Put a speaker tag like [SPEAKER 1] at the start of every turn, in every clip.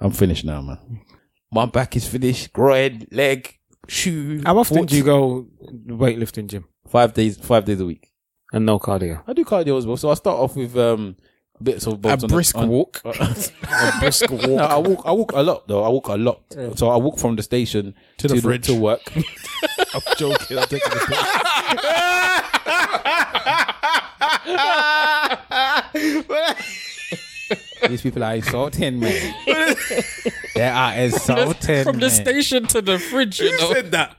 [SPEAKER 1] I'm finished now, man. My back is finished. Groin, leg, shoe.
[SPEAKER 2] How often
[SPEAKER 1] foot.
[SPEAKER 2] do you go weightlifting gym
[SPEAKER 1] Five days. Five days a week.
[SPEAKER 2] and no cardio?
[SPEAKER 1] I do cardio as well. So I start off with um bits of
[SPEAKER 3] A
[SPEAKER 1] bolts on the-
[SPEAKER 3] brisk
[SPEAKER 1] on-
[SPEAKER 3] walk.
[SPEAKER 1] a brisk walk. No, I walk. I walk a lot though. I walk a lot. So I walk from the station
[SPEAKER 3] To the fridge.
[SPEAKER 1] to work.
[SPEAKER 3] I'm joking. I'm taking the piss.
[SPEAKER 1] These people are insulting me. they are insulting
[SPEAKER 4] From the
[SPEAKER 1] me.
[SPEAKER 4] station to the fridge, you know.
[SPEAKER 3] Said that.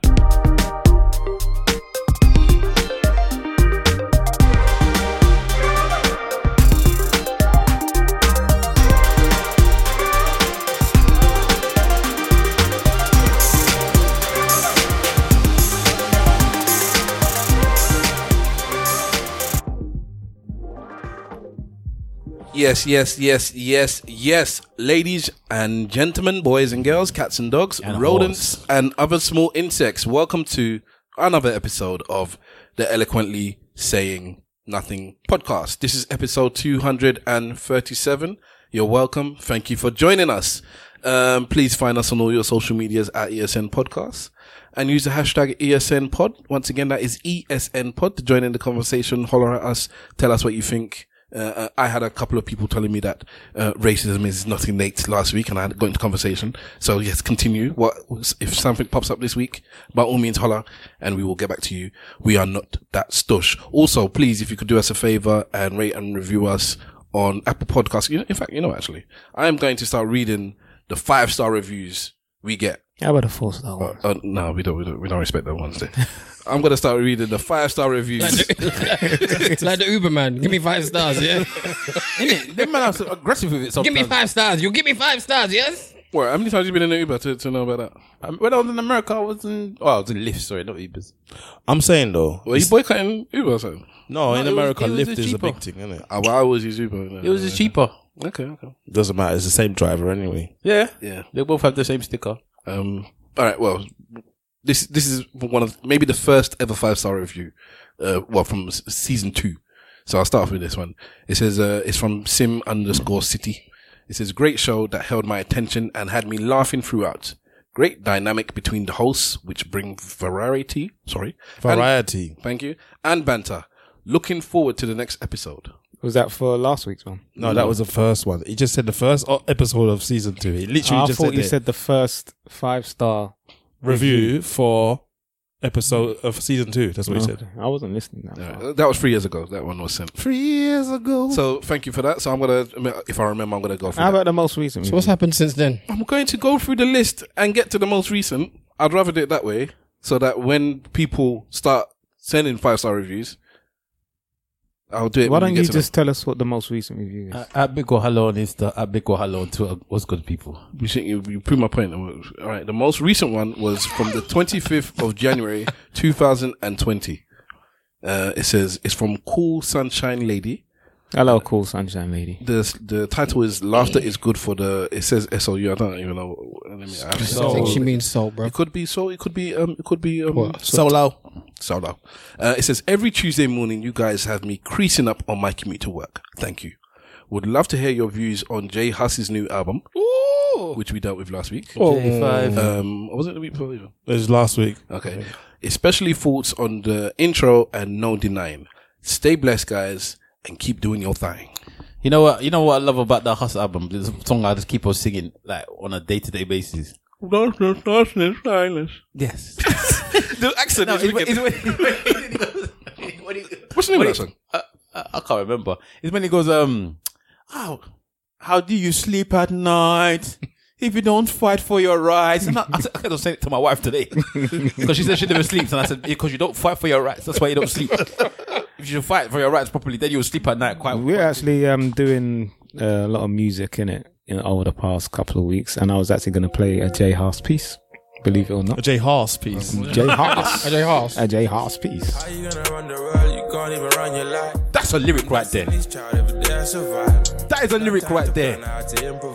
[SPEAKER 3] Yes, yes, yes, yes, yes. Ladies and gentlemen, boys and girls, cats and dogs,
[SPEAKER 1] And
[SPEAKER 3] rodents, and other small insects, welcome to another episode of the Eloquently Saying Nothing podcast. This is episode 237. You're welcome. Thank you for joining us. Um, please find us on all your social medias at ESN Podcasts and use the hashtag ESN Pod. Once again, that is ESN Pod to join in the conversation. Holler at us. Tell us what you think. Uh, uh, I had a couple of people telling me that uh, racism is not innate last week, and I had got into conversation. So yes, continue. What if something pops up this week? By all means, holler, and we will get back to you. We are not that stush. Also, please, if you could do us a favor and rate and review us on Apple Podcasts. You know, in fact, you know, actually, I am going to start reading the five star reviews we get
[SPEAKER 2] How about a four star
[SPEAKER 3] uh, uh, no, we don't, we don't. We don't respect that Wednesday. I'm gonna start reading the five star reviews.
[SPEAKER 4] It's like the Uber man. Give me five stars, yeah?
[SPEAKER 1] Them man are so aggressive with it
[SPEAKER 4] Give
[SPEAKER 1] sometimes.
[SPEAKER 4] me five stars. You give me five stars, yes?
[SPEAKER 3] Well, how many times have you been in an Uber to, to know about that?
[SPEAKER 1] Um, when I was in America, I was in. Oh, I was in Lyft. Sorry, not Ubers.
[SPEAKER 5] I'm saying though,
[SPEAKER 3] Well, you boycotting Uber or something?
[SPEAKER 5] no, in
[SPEAKER 1] it was-
[SPEAKER 5] America,
[SPEAKER 1] it was
[SPEAKER 5] Lyft
[SPEAKER 1] the
[SPEAKER 5] is a
[SPEAKER 1] cheaper.
[SPEAKER 5] big thing, isn't it?
[SPEAKER 3] I, well, I always use Uber. you know.
[SPEAKER 1] It was just cheaper.
[SPEAKER 3] okay, okay.
[SPEAKER 5] Doesn't matter. It's the same driver anyway.
[SPEAKER 1] Yeah,
[SPEAKER 3] Yeah.
[SPEAKER 1] they both have the same sticker.
[SPEAKER 3] Um. All right. Well, this this is one of maybe the first ever five star review. Uh, well, from s- season two. So I'll start off with this one. It says uh, it's from Sim underscore City. It says great show that held my attention and had me laughing throughout. Great dynamic between the hosts, which bring variety. Sorry, and-
[SPEAKER 5] Variety.
[SPEAKER 3] Thank you. And banter. Looking forward to the next episode.
[SPEAKER 2] Was that for last week's one?
[SPEAKER 5] no, that was the first one. He just said the first o- episode of season two. He literally
[SPEAKER 2] I
[SPEAKER 5] just
[SPEAKER 2] thought
[SPEAKER 5] said,
[SPEAKER 2] you
[SPEAKER 5] it.
[SPEAKER 2] said the first five star.
[SPEAKER 5] review for episode of season two. That's what he said.
[SPEAKER 2] I wasn't listening that. far.
[SPEAKER 3] Uh, That was three years ago. That one was sent.
[SPEAKER 5] Three years ago.
[SPEAKER 3] So thank you for that. So I'm gonna, if I remember, I'm gonna go through.
[SPEAKER 2] How
[SPEAKER 3] that.
[SPEAKER 2] about the most recent?
[SPEAKER 4] So what's happened since then?
[SPEAKER 3] I'm going to go through the list and get to the most recent. I'd rather do it that way so that when people start sending five star reviews, I'll do it.
[SPEAKER 2] Why
[SPEAKER 3] when we
[SPEAKER 2] don't
[SPEAKER 3] get
[SPEAKER 2] you
[SPEAKER 3] to them.
[SPEAKER 2] just tell us what the most recent review is?
[SPEAKER 1] At Big Hello on Insta, at Big Hello on Twitter. uh, What's good, people?
[SPEAKER 3] You, think you, you prove my point. All right. The most recent one was from the 25th of January, 2020. Uh, it says it's from Cool Sunshine Lady.
[SPEAKER 2] Hello, cool sunshine lady.
[SPEAKER 3] The the title is "Laughter is good for the." It says SOU. I don't even know. Let me- I-
[SPEAKER 4] I think
[SPEAKER 5] So-
[SPEAKER 4] she means soul, bro.
[SPEAKER 3] It could be so. It could be um. It could be um.
[SPEAKER 5] Solo.
[SPEAKER 3] solo. Uh, it says every Tuesday morning, you guys have me creasing up on my commute to work. Thank you. Would love to hear your views on Jay Huss's new album, which we dealt with last week. Um, or was it the week before? even?
[SPEAKER 5] It was last week.
[SPEAKER 3] Okay. Especially thoughts on the intro and no denying. Stay blessed, guys, and keep doing your thing.
[SPEAKER 1] You know what? You know what I love about that Huss album. There's a song I just keep on singing like on a day to day basis.
[SPEAKER 3] Darkness, darkness, silence.
[SPEAKER 1] Yes.
[SPEAKER 3] The accent is wicked.
[SPEAKER 1] What do you-
[SPEAKER 3] What's the name of that song?
[SPEAKER 1] uh, uh, I can't remember. It's when he goes, um, how, how do you sleep at night if you don't fight for your rights? And I, I, said, I could have said it to my wife today because she said she never sleeps, and I said because you don't fight for your rights, that's why you don't sleep. if you fight for your rights properly, then you'll sleep at night quite.
[SPEAKER 2] We're actually um, doing uh, a lot of music in it you know, over the past couple of weeks, and I was actually going to play a Jay Haas piece. Believe it or
[SPEAKER 5] A
[SPEAKER 2] not,
[SPEAKER 5] Jay Haas piece.
[SPEAKER 2] Jay Haas,
[SPEAKER 4] AJ Haas.
[SPEAKER 2] a Jay Haas piece.
[SPEAKER 6] How you gonna run the world? You can't even run your life.
[SPEAKER 1] That's a lyric right there.
[SPEAKER 6] This child every day I survive.
[SPEAKER 1] That is a lyric right there.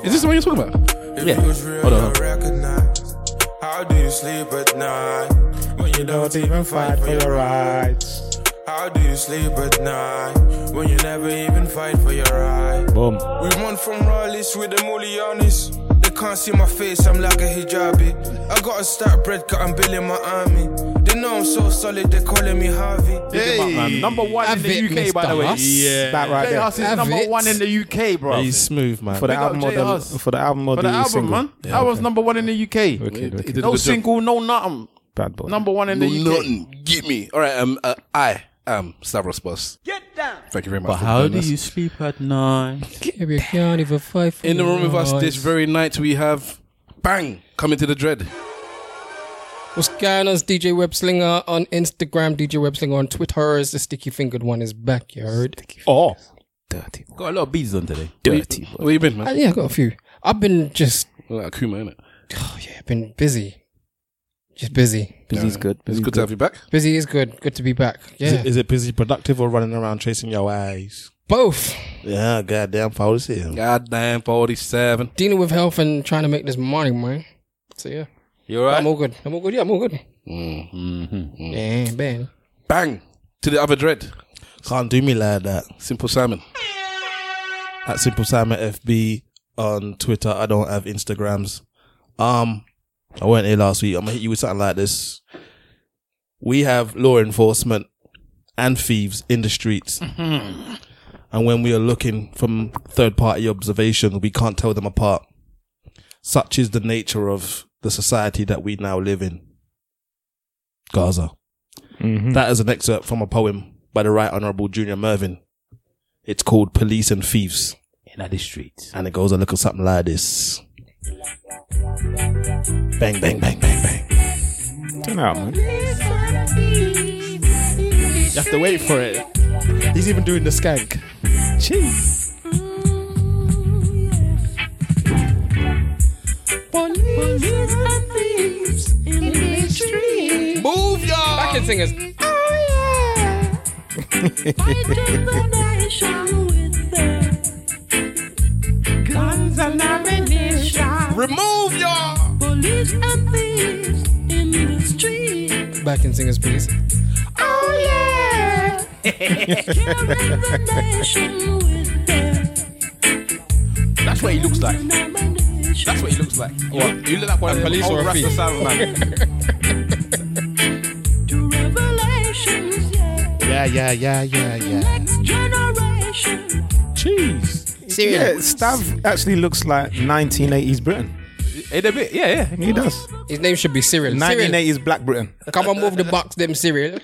[SPEAKER 3] Is this the one you're talking about?
[SPEAKER 1] Yeah.
[SPEAKER 6] Hold on. Recognize. How do you sleep at night when you don't even fight for your rights? How do you sleep at night when you never even fight for your right?
[SPEAKER 2] Boom.
[SPEAKER 6] We run from rallies with the mullianis. They can't see my face, I'm like a hijabi. I got a stack bread, cut I'm building my army. They know I'm so solid, they calling me Harvey.
[SPEAKER 1] Man, number one in
[SPEAKER 4] Have
[SPEAKER 1] the
[SPEAKER 4] it,
[SPEAKER 1] UK, by
[SPEAKER 4] Mr.
[SPEAKER 1] the way.
[SPEAKER 4] Huss.
[SPEAKER 5] Yeah.
[SPEAKER 2] That right
[SPEAKER 1] Jay
[SPEAKER 2] there.
[SPEAKER 1] Huss is
[SPEAKER 4] Have
[SPEAKER 1] number
[SPEAKER 4] it.
[SPEAKER 1] one in the UK, bro.
[SPEAKER 5] He's smooth, man.
[SPEAKER 2] For the
[SPEAKER 1] Big up
[SPEAKER 2] album
[SPEAKER 1] Jay
[SPEAKER 2] model,
[SPEAKER 1] Huss.
[SPEAKER 2] for the album
[SPEAKER 1] For
[SPEAKER 2] model,
[SPEAKER 1] the album,
[SPEAKER 2] single.
[SPEAKER 1] man. that was number one in the UK.
[SPEAKER 2] Wicked,
[SPEAKER 3] He
[SPEAKER 2] wicked.
[SPEAKER 3] did a
[SPEAKER 1] No
[SPEAKER 3] good job.
[SPEAKER 1] single, no nothing.
[SPEAKER 2] Bad boy.
[SPEAKER 1] Number one in the
[SPEAKER 3] No,
[SPEAKER 1] UK.
[SPEAKER 3] nothing. Get me. All right. Um, uh, I am Stavros Boss. Get down. Thank you very much. for joining us.
[SPEAKER 1] sleep at night?
[SPEAKER 4] Give me a Keanu for five.
[SPEAKER 3] In the room with us this very night, we have Bang coming to the dread.
[SPEAKER 4] What's going on? It's DJ Webslinger on Instagram, DJ Webslinger on Twitter. Is the sticky fingered one is back. You heard?
[SPEAKER 2] Oh. Dirty.
[SPEAKER 1] Got a lot of beats on today.
[SPEAKER 2] Dirty.
[SPEAKER 3] Where you been,
[SPEAKER 4] Uh,
[SPEAKER 3] man?
[SPEAKER 4] yeah, I got a few. I've been just,
[SPEAKER 3] Like a Kuma, innit?
[SPEAKER 4] oh yeah, I've been busy. Just busy.
[SPEAKER 2] Busy's good.
[SPEAKER 3] It's
[SPEAKER 2] Busy's
[SPEAKER 3] good to have you back.
[SPEAKER 4] Busy is good. Good to be back. Yeah,
[SPEAKER 5] Is, it, is it busy, productive, or running around chasing your eyes?
[SPEAKER 4] both
[SPEAKER 5] Yeah, goddamn, foul as hell.
[SPEAKER 3] Goddamn, forty-seven.
[SPEAKER 4] dealing with health and trying to make this money, man. So yeah,
[SPEAKER 3] You all right?
[SPEAKER 4] I'm all good. I'm all good. Yeah, I'm all good. Yeah, man.
[SPEAKER 3] Bang to the other dread.
[SPEAKER 5] Can't do me like that.
[SPEAKER 3] Simple Simon.
[SPEAKER 5] At Simple Simon FB on Twitter. I don't have Instagrams. Um, I went here last week. I'm gonna hit you with something like this. We have law enforcement and thieves in the streets.
[SPEAKER 1] Mm-hmm.
[SPEAKER 5] And when we are looking from third party observation, we can't tell them apart. Such is the nature of the society that we now live in. Gaza.
[SPEAKER 1] Mm-hmm.
[SPEAKER 5] That is an excerpt from a poem by the Right Honourable Junior Mervyn. It's called Police and Thieves.
[SPEAKER 1] In the streets.
[SPEAKER 5] And it goes a little something like this. Bang, bang, bang, bang, bang.
[SPEAKER 2] Turn out, man.
[SPEAKER 5] You have to wait for it. He's even doing the skank.
[SPEAKER 4] Move y'all. Backing singers.
[SPEAKER 5] Oh,
[SPEAKER 3] Remove y'all.
[SPEAKER 4] Backing singers, please.
[SPEAKER 3] That's what he looks like. That's what he looks like. What? You look like one of
[SPEAKER 4] police or a
[SPEAKER 3] Rasta
[SPEAKER 4] thief?
[SPEAKER 3] Simon, man.
[SPEAKER 5] Yeah, yeah, yeah, yeah, yeah. Cheese.
[SPEAKER 2] Yeah, Stav actually looks like 1980s Britain.
[SPEAKER 1] In a bit, yeah, yeah.
[SPEAKER 2] He does.
[SPEAKER 4] His name should be Cyril. Cyril,
[SPEAKER 2] 1980s Black Britain.
[SPEAKER 4] come on, move the box, them Cyril.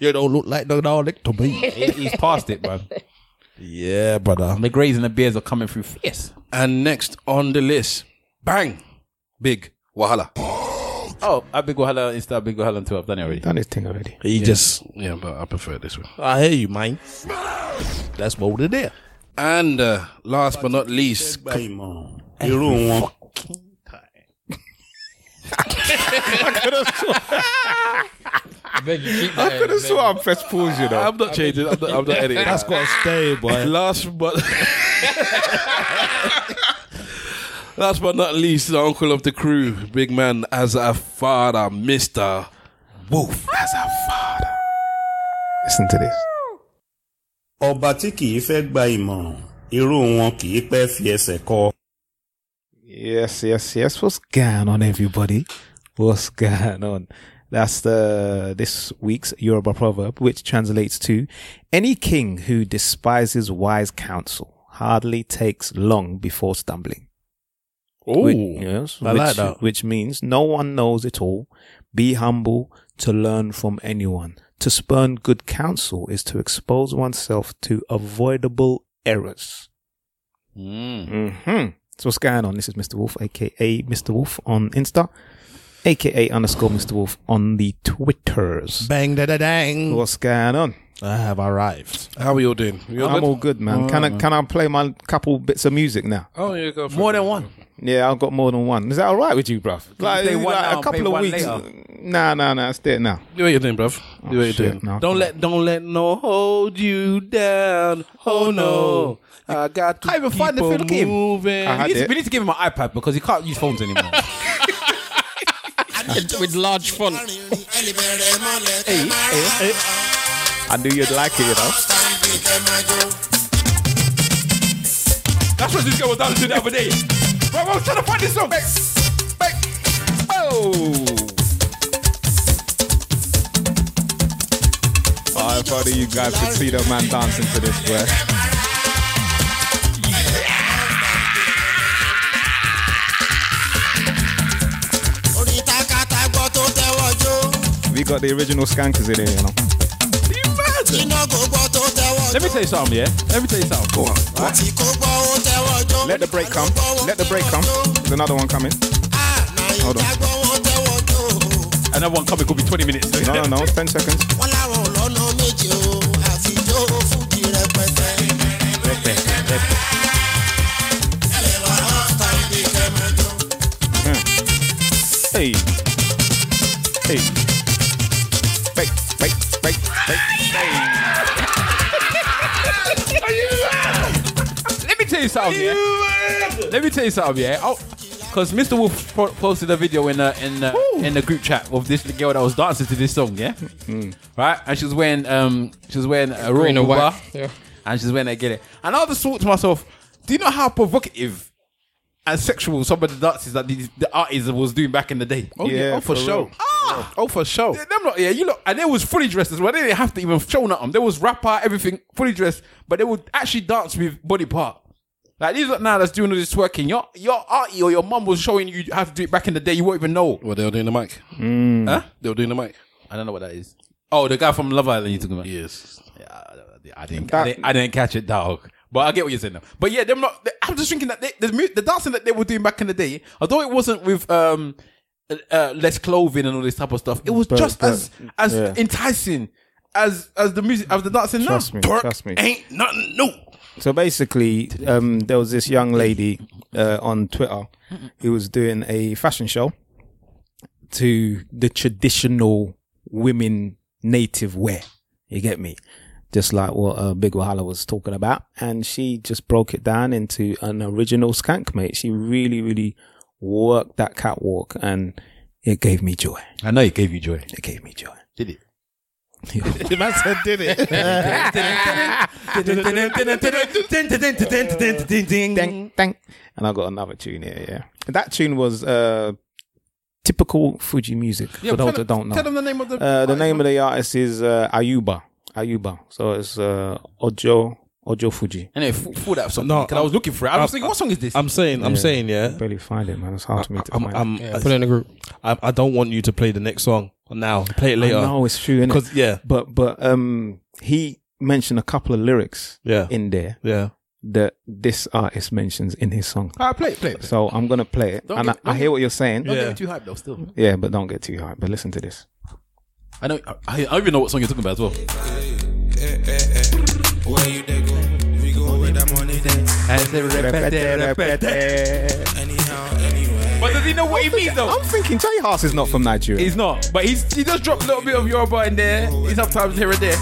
[SPEAKER 5] You don't look like no garlic to me.
[SPEAKER 1] He- He's past it, man.
[SPEAKER 5] yeah, brother.
[SPEAKER 1] The greys and the beards are coming through fierce.
[SPEAKER 3] And next on the list, Bang, Big Wahala.
[SPEAKER 1] Oh, I big wahala insta, big wahala on two. I've done it already.
[SPEAKER 2] Done his thing already.
[SPEAKER 5] He just,
[SPEAKER 3] Yeah, but I prefer this one.
[SPEAKER 5] I hear you, man. That's older there.
[SPEAKER 3] And uh, last but not least,
[SPEAKER 4] I beg you, keep that.
[SPEAKER 2] Could have sworn I pressed pause, you know.
[SPEAKER 3] I'm not changing. I'm not, I'm not editing.
[SPEAKER 5] That's got to stay, boy.
[SPEAKER 3] last but last but not least, the uncle of the crew, big man as a father, Mister Wolf. As a father,
[SPEAKER 2] Listen to this.
[SPEAKER 7] ọba tí kì í fẹ́ gba ìmọ̀ràn irú wọn kì í pẹ́ fi ẹsẹ̀ kọ.
[SPEAKER 2] Yes, yes, yes. What's going on, everybody? What's going on? That's the this week's Yoruba proverb, which translates to any king who despises wise counsel hardly takes long before stumbling.
[SPEAKER 5] Ooh,
[SPEAKER 2] Which, yes,
[SPEAKER 5] I
[SPEAKER 2] which,
[SPEAKER 5] like that.
[SPEAKER 2] Which means no one knows it all. Be humble to learn from anyone. To spurn good counsel is to expose oneself to avoidable errors. Mm-hmm. So what's going on? This is Mr. Wolf, aka Mr. Wolf on Insta, aka underscore Mr. Wolf on the Twitters.
[SPEAKER 5] Bang, da, da, dang.
[SPEAKER 2] What's going on?
[SPEAKER 5] I have arrived.
[SPEAKER 3] how are you all doing? You all
[SPEAKER 2] I'm
[SPEAKER 3] good?
[SPEAKER 2] all good, man. can I can I play my couple bits of music now?
[SPEAKER 3] oh, you go for
[SPEAKER 1] More
[SPEAKER 3] it.
[SPEAKER 1] than one.
[SPEAKER 2] Yeah, I've got more than one. Is that all right with you, bruv? Like,
[SPEAKER 1] play one
[SPEAKER 2] like
[SPEAKER 1] now
[SPEAKER 2] a
[SPEAKER 1] and play
[SPEAKER 2] couple of
[SPEAKER 1] one
[SPEAKER 2] weeks.
[SPEAKER 1] later?
[SPEAKER 2] Nah, nah, nah. Stay it now.
[SPEAKER 3] Do what you're doing, bruv. Do what you're
[SPEAKER 2] shit,
[SPEAKER 3] doing.
[SPEAKER 2] no.
[SPEAKER 3] don't let don't let no hold you down. Oh no, I got to
[SPEAKER 1] Can't even
[SPEAKER 3] keep
[SPEAKER 1] find the
[SPEAKER 3] on
[SPEAKER 1] fiddle game.
[SPEAKER 3] moving.
[SPEAKER 1] We
[SPEAKER 2] I had
[SPEAKER 1] need, to,
[SPEAKER 2] it.
[SPEAKER 1] we need to give him an iPad because he can't use phones anymore.
[SPEAKER 4] With large font.
[SPEAKER 2] I knew you'd like it, you know.
[SPEAKER 1] That's what this girl was dancing the other day. Well, well, trying to find this song. Back, back, oh.
[SPEAKER 2] Oh, if only you guys could see the man dancing to this, bro.
[SPEAKER 8] orítakata gbọ́ tó tẹ́wọ́ jó
[SPEAKER 2] We got the original skankers in here, you know.
[SPEAKER 8] iná kò gbọ́ tó tẹ́wọ́ jó
[SPEAKER 1] Let me tell you something, yeah? Let me tell you something. Go on.
[SPEAKER 8] àti kò gbọ́ ó tẹ́wọ́ jó.
[SPEAKER 2] Let the break come. Let the break come. There's another one coming.
[SPEAKER 8] Hold
[SPEAKER 2] Hold on.
[SPEAKER 8] on.
[SPEAKER 1] Another one coming could be 20 minutes.
[SPEAKER 2] No, no, no. 10 seconds.
[SPEAKER 8] Wọ́n láwọn ò lọ́nà méje o, àfijó fúdi rẹpẹtẹ. Ẹ lè wá ọ́ta ibi kẹmẹ́jọ.
[SPEAKER 2] Hey. Hey. Break, break, break, break.
[SPEAKER 1] Let me tell you something, yeah? Let me tell you something, yeah? Oh, because Mr. Wolf po- posted a video in the, in, the, in the group chat of this girl that was dancing to this song, yeah? Right? And she was wearing, um, she was wearing a
[SPEAKER 4] Green
[SPEAKER 1] royal
[SPEAKER 4] and white.
[SPEAKER 1] bouba.
[SPEAKER 4] Yeah.
[SPEAKER 1] and she's when I get it. And I just thought to myself, do you know how provocative and sexual some of the dances that these, the artists was doing back in the day? Oh,
[SPEAKER 2] yeah,
[SPEAKER 3] oh, for,
[SPEAKER 2] for
[SPEAKER 3] sure.
[SPEAKER 1] Ah!
[SPEAKER 3] Oh, for sure.
[SPEAKER 1] Them lot, yeah, you look, and they was fully dressed as well. They didn't have to even show nothing. They was rapper, everything fully dressed, but they would actually dance with body part. Like these lot now that's doing all this twerking. Your your auntie or your mum was showing you how to do it back in the day. You won't even know.
[SPEAKER 3] Well, they were doing the mic.
[SPEAKER 1] Huh?
[SPEAKER 3] They were doing the mic.
[SPEAKER 1] I don't know what that is. Oh, the guy from Love Island you're talking about.
[SPEAKER 3] Yes.
[SPEAKER 1] Yeah, I didn't, I didn't. I didn't catch it, dog. But I get what you're saying. Now. But yeah, them not. They, I'm just thinking that they, the mu- the dancing that they were doing back in the day, although it wasn't with um uh, uh, less clothing and all this type of stuff, it was just
[SPEAKER 2] but-
[SPEAKER 1] as as
[SPEAKER 2] yeah.
[SPEAKER 1] enticing as as the music as the dancing
[SPEAKER 2] Trust
[SPEAKER 1] now.
[SPEAKER 2] me, trust me.
[SPEAKER 1] Ain't nothing new.
[SPEAKER 2] So basically, um, there was this young lady uh, on Twitter who was doing a fashion show to the traditional women native wear. You get me? Just like what uh, Big Wahala was talking about. And she just broke it down into an original skank, mate. She really, really worked that catwalk and it gave me joy.
[SPEAKER 1] I know it gave you joy.
[SPEAKER 2] It gave me joy.
[SPEAKER 1] Did it?
[SPEAKER 5] The man said, did it.
[SPEAKER 2] Ding, ding. And I got another tune here, yeah. That tune was uh, typical Fuji music for those that don't know.
[SPEAKER 1] Tell them the name of the.
[SPEAKER 2] Uh, the name of the artist is uh, Ayuba. Ayuba. So it's uh, Ojo Ojo Fuji.
[SPEAKER 1] Anyway, fool fool that song.
[SPEAKER 5] No,
[SPEAKER 1] No,
[SPEAKER 3] um,
[SPEAKER 1] I was looking for it. I was
[SPEAKER 5] I-
[SPEAKER 1] thinking, what song is this?
[SPEAKER 5] I'm saying, I'm saying, yeah.
[SPEAKER 2] Barely find it, man. It's hard for me to
[SPEAKER 5] I'm,
[SPEAKER 2] find.
[SPEAKER 5] I'm,
[SPEAKER 4] Yeah, put it in the group.
[SPEAKER 5] I, I don't want you to play the next song now. Play it
[SPEAKER 2] it.
[SPEAKER 5] later.
[SPEAKER 2] I know it's true, innit?
[SPEAKER 5] Because, yeah,
[SPEAKER 2] But but um, he mentioned a couple of lyrics
[SPEAKER 5] yeah,
[SPEAKER 2] in there
[SPEAKER 5] yeah.
[SPEAKER 2] that this artist mentions in his song.
[SPEAKER 1] All right, play it, play it.
[SPEAKER 2] So I'm gonna play it,
[SPEAKER 1] Don't
[SPEAKER 2] and
[SPEAKER 1] get-
[SPEAKER 2] I, I hear what you're saying.
[SPEAKER 1] Don't get
[SPEAKER 5] Yeah.
[SPEAKER 1] it too hyped though. Still,
[SPEAKER 2] Yeah, but don't get too high. But listen to this.
[SPEAKER 1] I know. I, I don't even know what song you're talking about as well.
[SPEAKER 6] Eh, eh, eh. Where you dey go? We go where that money dey. Anyhow, anywhere.
[SPEAKER 1] But does he know what he means though?
[SPEAKER 2] I'm thinking Jay Haas is not from Nigeria.
[SPEAKER 1] He's not. But he's, he does drop a little bit of Yoruba in there. He's sometimes here and there.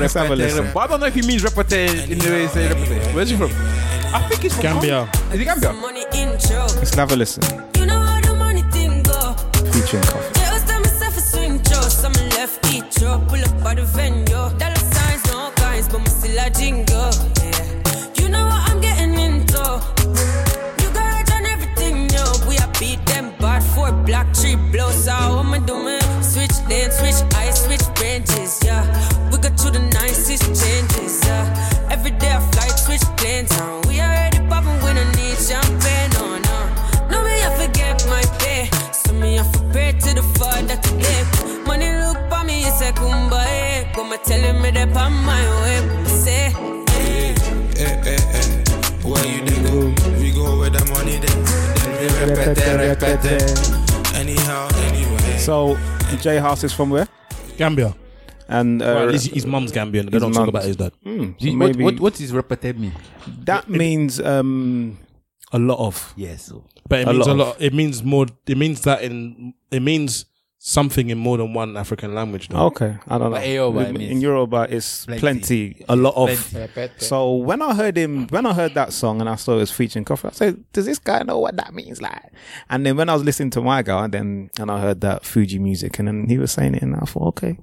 [SPEAKER 2] Let's have a listen.
[SPEAKER 1] But I don't know if he means repartee in the way he say repartee. Where's he from? I think he's from
[SPEAKER 5] Gambia.
[SPEAKER 1] Congo. Is he Gambia?
[SPEAKER 9] Money intro.
[SPEAKER 2] Let's have a listen.
[SPEAKER 9] You know how the money thing go.
[SPEAKER 2] Featuring Coffee.
[SPEAKER 9] They was tell myself a swing Joe. Some left eat Joe. Pull up at the venue. Dollar signs, no coins, but me still a jingle. Yeah. You know what I'm getting into. You got it on everything, yo. We a beat them bad four black tree blows. So I'ma do me switch lane, switch eyes, switch branches, yeah. We got to the nicest changes, yeah. Every day I fly, switch planes, on. We already poppin' when I need champagne, on. no. No, me, I forget my pay. So me, I pray to the father today. Money look for me, it's a kumbaya. Come and tell him it up on my way. Say,
[SPEAKER 6] Eh, eh, eh. Where you dey go? We go where that money dey. Then we repete, repete. Anyhow, anywhere.
[SPEAKER 2] So Jay Haas is from where?
[SPEAKER 5] Gambia.
[SPEAKER 2] And uh,
[SPEAKER 5] Well, his, his mum's Gambian. They
[SPEAKER 2] his
[SPEAKER 5] don't talk
[SPEAKER 2] mum's.
[SPEAKER 5] about his dad.
[SPEAKER 2] Mm,
[SPEAKER 1] He-
[SPEAKER 2] maybe
[SPEAKER 1] What, what, what is repartee mean?
[SPEAKER 2] that means um,
[SPEAKER 5] A lot of.
[SPEAKER 1] Yes. so-
[SPEAKER 5] But it
[SPEAKER 2] A
[SPEAKER 5] means
[SPEAKER 2] lot
[SPEAKER 5] a
[SPEAKER 2] of.
[SPEAKER 5] lot. It means more. It means that in. It means something in more than one African language. Though.
[SPEAKER 2] okay. I don't know.
[SPEAKER 1] But Yoruba, it
[SPEAKER 2] in,
[SPEAKER 1] means-
[SPEAKER 2] in Yoruba, it's plenty.
[SPEAKER 1] Plenty.
[SPEAKER 2] a lot of.
[SPEAKER 4] Repete.
[SPEAKER 2] So when I heard him, when I heard that song and I saw it was featuring Coffee, I said, "Does this guy know what that means?" Like, and then when I was listening to my guy, and then and I heard that Fuji music, and then he was saying it, and I thought, okay.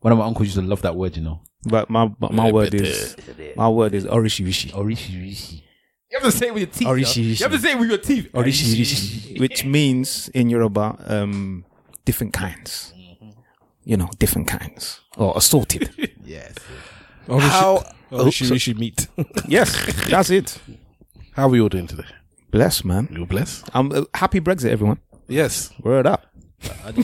[SPEAKER 1] One of my uncles used to love that word, you know.
[SPEAKER 3] uh,
[SPEAKER 2] But my but my word is my word is orishivishi.
[SPEAKER 1] Orishirishi. You have to say it with your teeth.
[SPEAKER 2] Orishi,
[SPEAKER 1] yo.
[SPEAKER 2] orishi.
[SPEAKER 1] You have to say it with your teeth.
[SPEAKER 2] Orishi, orishi, which means in Yoruba, um, different kinds. You know, different kinds or assorted.
[SPEAKER 3] How
[SPEAKER 5] Rishi, Rishi meat.
[SPEAKER 2] yes, that's it.
[SPEAKER 3] how are we all doing today?
[SPEAKER 2] Bless, man.
[SPEAKER 3] You bless?
[SPEAKER 2] Um, uh, happy Brexit, everyone.
[SPEAKER 3] Yes.
[SPEAKER 2] Word up.
[SPEAKER 5] I've,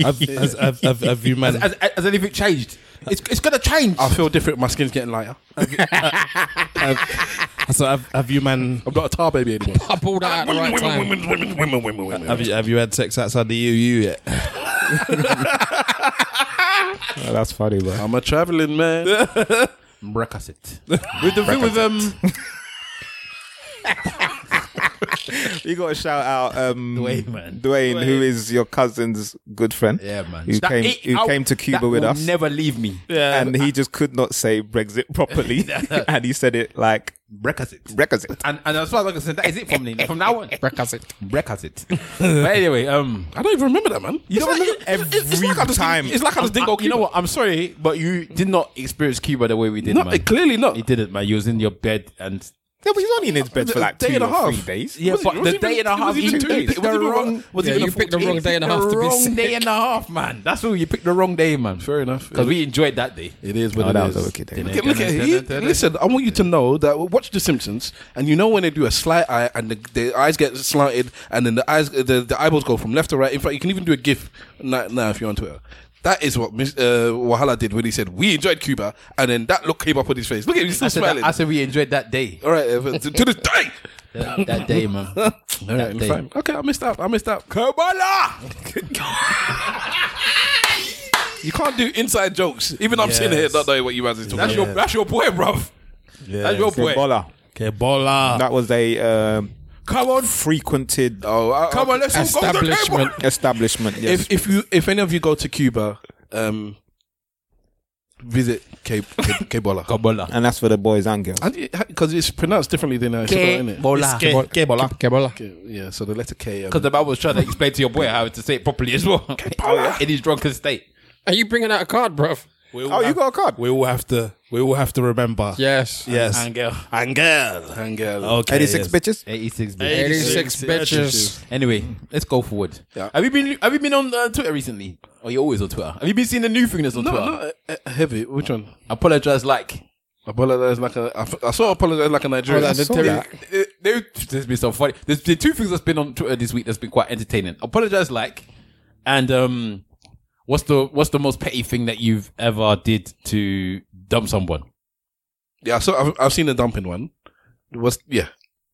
[SPEAKER 5] I've, I've, I've, I've you man.
[SPEAKER 1] Has, has anything changed? It's, it's gonna change.
[SPEAKER 3] I feel different. My skin's getting lighter.
[SPEAKER 5] So have, have you man?
[SPEAKER 3] I'm not a tar baby anymore.
[SPEAKER 4] I pulled that at the right time.
[SPEAKER 3] women, women, women, women, women.
[SPEAKER 5] Have you have you had sex outside the EU yet?
[SPEAKER 2] Oh, that's funny, bro.
[SPEAKER 3] I'm a traveling man.
[SPEAKER 1] Brexit. with the with um
[SPEAKER 2] You got to shout out um,
[SPEAKER 1] Dwayne, man.
[SPEAKER 2] Dwayne, who is your cousin's good friend.
[SPEAKER 1] yeah man.
[SPEAKER 2] Who
[SPEAKER 1] That-
[SPEAKER 2] came,
[SPEAKER 1] it-
[SPEAKER 2] who
[SPEAKER 1] I'll-
[SPEAKER 2] came to Cuba
[SPEAKER 1] that
[SPEAKER 2] with
[SPEAKER 1] will
[SPEAKER 2] us.
[SPEAKER 1] Never leave me.
[SPEAKER 2] and he just could not say Brexit properly. and he said it like
[SPEAKER 1] Brexit.
[SPEAKER 2] Brexit.
[SPEAKER 1] And and as far as I can say, that is it from me. From now on,
[SPEAKER 4] Brexit.
[SPEAKER 1] Brexit. but anyway, um,
[SPEAKER 3] I don't even remember that, man.
[SPEAKER 1] you know what?
[SPEAKER 2] every time.
[SPEAKER 1] It's like I was thinking. You know what? I'm sorry, but you did not experience Cuba the way we did,
[SPEAKER 3] No,
[SPEAKER 1] man.
[SPEAKER 3] it- clearly not.
[SPEAKER 1] You didn't, man. You was in your bed and
[SPEAKER 2] No, but he's only in his bed for like
[SPEAKER 3] Day
[SPEAKER 2] two
[SPEAKER 3] and a
[SPEAKER 2] or
[SPEAKER 3] half.
[SPEAKER 2] three days.
[SPEAKER 1] yeah,
[SPEAKER 3] Was it-
[SPEAKER 1] but
[SPEAKER 3] was
[SPEAKER 1] the
[SPEAKER 3] it
[SPEAKER 1] day
[SPEAKER 3] even-
[SPEAKER 1] and a half.
[SPEAKER 3] was it
[SPEAKER 1] You
[SPEAKER 3] even two
[SPEAKER 1] picked
[SPEAKER 3] days? Was
[SPEAKER 1] the
[SPEAKER 3] it even
[SPEAKER 1] wrong.
[SPEAKER 3] one- was it
[SPEAKER 4] Yeah,
[SPEAKER 3] even
[SPEAKER 4] you
[SPEAKER 3] a
[SPEAKER 4] picked the
[SPEAKER 3] 14?
[SPEAKER 4] wrong day and a half to be
[SPEAKER 1] wrong
[SPEAKER 4] sick.
[SPEAKER 1] day and a half, man. That's all. You picked the wrong day, man.
[SPEAKER 3] Fair enough.
[SPEAKER 1] Because we enjoyed that day.
[SPEAKER 3] It is what
[SPEAKER 2] Oh,
[SPEAKER 3] it
[SPEAKER 2] that
[SPEAKER 3] is.
[SPEAKER 2] was a wicked thing.
[SPEAKER 3] Look at- look at- he- listen, I want you to know that watch The Simpsons, and you know when they do a slight eye, and the, the eyes get slanted, and then the eyes, the, the eyeballs go from left to right. In fact, you can even do a GIF now, now if you're on Twitter. That is what Miss, uh, Wahala did when he said we enjoyed Cuba, and then that look came up on his face. Look at him, he's
[SPEAKER 1] I said,
[SPEAKER 3] still
[SPEAKER 1] that-
[SPEAKER 3] smiling.
[SPEAKER 1] I said we enjoyed that day.
[SPEAKER 3] All right, uh, to, to this day.
[SPEAKER 1] That, that day, man.
[SPEAKER 3] All right,
[SPEAKER 1] day.
[SPEAKER 3] fine. Okay, I missed out. I missed out. Kabbalah. you can't do inside jokes. Even I'm sitting here not knowing what you guys are talking
[SPEAKER 1] That's
[SPEAKER 3] about.
[SPEAKER 1] your that's your boy, bruv. That's your boy.
[SPEAKER 2] Bola.
[SPEAKER 5] Okay, bola.
[SPEAKER 2] That was a um,
[SPEAKER 1] Come on,
[SPEAKER 2] frequented uh,
[SPEAKER 3] Oh, I,
[SPEAKER 1] come on, let's all go to the table.
[SPEAKER 4] Establishment.
[SPEAKER 2] establishment. Yes.
[SPEAKER 3] if if you if any of you go to Cuba, um, visit Cape Cape, Cape Bola.
[SPEAKER 1] Kabola.
[SPEAKER 2] and that's for the boys and girls.
[SPEAKER 3] Because it's pronounced differently than uh, Cuba, isn't it?
[SPEAKER 1] Bola.
[SPEAKER 5] Ke- ke bola.
[SPEAKER 4] Kebola.
[SPEAKER 3] Yeah, so the letter K. Um,
[SPEAKER 1] Because the Bible was trying to explain to your boy how to say it properly as well. In his drunken state.
[SPEAKER 4] Are you bringing out a card, bruv?
[SPEAKER 5] We all
[SPEAKER 2] Oh, you
[SPEAKER 5] have-
[SPEAKER 2] got a card.
[SPEAKER 5] We all have to. We all have to remember.
[SPEAKER 4] Yes.
[SPEAKER 5] Yes.
[SPEAKER 3] Angel. Angel.
[SPEAKER 5] Okay.
[SPEAKER 2] Eighty-six
[SPEAKER 5] yes.
[SPEAKER 2] bitches.
[SPEAKER 1] 86
[SPEAKER 4] 86 bitches.
[SPEAKER 1] Anyway, let's go forward.
[SPEAKER 3] Yeah.
[SPEAKER 1] Have you been Have you been on uh, Twitter recently? Or you always on Twitter? Have you been seeing the new thing that's on
[SPEAKER 3] No,
[SPEAKER 1] Twitter?
[SPEAKER 3] no, uh, uh, heavy. Which one?
[SPEAKER 1] Apologize, like.
[SPEAKER 3] Apologize like a. I, f- I saw apologize like a Nigerian.
[SPEAKER 2] I saw that.
[SPEAKER 1] Uh, there- There's been some funny. There's been two things that's been on Twitter this week that's been quite entertaining. Apologize, like, and um, what's the what's the most petty thing that you've ever did to dump someone?
[SPEAKER 3] Yeah, so I've, I've seen the dumping one. It was yeah.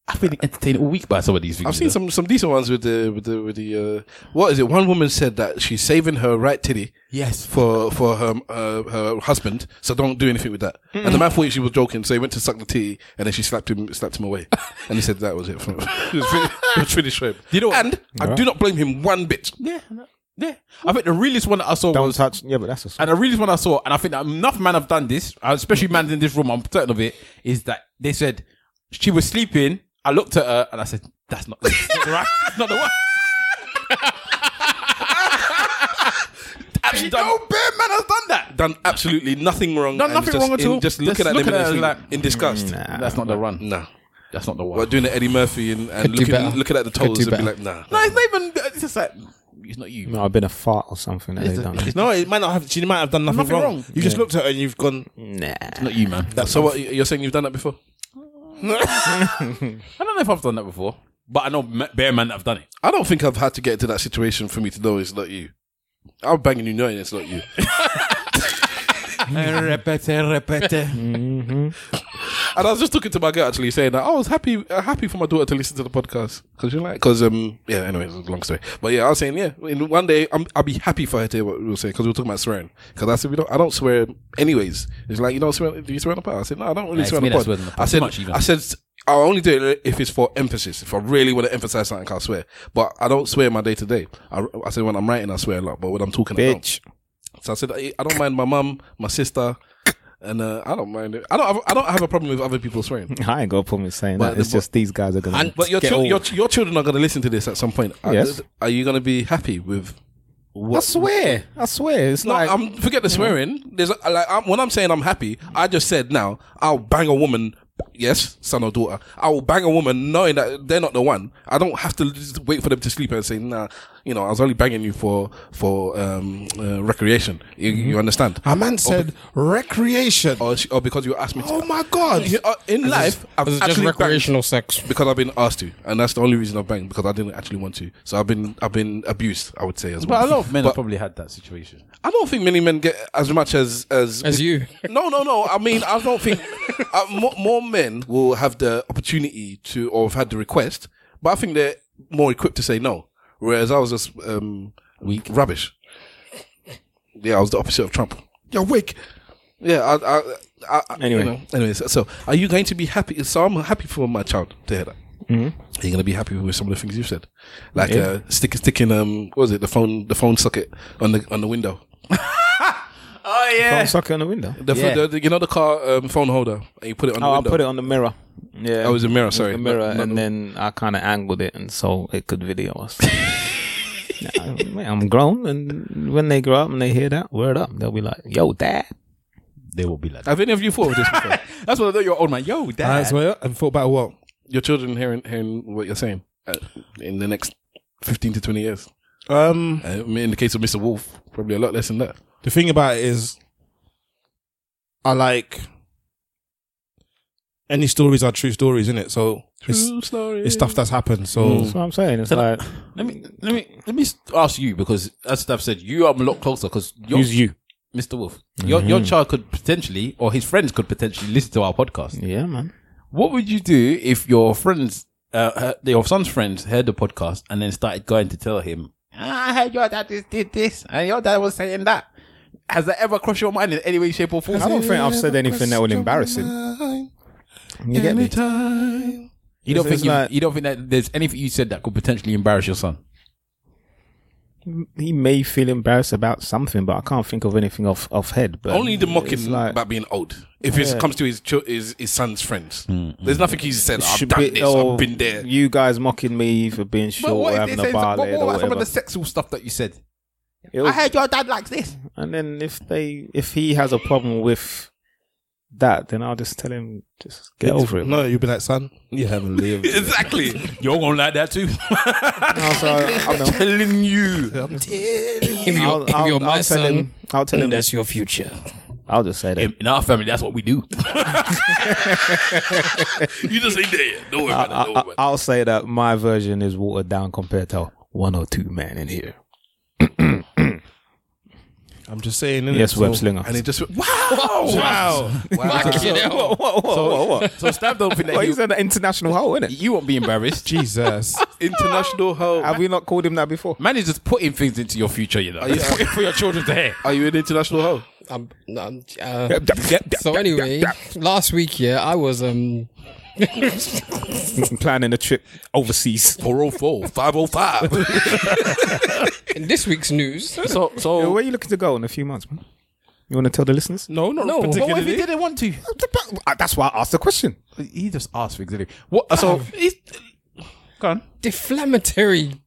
[SPEAKER 1] I've been entertained all week by some of these things.
[SPEAKER 3] I've seen some some decent ones with the with the with the. Uh, what is it? One woman said that she's saving her right titty.
[SPEAKER 1] Yes.
[SPEAKER 3] for for her uh, her husband, so don't do anything with that.
[SPEAKER 1] Hmm.
[SPEAKER 3] And the man thought she was joking, so he went to suck the tea, and then she slapped him slapped him away, and he said that was it. For, it was finished. It was finished for him.
[SPEAKER 1] You know what?
[SPEAKER 3] and I do not blame him one bit.
[SPEAKER 1] Yeah, no- yeah. I think the realest one that I saw
[SPEAKER 2] Don't
[SPEAKER 1] was,
[SPEAKER 2] touch. Yeah, but that's a.
[SPEAKER 1] and the realest one I saw, and I think that enough men have done this, and especially men in this room. I'm certain of it. Is that they said she was sleeping. I looked at her and I said, "That's not that's right. That's not the one." Actually, no bare man has done that.
[SPEAKER 3] Done absolutely nothing wrong.
[SPEAKER 1] Done
[SPEAKER 3] and
[SPEAKER 1] nothing
[SPEAKER 3] just
[SPEAKER 1] wrong at
[SPEAKER 3] in-
[SPEAKER 1] all.
[SPEAKER 3] Just
[SPEAKER 1] Just
[SPEAKER 3] looking at
[SPEAKER 1] look
[SPEAKER 3] them
[SPEAKER 1] at
[SPEAKER 3] in,
[SPEAKER 1] her
[SPEAKER 3] like,
[SPEAKER 1] like,
[SPEAKER 3] in disgust.
[SPEAKER 1] That's not the run.
[SPEAKER 3] Nah.
[SPEAKER 1] That's not the one.
[SPEAKER 3] But doing the Eddie Murphy and, and
[SPEAKER 4] Could do
[SPEAKER 3] looking
[SPEAKER 4] better.
[SPEAKER 3] looking at the toes
[SPEAKER 4] do
[SPEAKER 3] and be
[SPEAKER 4] better.
[SPEAKER 3] like, nah.
[SPEAKER 1] No, it's not even. It's just like it's not you.
[SPEAKER 2] No, I've been a fart or something. That they've done.
[SPEAKER 5] No, it might not have. She might have done nothing,
[SPEAKER 1] Nothing
[SPEAKER 5] wrong.
[SPEAKER 1] wrong.
[SPEAKER 5] You just looked at her and you've gone.
[SPEAKER 1] It's not you, man.
[SPEAKER 3] So what? You're saying you've done that before?
[SPEAKER 1] I don't know if I've done that before, but I know ma- bare men that have done it.
[SPEAKER 3] I don't think I've had to get into that situation for me to know it's not you. I'm banging you knowing it's not you. Mm-hmm. And I was just talking to my girl actually saying that I was happy uh, happy for my daughter to listen to the podcast because you like because um yeah anyway it's a long story but yeah I was saying yeah in one day I'm, I'll be happy for her to hear what we were saying because we were talking about swearing because I said we don't I don't swear anyways it's like you don't swear do you swear on the pod I said no I don't really
[SPEAKER 1] it's
[SPEAKER 3] swear on
[SPEAKER 1] me
[SPEAKER 3] the
[SPEAKER 1] that
[SPEAKER 3] pod
[SPEAKER 1] swears on the pod.
[SPEAKER 3] I
[SPEAKER 1] Too
[SPEAKER 3] said
[SPEAKER 1] much even.
[SPEAKER 3] I said I'll only do it if it's for emphasis if I really want to emphasize something I'll swear but I don't swear in my day to day I I said when I'm writing I swear a lot but when I'm talking I don't.
[SPEAKER 2] Bitch.
[SPEAKER 3] So I said, I I don't mind my mum, my sister, and uh, I don't mind it. I don't, have, I don't have a problem with other people swearing.
[SPEAKER 2] I ain't got a problem with saying that.
[SPEAKER 3] But the
[SPEAKER 2] It's
[SPEAKER 3] bo-
[SPEAKER 2] just these guys are gonna.
[SPEAKER 4] And-
[SPEAKER 3] But your
[SPEAKER 2] get
[SPEAKER 3] chil-
[SPEAKER 2] all-
[SPEAKER 3] your your children are going to listen to this at some point. Are-
[SPEAKER 2] Yes.
[SPEAKER 3] Are, you going to be happy with?
[SPEAKER 2] I swear. I swear. It's
[SPEAKER 3] No,
[SPEAKER 2] like
[SPEAKER 3] uh, I'm forget the swearing. There's a- like I'm, when I'm saying I'm happy, I just said now I'll bang a woman yes, son or daughter, I will bang a woman knowing that they're not the one. I don't have to just wait for them to sleep and say, nah, you know, I was only banging you for for um, uh, recreation. You, you understand?
[SPEAKER 5] A man said recreation.
[SPEAKER 3] Or, she, or because you asked me to.
[SPEAKER 5] Oh my God.
[SPEAKER 3] You know, uh, In life, I've
[SPEAKER 4] It's just
[SPEAKER 3] actually banged
[SPEAKER 4] recreational sex.
[SPEAKER 3] because I've been asked to, and that's the only reason I've banged because I didn't actually want to. So I've been I've been abused, I would say as
[SPEAKER 1] But
[SPEAKER 3] well.
[SPEAKER 1] a lot of men
[SPEAKER 3] But
[SPEAKER 1] have probably had that situation.
[SPEAKER 3] I don't think many men get as much as as
[SPEAKER 4] As you.
[SPEAKER 3] No, no, no. I mean, I don't think uh, more, more men will have the opportunity to or have had the request, but I think they're more equipped to say no. Whereas I was just um, weak, rubbish. Yeah, I was the opposite of Trump. You're weak. Yeah. I, I, I, I,
[SPEAKER 2] Anyway.
[SPEAKER 3] You know, anyways, so are you going to be happy? So I'm happy for my child to hear that. Are you going to be happy with some of the things you've said, like uh, stick, sticking um, what was it the phone the phone socket on the on the window.
[SPEAKER 1] Oh
[SPEAKER 2] Don't
[SPEAKER 1] yeah.
[SPEAKER 2] suck it on the window.
[SPEAKER 3] The,
[SPEAKER 1] Yeah.
[SPEAKER 3] the, the- you know the car um, phone holder, and you put it on
[SPEAKER 2] Oh,
[SPEAKER 3] the
[SPEAKER 2] I
[SPEAKER 3] window.
[SPEAKER 2] put it on the mirror. Yeah.
[SPEAKER 3] Oh, it was a mirror. Sorry,
[SPEAKER 2] the mirror,
[SPEAKER 3] Not- not
[SPEAKER 2] and
[SPEAKER 3] the-
[SPEAKER 2] then I kind of angled it, and so it could video us. Nah, mate, I'm grown, and when they grow up and they hear that, word up, they'll be like, "Yo, dad."
[SPEAKER 1] They will be like that.
[SPEAKER 3] have any of you thought of this before?
[SPEAKER 1] That's what I thought you were old man. Yo, dad.
[SPEAKER 5] I swear, Uh, and thought about what?
[SPEAKER 3] Your children hearing hearing what you're saying uh, in the next fifteen to twenty years.
[SPEAKER 5] Um,
[SPEAKER 3] Uh, I mean, in the case of Mr. Wolf, probably a lot less than that.
[SPEAKER 5] the thing about it is, I like any stories are true stories, is it? So it's, it's stuff that's happened. So
[SPEAKER 2] Mm. That's what I'm saying. It's like
[SPEAKER 1] Let me let me let me ask you because as Steph said, you are a lot closer because
[SPEAKER 2] use Mm-hmm. you.
[SPEAKER 1] Mr. Wolf. Your your child could potentially, or his friends could potentially listen to our podcast.
[SPEAKER 2] Yeah, man.
[SPEAKER 1] What would you do if your friends, uh, uh, your son's friends, heard the podcast and then started going to tell him, "Ah, "I heard your dad is- did this, and your dad was saying that." Has that ever crossed your mind in any way, shape, or form?
[SPEAKER 2] I don't think I've said anything that would embarrass him. You get me?
[SPEAKER 1] You don't
[SPEAKER 2] It's-
[SPEAKER 1] think
[SPEAKER 2] it's
[SPEAKER 1] you,
[SPEAKER 2] like-
[SPEAKER 1] you don't think that there's anything you said that could potentially embarrass your son?
[SPEAKER 2] He may feel embarrassed about something, but I can't think of anything off off head. But
[SPEAKER 3] Only the
[SPEAKER 2] it's
[SPEAKER 3] mocking
[SPEAKER 2] like-
[SPEAKER 3] about being old. If it comes to his chil- his his son's friends, there's nothing he's said. I've
[SPEAKER 2] should
[SPEAKER 3] done
[SPEAKER 2] be-
[SPEAKER 3] this.
[SPEAKER 2] oh,
[SPEAKER 3] I've been there.
[SPEAKER 2] You guys mocking me for being short or having a bar
[SPEAKER 1] what,
[SPEAKER 2] late or
[SPEAKER 1] about some
[SPEAKER 2] whatever.
[SPEAKER 1] of the sexual stuff that you said?
[SPEAKER 2] It'll-
[SPEAKER 1] I heard your dad likes this.
[SPEAKER 2] And then if they if he has a problem with that, then I'll just tell him just get over it.
[SPEAKER 5] no, you'd be like, son, you haven't lived.
[SPEAKER 3] Exactly.
[SPEAKER 1] You're gonna like that too.
[SPEAKER 2] No, so I, I know.
[SPEAKER 3] Telling you.
[SPEAKER 4] If you're,
[SPEAKER 2] I'll,
[SPEAKER 4] if
[SPEAKER 2] I'll-
[SPEAKER 4] you're my
[SPEAKER 2] I'll tell
[SPEAKER 4] son,
[SPEAKER 2] him. I'll tell him.
[SPEAKER 4] that's your future.
[SPEAKER 2] I'll just say that.
[SPEAKER 1] in, in our family, that's what we do.
[SPEAKER 3] You just ain't there yet. Don't worry
[SPEAKER 2] I,
[SPEAKER 3] about it. Don't worry about it.
[SPEAKER 2] will say that my version is watered down compared to 102 man in here.
[SPEAKER 5] I'm just saying. innit?
[SPEAKER 2] Yes,
[SPEAKER 5] So-
[SPEAKER 2] web slinger.
[SPEAKER 3] And it just went, wow, wow,
[SPEAKER 2] Whoa, whoa, whoa, whoa, whoa.
[SPEAKER 1] so Stab don't think
[SPEAKER 2] Well,
[SPEAKER 1] that
[SPEAKER 2] he's
[SPEAKER 1] you,
[SPEAKER 2] an international hole, isn't it?
[SPEAKER 1] you won't be embarrassed.
[SPEAKER 5] Jesus.
[SPEAKER 3] international home.
[SPEAKER 2] Have we not called him that before?
[SPEAKER 1] Man is just putting things into your future, you know. Just putting for your children to hear.
[SPEAKER 3] Are you an international hoe?
[SPEAKER 4] I'm, I'm, uh, so anyway, last week, yeah, I was um
[SPEAKER 2] Planning a trip overseas.
[SPEAKER 3] 404, 505.
[SPEAKER 4] in this week's news.
[SPEAKER 1] So,
[SPEAKER 2] Where
[SPEAKER 1] so
[SPEAKER 2] are you looking to go in a few months, man? You want to tell the listeners?
[SPEAKER 5] No, not
[SPEAKER 4] No, but what if he
[SPEAKER 5] particularly.
[SPEAKER 1] didn't want to?
[SPEAKER 2] That's why I asked the question.
[SPEAKER 1] He just asked for exhilarating. What? So, he's, go on.
[SPEAKER 4] Deflammatory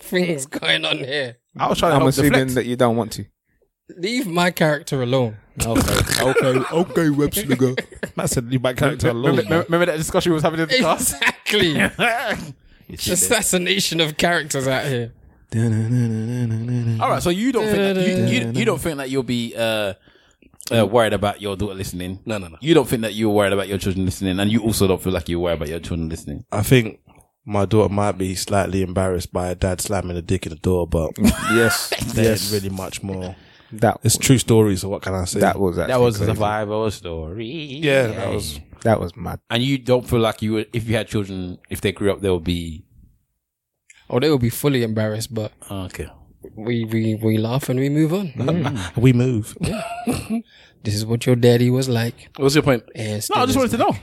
[SPEAKER 4] things going on here.
[SPEAKER 1] I was trying to
[SPEAKER 2] I'm
[SPEAKER 1] help
[SPEAKER 2] assuming
[SPEAKER 1] deflect.
[SPEAKER 2] that you don't want to.
[SPEAKER 4] Leave my character alone.
[SPEAKER 5] Okay, okay, okay, web slinger. That's a new back character alone.
[SPEAKER 1] Remember, remember- remember that discussion we was having in the class?
[SPEAKER 4] Exactly. Assassination of characters out here.
[SPEAKER 1] All right. So you don't think that, you, you, you don't think that you'll be uh, uh, worried about your daughter listening?
[SPEAKER 3] No, no, no.
[SPEAKER 1] You don't think that you're worried about your children listening, and you also don't feel like you're worried about your children listening.
[SPEAKER 5] I think my daughter might be slightly embarrassed by her dad slamming a dick in the door, but
[SPEAKER 2] Yes,
[SPEAKER 5] there's really much more.
[SPEAKER 2] that
[SPEAKER 5] It's true stories, so what can I say?
[SPEAKER 2] that was actually
[SPEAKER 1] That was a
[SPEAKER 2] crazy.
[SPEAKER 1] survival story.
[SPEAKER 5] yeah, that was.
[SPEAKER 2] That was mad.
[SPEAKER 1] And you don't feel like you would, if you had children, if they grew up, they'll be
[SPEAKER 4] Oh, they will be fully embarrassed, but
[SPEAKER 1] okay. Mm-hmm.
[SPEAKER 4] we we, we laugh and we move on.
[SPEAKER 5] We move.
[SPEAKER 4] This is what your daddy was like.
[SPEAKER 3] What's your point?
[SPEAKER 4] And
[SPEAKER 1] No, I just wanted to know.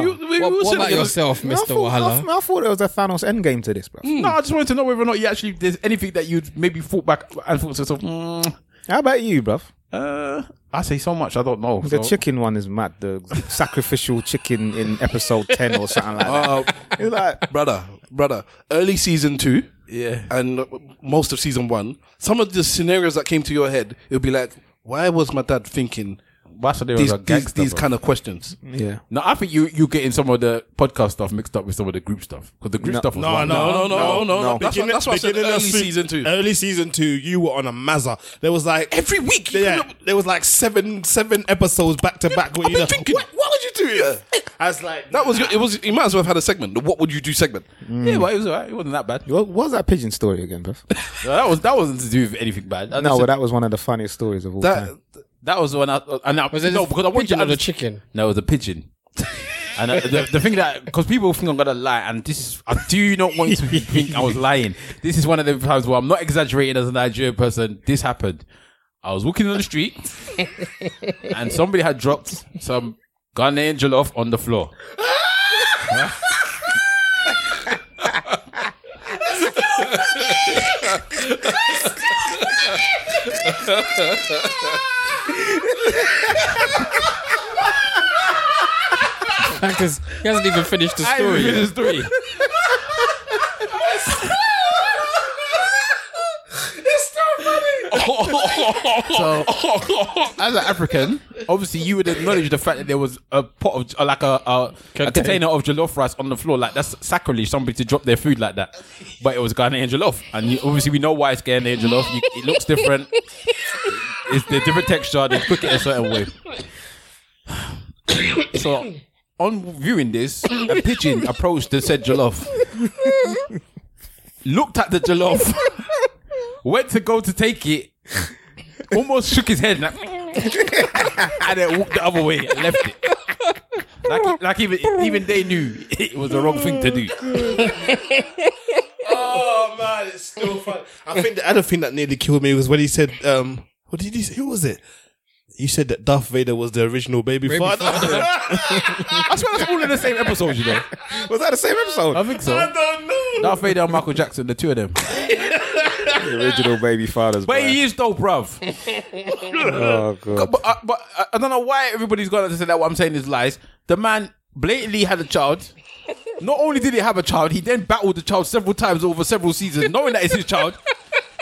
[SPEAKER 3] You- we- we
[SPEAKER 4] What,
[SPEAKER 3] were
[SPEAKER 4] what
[SPEAKER 3] sitting
[SPEAKER 4] about
[SPEAKER 3] there-
[SPEAKER 4] yourself,
[SPEAKER 2] I
[SPEAKER 4] Mister
[SPEAKER 2] thought,
[SPEAKER 4] Wahala?
[SPEAKER 2] I, I thought there was a Thanos endgame to this, bro.
[SPEAKER 1] No, I just wanted to know whether or not you actually there's anything that you'd maybe thought back and thought to yourself. Mm,
[SPEAKER 2] How about you, bruv?
[SPEAKER 1] uh, I say so much, I don't know.
[SPEAKER 2] The
[SPEAKER 1] so-
[SPEAKER 2] chicken one is mad. The sacrificial chicken in episode 10 or something like that.
[SPEAKER 3] Uh,
[SPEAKER 2] It's like,
[SPEAKER 3] brother, brother, early season two
[SPEAKER 1] yeah.
[SPEAKER 3] and most of season one, some of the scenarios that came to your head, it'll be like, why was my dad thinking
[SPEAKER 1] Bashadev was
[SPEAKER 3] These,
[SPEAKER 1] a
[SPEAKER 3] these,
[SPEAKER 1] gangster.
[SPEAKER 3] these
[SPEAKER 1] bro.
[SPEAKER 3] kind of questions.
[SPEAKER 5] Mm.
[SPEAKER 2] Yeah.
[SPEAKER 1] no, I think you you getting some of the podcast stuff mixed up with some of the group stuff because the group stuff was
[SPEAKER 5] No,
[SPEAKER 3] Oh,
[SPEAKER 1] one
[SPEAKER 5] no, no, no, no, no.
[SPEAKER 2] no.
[SPEAKER 3] That's what- that's what I said
[SPEAKER 5] Beginning of
[SPEAKER 3] early
[SPEAKER 5] se-
[SPEAKER 3] season two.
[SPEAKER 5] Early season two, you were on a mazza. There was like
[SPEAKER 3] Every week, you
[SPEAKER 5] Yeah,
[SPEAKER 3] couldn't-
[SPEAKER 5] there was like seven seven episodes back to back. with
[SPEAKER 3] I've
[SPEAKER 5] you
[SPEAKER 3] been
[SPEAKER 5] know-
[SPEAKER 3] thinking,
[SPEAKER 5] What?
[SPEAKER 3] what, would you do? Yeah.
[SPEAKER 5] I was like,
[SPEAKER 3] That was, it was, you might as well have had a segment. The what would you do segment.
[SPEAKER 1] Yeah, but it was alright. It wasn't that bad.
[SPEAKER 2] What what was that pigeon story again, bruv?
[SPEAKER 1] No, that was that wasn't to do with anything bad. I just
[SPEAKER 2] no, but
[SPEAKER 1] said-
[SPEAKER 2] that was one of the funniest stories of all
[SPEAKER 3] That,
[SPEAKER 2] time.
[SPEAKER 1] that was the one. I, and I,
[SPEAKER 4] Was it
[SPEAKER 1] no,
[SPEAKER 4] this
[SPEAKER 1] because I want you
[SPEAKER 4] pigeon
[SPEAKER 1] to
[SPEAKER 4] or the
[SPEAKER 1] understand-
[SPEAKER 4] chicken?
[SPEAKER 1] No, it was a pigeon. and uh, the, the thing that because people think I'm gonna lie, and this is I do not want to think I was lying. This is one of the times where I'm not exaggerating as a Nigerian person. This happened. I was walking on the street, and somebody had dropped some Ghanaian jollof on the floor.
[SPEAKER 4] Because he hasn't even finished the story.
[SPEAKER 1] This is three. so, as an African, obviously you would acknowledge the fact that there was a pot of uh, like a, a, a container of jollof rice on the floor. Like that's sacrilege, somebody to drop their food like that. But it was Ghanaian jollof, and you, obviously we know why it's Ghanaian jollof. You, it looks different. It's the different texture. They cook it a certain way. So, on viewing this, a pigeon approached the said jollof, looked at the jollof, went to go to take it, almost shook his head like, and then walked the other way and left it. Like, like even even they knew it was the wrong thing to do.
[SPEAKER 5] oh man, it's still fun. I think the other thing that nearly killed me was when he said, um, "What did he? say? Who was it?" You said that Darth Vader was the original baby, father.
[SPEAKER 1] I swear that's all in the same episode, you know.
[SPEAKER 2] Was that the same episode?
[SPEAKER 1] I think so. I don't know. Darth Vader and Michael Jackson, the two of them.
[SPEAKER 2] the original baby fathers.
[SPEAKER 1] But
[SPEAKER 2] bruv.
[SPEAKER 1] he is though, bruv.
[SPEAKER 2] oh god.
[SPEAKER 1] But, uh, but uh, I don't know why everybody's going to say that what I'm saying is lies. The man blatantly had a child. Not only did he have a child, he then battled the child several times over several seasons, knowing that it's his child.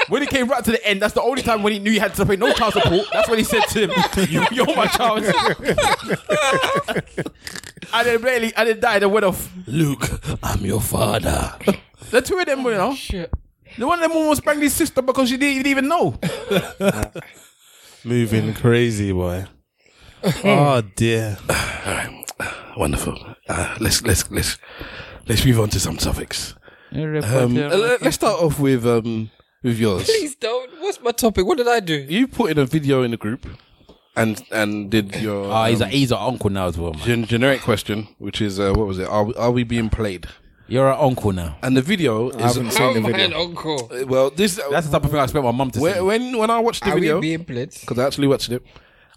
[SPEAKER 1] When it came right to the end, that's the only time when he knew he had to pay no child support. That's when he said to him, you, "You're my child." and then blatantly, and then died and went off.
[SPEAKER 3] Luke, I'm your father.
[SPEAKER 1] The two of them, you know, the one of them almost banged his sister because she didn't even know.
[SPEAKER 5] Moving crazy, boy. oh dear.
[SPEAKER 3] Wonderful. Uh, let's let's let's let's move on to some topics. Um, uh, le- let's start off with um with yours.
[SPEAKER 4] Please don't. What's my topic? What did I do?
[SPEAKER 3] You put in a video in the group, and and did your
[SPEAKER 1] Ah, he's
[SPEAKER 3] um,
[SPEAKER 1] a, he's an uncle now as well, man.
[SPEAKER 3] gen- generic question, which is uh, what was it? Are we, are we being played?
[SPEAKER 1] You're an uncle now.
[SPEAKER 3] And the video is uh,
[SPEAKER 4] Oh my uncle.
[SPEAKER 3] well. This
[SPEAKER 1] That's the type of thing I expect my mum to say.
[SPEAKER 3] when, when when I watched the
[SPEAKER 4] Are we
[SPEAKER 3] video
[SPEAKER 4] being played?
[SPEAKER 3] because I actually watched it,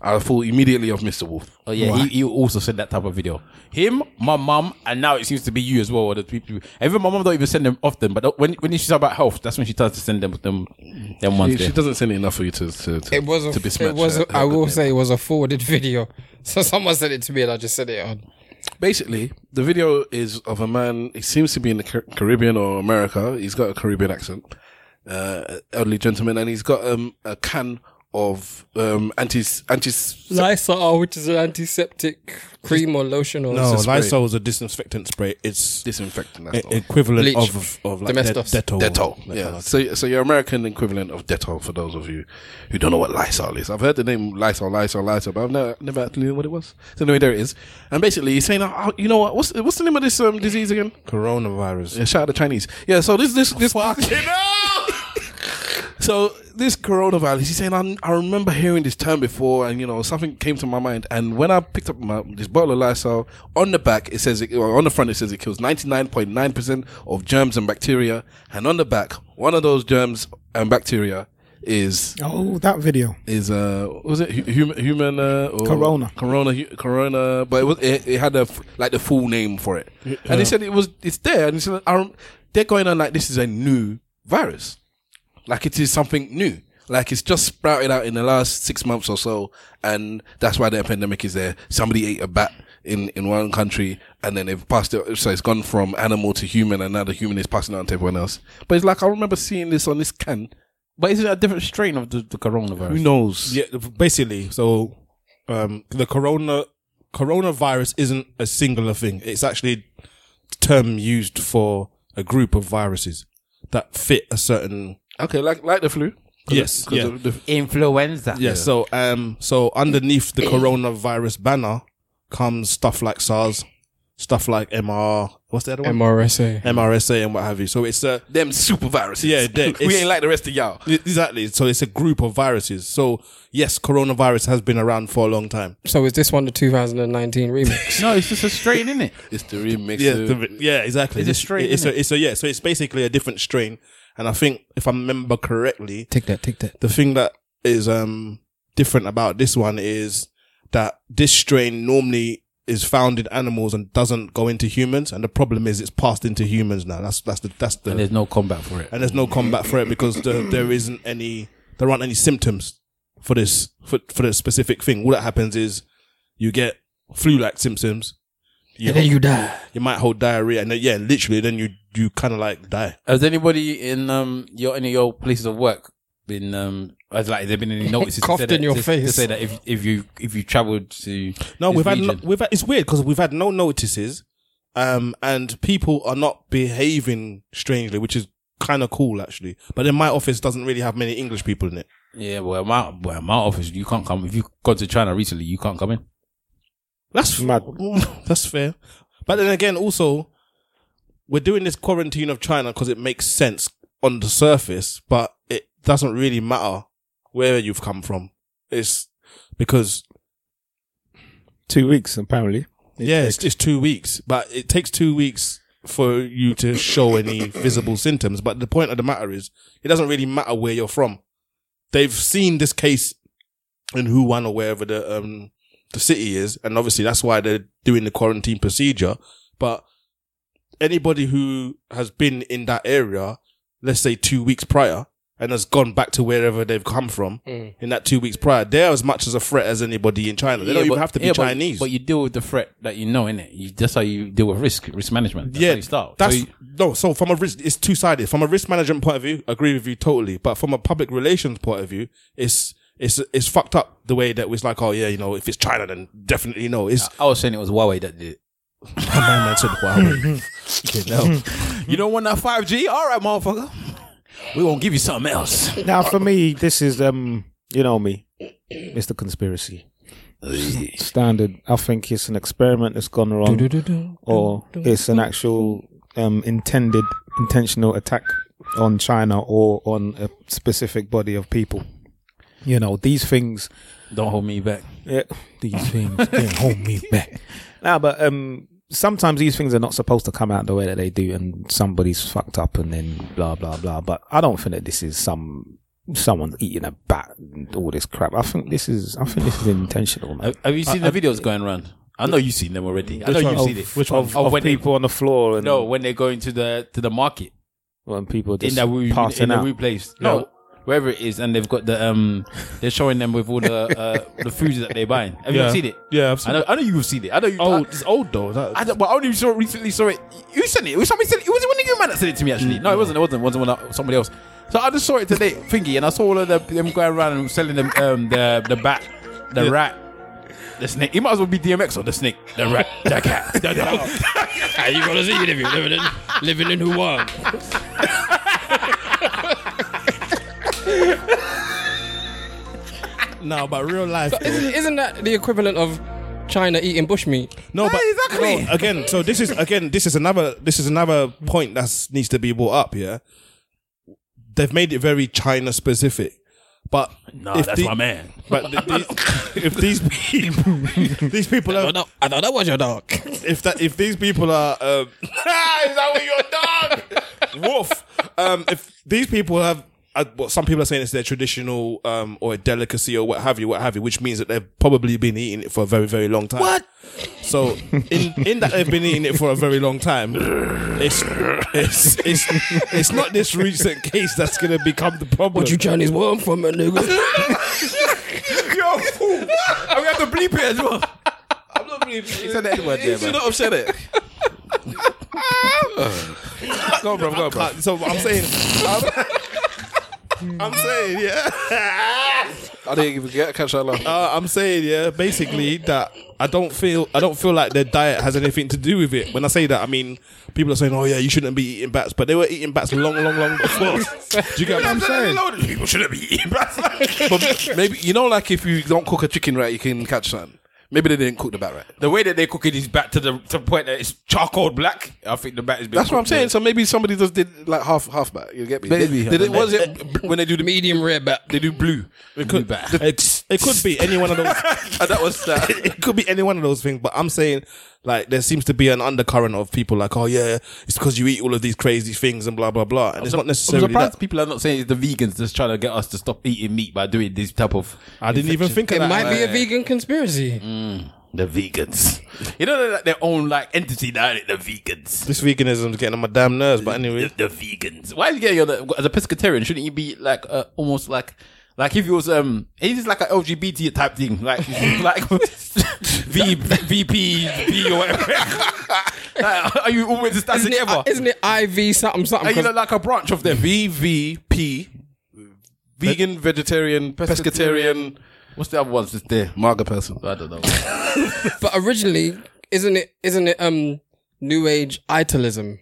[SPEAKER 3] I thought immediately of Mr. Wolf.
[SPEAKER 1] Oh yeah, he, he also said that type of video. Him, my mum, and now it seems to be you as well. or The people, even my mum don't even send them often. But when when she's about health, that's when she tries to send them them them ones.
[SPEAKER 3] She,
[SPEAKER 1] There.
[SPEAKER 3] she doesn't send it enough for you to to, to,
[SPEAKER 4] It was a,
[SPEAKER 3] to be
[SPEAKER 4] it
[SPEAKER 3] smashed.
[SPEAKER 4] was a,
[SPEAKER 3] Uh,
[SPEAKER 4] I will
[SPEAKER 3] uh,
[SPEAKER 4] say it was a forwarded video. So someone sent it to me and I just sent it on.
[SPEAKER 3] Basically, the video is of a man. He seems to be in the Car- Caribbean or America. He's got a Caribbean accent, uh, elderly gentleman, and he's got um, a can of um, anti anti.
[SPEAKER 4] Lysol, oh, which is an antiseptic cream or lotion or
[SPEAKER 5] No,
[SPEAKER 3] a spray.
[SPEAKER 5] Lysol is a disinfectant spray. It's
[SPEAKER 3] Disinfectant.
[SPEAKER 5] e-
[SPEAKER 3] That's not
[SPEAKER 5] equivalent
[SPEAKER 4] Bleach.
[SPEAKER 5] of of like Det-
[SPEAKER 4] Domestos.
[SPEAKER 5] Dettol.
[SPEAKER 3] Dettol. Yeah. So, so your American equivalent of Dettol for those of you who don't know what Lysol is. I've heard the name Lysol, Lysol, Lysol, but I've never, never actually knew what it was. So anyway, there it is. And basically, he's saying, oh, oh, you know what? What's what's the name of this um, disease again?
[SPEAKER 5] Coronavirus.
[SPEAKER 3] Yeah, shout out the Chinese. Yeah. So this this this. so this coronavirus. He's saying, I, I remember hearing this term before, and you know something came to my mind. And when I picked up my this bottle of Lysol, on the back it says, it, or on the front it says it kills ninety nine point nine percent of germs and bacteria, and on the back one of those germs and bacteria is
[SPEAKER 2] Oh, that video.
[SPEAKER 3] is uh what was it Hu- human human uh, or
[SPEAKER 2] Corona.
[SPEAKER 3] corona hu- corona but it was it, it had a f- like the full name for it and they said it was it's there and they said, I rem- they're going on like this is a new virus like it is something new like it's just sprouted out in the last six months or so and that's why the pandemic is there somebody ate a bat in in one country and then they've passed it so it's gone from animal to human and now the human is passing it on to everyone else but it's like i remember seeing this on this can
[SPEAKER 1] but is it a different strain of the, the coronavirus?
[SPEAKER 3] who knows
[SPEAKER 5] Yeah, basically. So
[SPEAKER 3] um, the corona coronavirus isn't a singular thing. It's actually a term used for a group of viruses that fit a certain
[SPEAKER 5] Okay, like like the flu.
[SPEAKER 3] yes, yeah.
[SPEAKER 5] The- the-
[SPEAKER 10] Influenza.
[SPEAKER 3] Yeah, so um so underneath the coronavirus banner comes stuff like SARS, stuff like MR what's the other one?
[SPEAKER 4] MRSA.
[SPEAKER 3] MRSA and what have you. So it's a
[SPEAKER 5] them super viruses.
[SPEAKER 3] Yeah, they-
[SPEAKER 5] we
[SPEAKER 3] it's-
[SPEAKER 5] ain't like the rest of y'all.
[SPEAKER 3] exactly. So it's a group of viruses. So yes, coronavirus has been around for a long time.
[SPEAKER 4] So is this one the 2019 remix?
[SPEAKER 1] No, it's just a strain, isn't it?
[SPEAKER 5] It's the remix.
[SPEAKER 3] Yeah,
[SPEAKER 5] of-
[SPEAKER 3] the- yeah, exactly.
[SPEAKER 1] It's a strain,
[SPEAKER 3] It's
[SPEAKER 1] isn't
[SPEAKER 3] a, it's a yeah. So it's basically a different strain, and I think if I remember correctly,
[SPEAKER 4] take that, take that.
[SPEAKER 3] the thing that is um different about this one is that this strain normally is found in animals and doesn't go into humans, and the problem is it's passed into humans now. That's that's the that's the
[SPEAKER 1] And there's no combat for it.
[SPEAKER 3] and there's no combat for it because the, there isn't any there aren't any symptoms for this for for the specific thing. All that happens is you get flu-like symptoms. You,
[SPEAKER 4] And then you die.
[SPEAKER 3] you might hold diarrhea, and then, yeah, literally, then you you kind of like die.
[SPEAKER 1] Has anybody in um your any of your places of work been um has like there been any notices to
[SPEAKER 4] Coughed
[SPEAKER 1] say that-
[SPEAKER 4] in your
[SPEAKER 1] to- to
[SPEAKER 4] face.
[SPEAKER 1] say that if if you if you travelled to
[SPEAKER 3] No,
[SPEAKER 1] this
[SPEAKER 3] we've had, no,
[SPEAKER 1] region?
[SPEAKER 3] we've had it's weird because we've had no notices, um, and people are not behaving strangely, which is kind of cool actually. But then my office doesn't really have many English people in it.
[SPEAKER 1] yeah well my well, my office you can't come if you gone to China recently you can't come in
[SPEAKER 3] That's
[SPEAKER 2] Mad.
[SPEAKER 3] That's fair. But then again, also, we're doing this quarantine of China because it makes sense on the surface, but it doesn't really matter where you've come from. It's because
[SPEAKER 2] Two weeks, apparently.
[SPEAKER 3] yeah, it's, it's two weeks, but it takes two weeks for you to show any visible symptoms. But the point of the matter is, it doesn't really matter where you're from. They've seen this case in Wuhan or wherever the um the city is, and obviously that's why they're doing the quarantine procedure. But anybody who has been in that area, let's say two weeks prior, and has gone back to wherever they've come from
[SPEAKER 1] Mm.
[SPEAKER 3] in that two weeks prior, they're as much as a threat as anybody in China. They don't
[SPEAKER 1] Yeah,
[SPEAKER 3] even
[SPEAKER 1] but-
[SPEAKER 3] have to be
[SPEAKER 1] yeah, but-
[SPEAKER 3] Chinese.
[SPEAKER 1] but, you deal with the threat that you know in it you, that's how you deal with risk risk management that's how you start
[SPEAKER 3] That's
[SPEAKER 1] So you-
[SPEAKER 3] no. So from a risk, it's two sided. From a risk management point of view, agree with you totally. But from a public relations point of view, it's it's it's fucked up the way that it's like, oh yeah, you know, if it's China, then definitely no. It's
[SPEAKER 1] I was saying it was Huawei that did it
[SPEAKER 3] my man said Huawei. Okay, no.
[SPEAKER 1] you don't want that five G all right motherfucker we won't give you something else
[SPEAKER 2] Now, for me, this is um, you know me, Mr. Conspiracy. Standard. I think it's an experiment that's gone wrong, or it's an actual um, intended, intentional attack on China or on a specific body of people. You know, these things
[SPEAKER 1] don't hold me back
[SPEAKER 2] yeah, these things can't hold me back. Nah, but um, sometimes these things are not supposed to come out the way that they do, and somebody's fucked up, and then blah blah blah. But I don't think that this is some someone's eating a bat and all this crap. I think this is I think this is intentional, man.
[SPEAKER 1] have, have you seen the videos going around I know you've seen them already I know you've
[SPEAKER 2] Of-
[SPEAKER 1] seen it
[SPEAKER 2] Which of, of,
[SPEAKER 1] when they-
[SPEAKER 2] people on the floor and
[SPEAKER 1] no when they're going to the to the market
[SPEAKER 2] when people
[SPEAKER 1] in
[SPEAKER 2] just
[SPEAKER 1] that wee,
[SPEAKER 2] passing
[SPEAKER 1] in the
[SPEAKER 2] out.
[SPEAKER 1] wee place. No. Wherever it is, and they've got the um, they're showing them with all the uh, the foods that they're buying. Have you seen it?
[SPEAKER 3] Yeah, I've
[SPEAKER 1] I know, I know you've seen it. I know you.
[SPEAKER 3] Oh,
[SPEAKER 1] I,
[SPEAKER 3] it's old though. That,
[SPEAKER 1] I don't, but I only saw recently saw it. You sent it. It was somebody sent it. It was one of you man that sent it to me actually. No, it wasn't. It wasn't. It wasn't one of- somebody else. So I just saw it today, thingy, and I saw all of the, them going around and selling them um, the the bat, the rat, the snake. It might as well be DMX or the snake, the rat, the cat, the dog.
[SPEAKER 4] Are you gonna see it if you're living in living in Wuhan?
[SPEAKER 3] no, but real life.
[SPEAKER 4] Isn't, isn't that the equivalent of China eating bushmeat?
[SPEAKER 3] No, but exactly. again, so this is again, this is another this is another point that needs to be brought up. Yeah, they've made it very China specific, but
[SPEAKER 1] No,
[SPEAKER 3] if
[SPEAKER 1] that's
[SPEAKER 3] the-
[SPEAKER 1] my man.
[SPEAKER 3] But th- these, if these people, these people are,
[SPEAKER 4] no, I thought that was your dog.
[SPEAKER 3] if that if these people are, um, is that what your dog? Wolf. Um, if these people have, uh, well, some people are saying it's their traditional um, or a delicacy or what have you, what have you, which means that they've probably been eating it for a very very long time. What? So in in that they've been eating it for a very long time, it's it's it's, it's not this recent case that's going to become the problem.
[SPEAKER 4] What you Chinese worm from my nigga?
[SPEAKER 1] Yo, fool. And we have to bleep it as well. I'm not bleeping. It's an Edward there,
[SPEAKER 5] You
[SPEAKER 1] man.
[SPEAKER 5] not have said it. Uh,
[SPEAKER 3] go, bro, go, bro. So I'm saying.
[SPEAKER 5] I'm saying, yeah.
[SPEAKER 3] I didn't even get catch that laugh.
[SPEAKER 5] Uh, I'm saying, yeah, basically that I don't feel I don't feel like their diet has anything to do with it. When I say that, I mean people are saying, "Oh yeah, you shouldn't be eating bats," but they were eating bats long, long, long before. do you get what I'm saying?
[SPEAKER 3] People shouldn't be eating bats. but maybe you know, like if you don't cook a chicken right, you can catch something. Maybe they didn't cook the bat right.
[SPEAKER 1] The way that they cook it is back to the to the point that it's charcoal black. I think the bat is.
[SPEAKER 3] That's what I'm saying. So maybe somebody just did like half half bat. You get me?
[SPEAKER 5] Maybe.
[SPEAKER 3] They, they, did- what is it when they do the
[SPEAKER 4] Medium rare bat.
[SPEAKER 3] they do blue?
[SPEAKER 5] It could, it, it could be any one of those.
[SPEAKER 3] And that was that.
[SPEAKER 5] it could be any one of those things, but I'm saying like there seems to be an undercurrent of people like, oh yeah, it's because you eat all of these crazy things and blah blah blah, and it's not
[SPEAKER 1] I'm
[SPEAKER 5] necessarily
[SPEAKER 1] surprised
[SPEAKER 5] that.
[SPEAKER 1] people are not saying it's the vegans that's trying to get us to stop eating meat by doing this type of.
[SPEAKER 5] I didn't even think of
[SPEAKER 4] It
[SPEAKER 5] that.
[SPEAKER 4] might be a vegan conspiracy.
[SPEAKER 1] The vegans, you know, they're like their own like entity now. innit? The vegans,
[SPEAKER 5] this veganism's getting on my damn nerves, but
[SPEAKER 1] the,
[SPEAKER 5] anyway,
[SPEAKER 1] the vegans. Why are you getting on the, as a pescatarian? Shouldn't you be like uh, almost like like if you was um, it is like an LGBT type thing, like like V VP V or whatever. Like, are you always standing
[SPEAKER 4] Isn't
[SPEAKER 1] together?
[SPEAKER 4] it, isn't it IV something something?
[SPEAKER 1] Are you
[SPEAKER 4] 'Cause
[SPEAKER 1] not like a branch of them?
[SPEAKER 3] VVP, vegan, vegetarian, pescatarian,
[SPEAKER 1] What's the other ones that's there?
[SPEAKER 3] marga person.
[SPEAKER 1] I don't know.
[SPEAKER 4] But originally, isn't it? Isn't it? Um, New Age italism.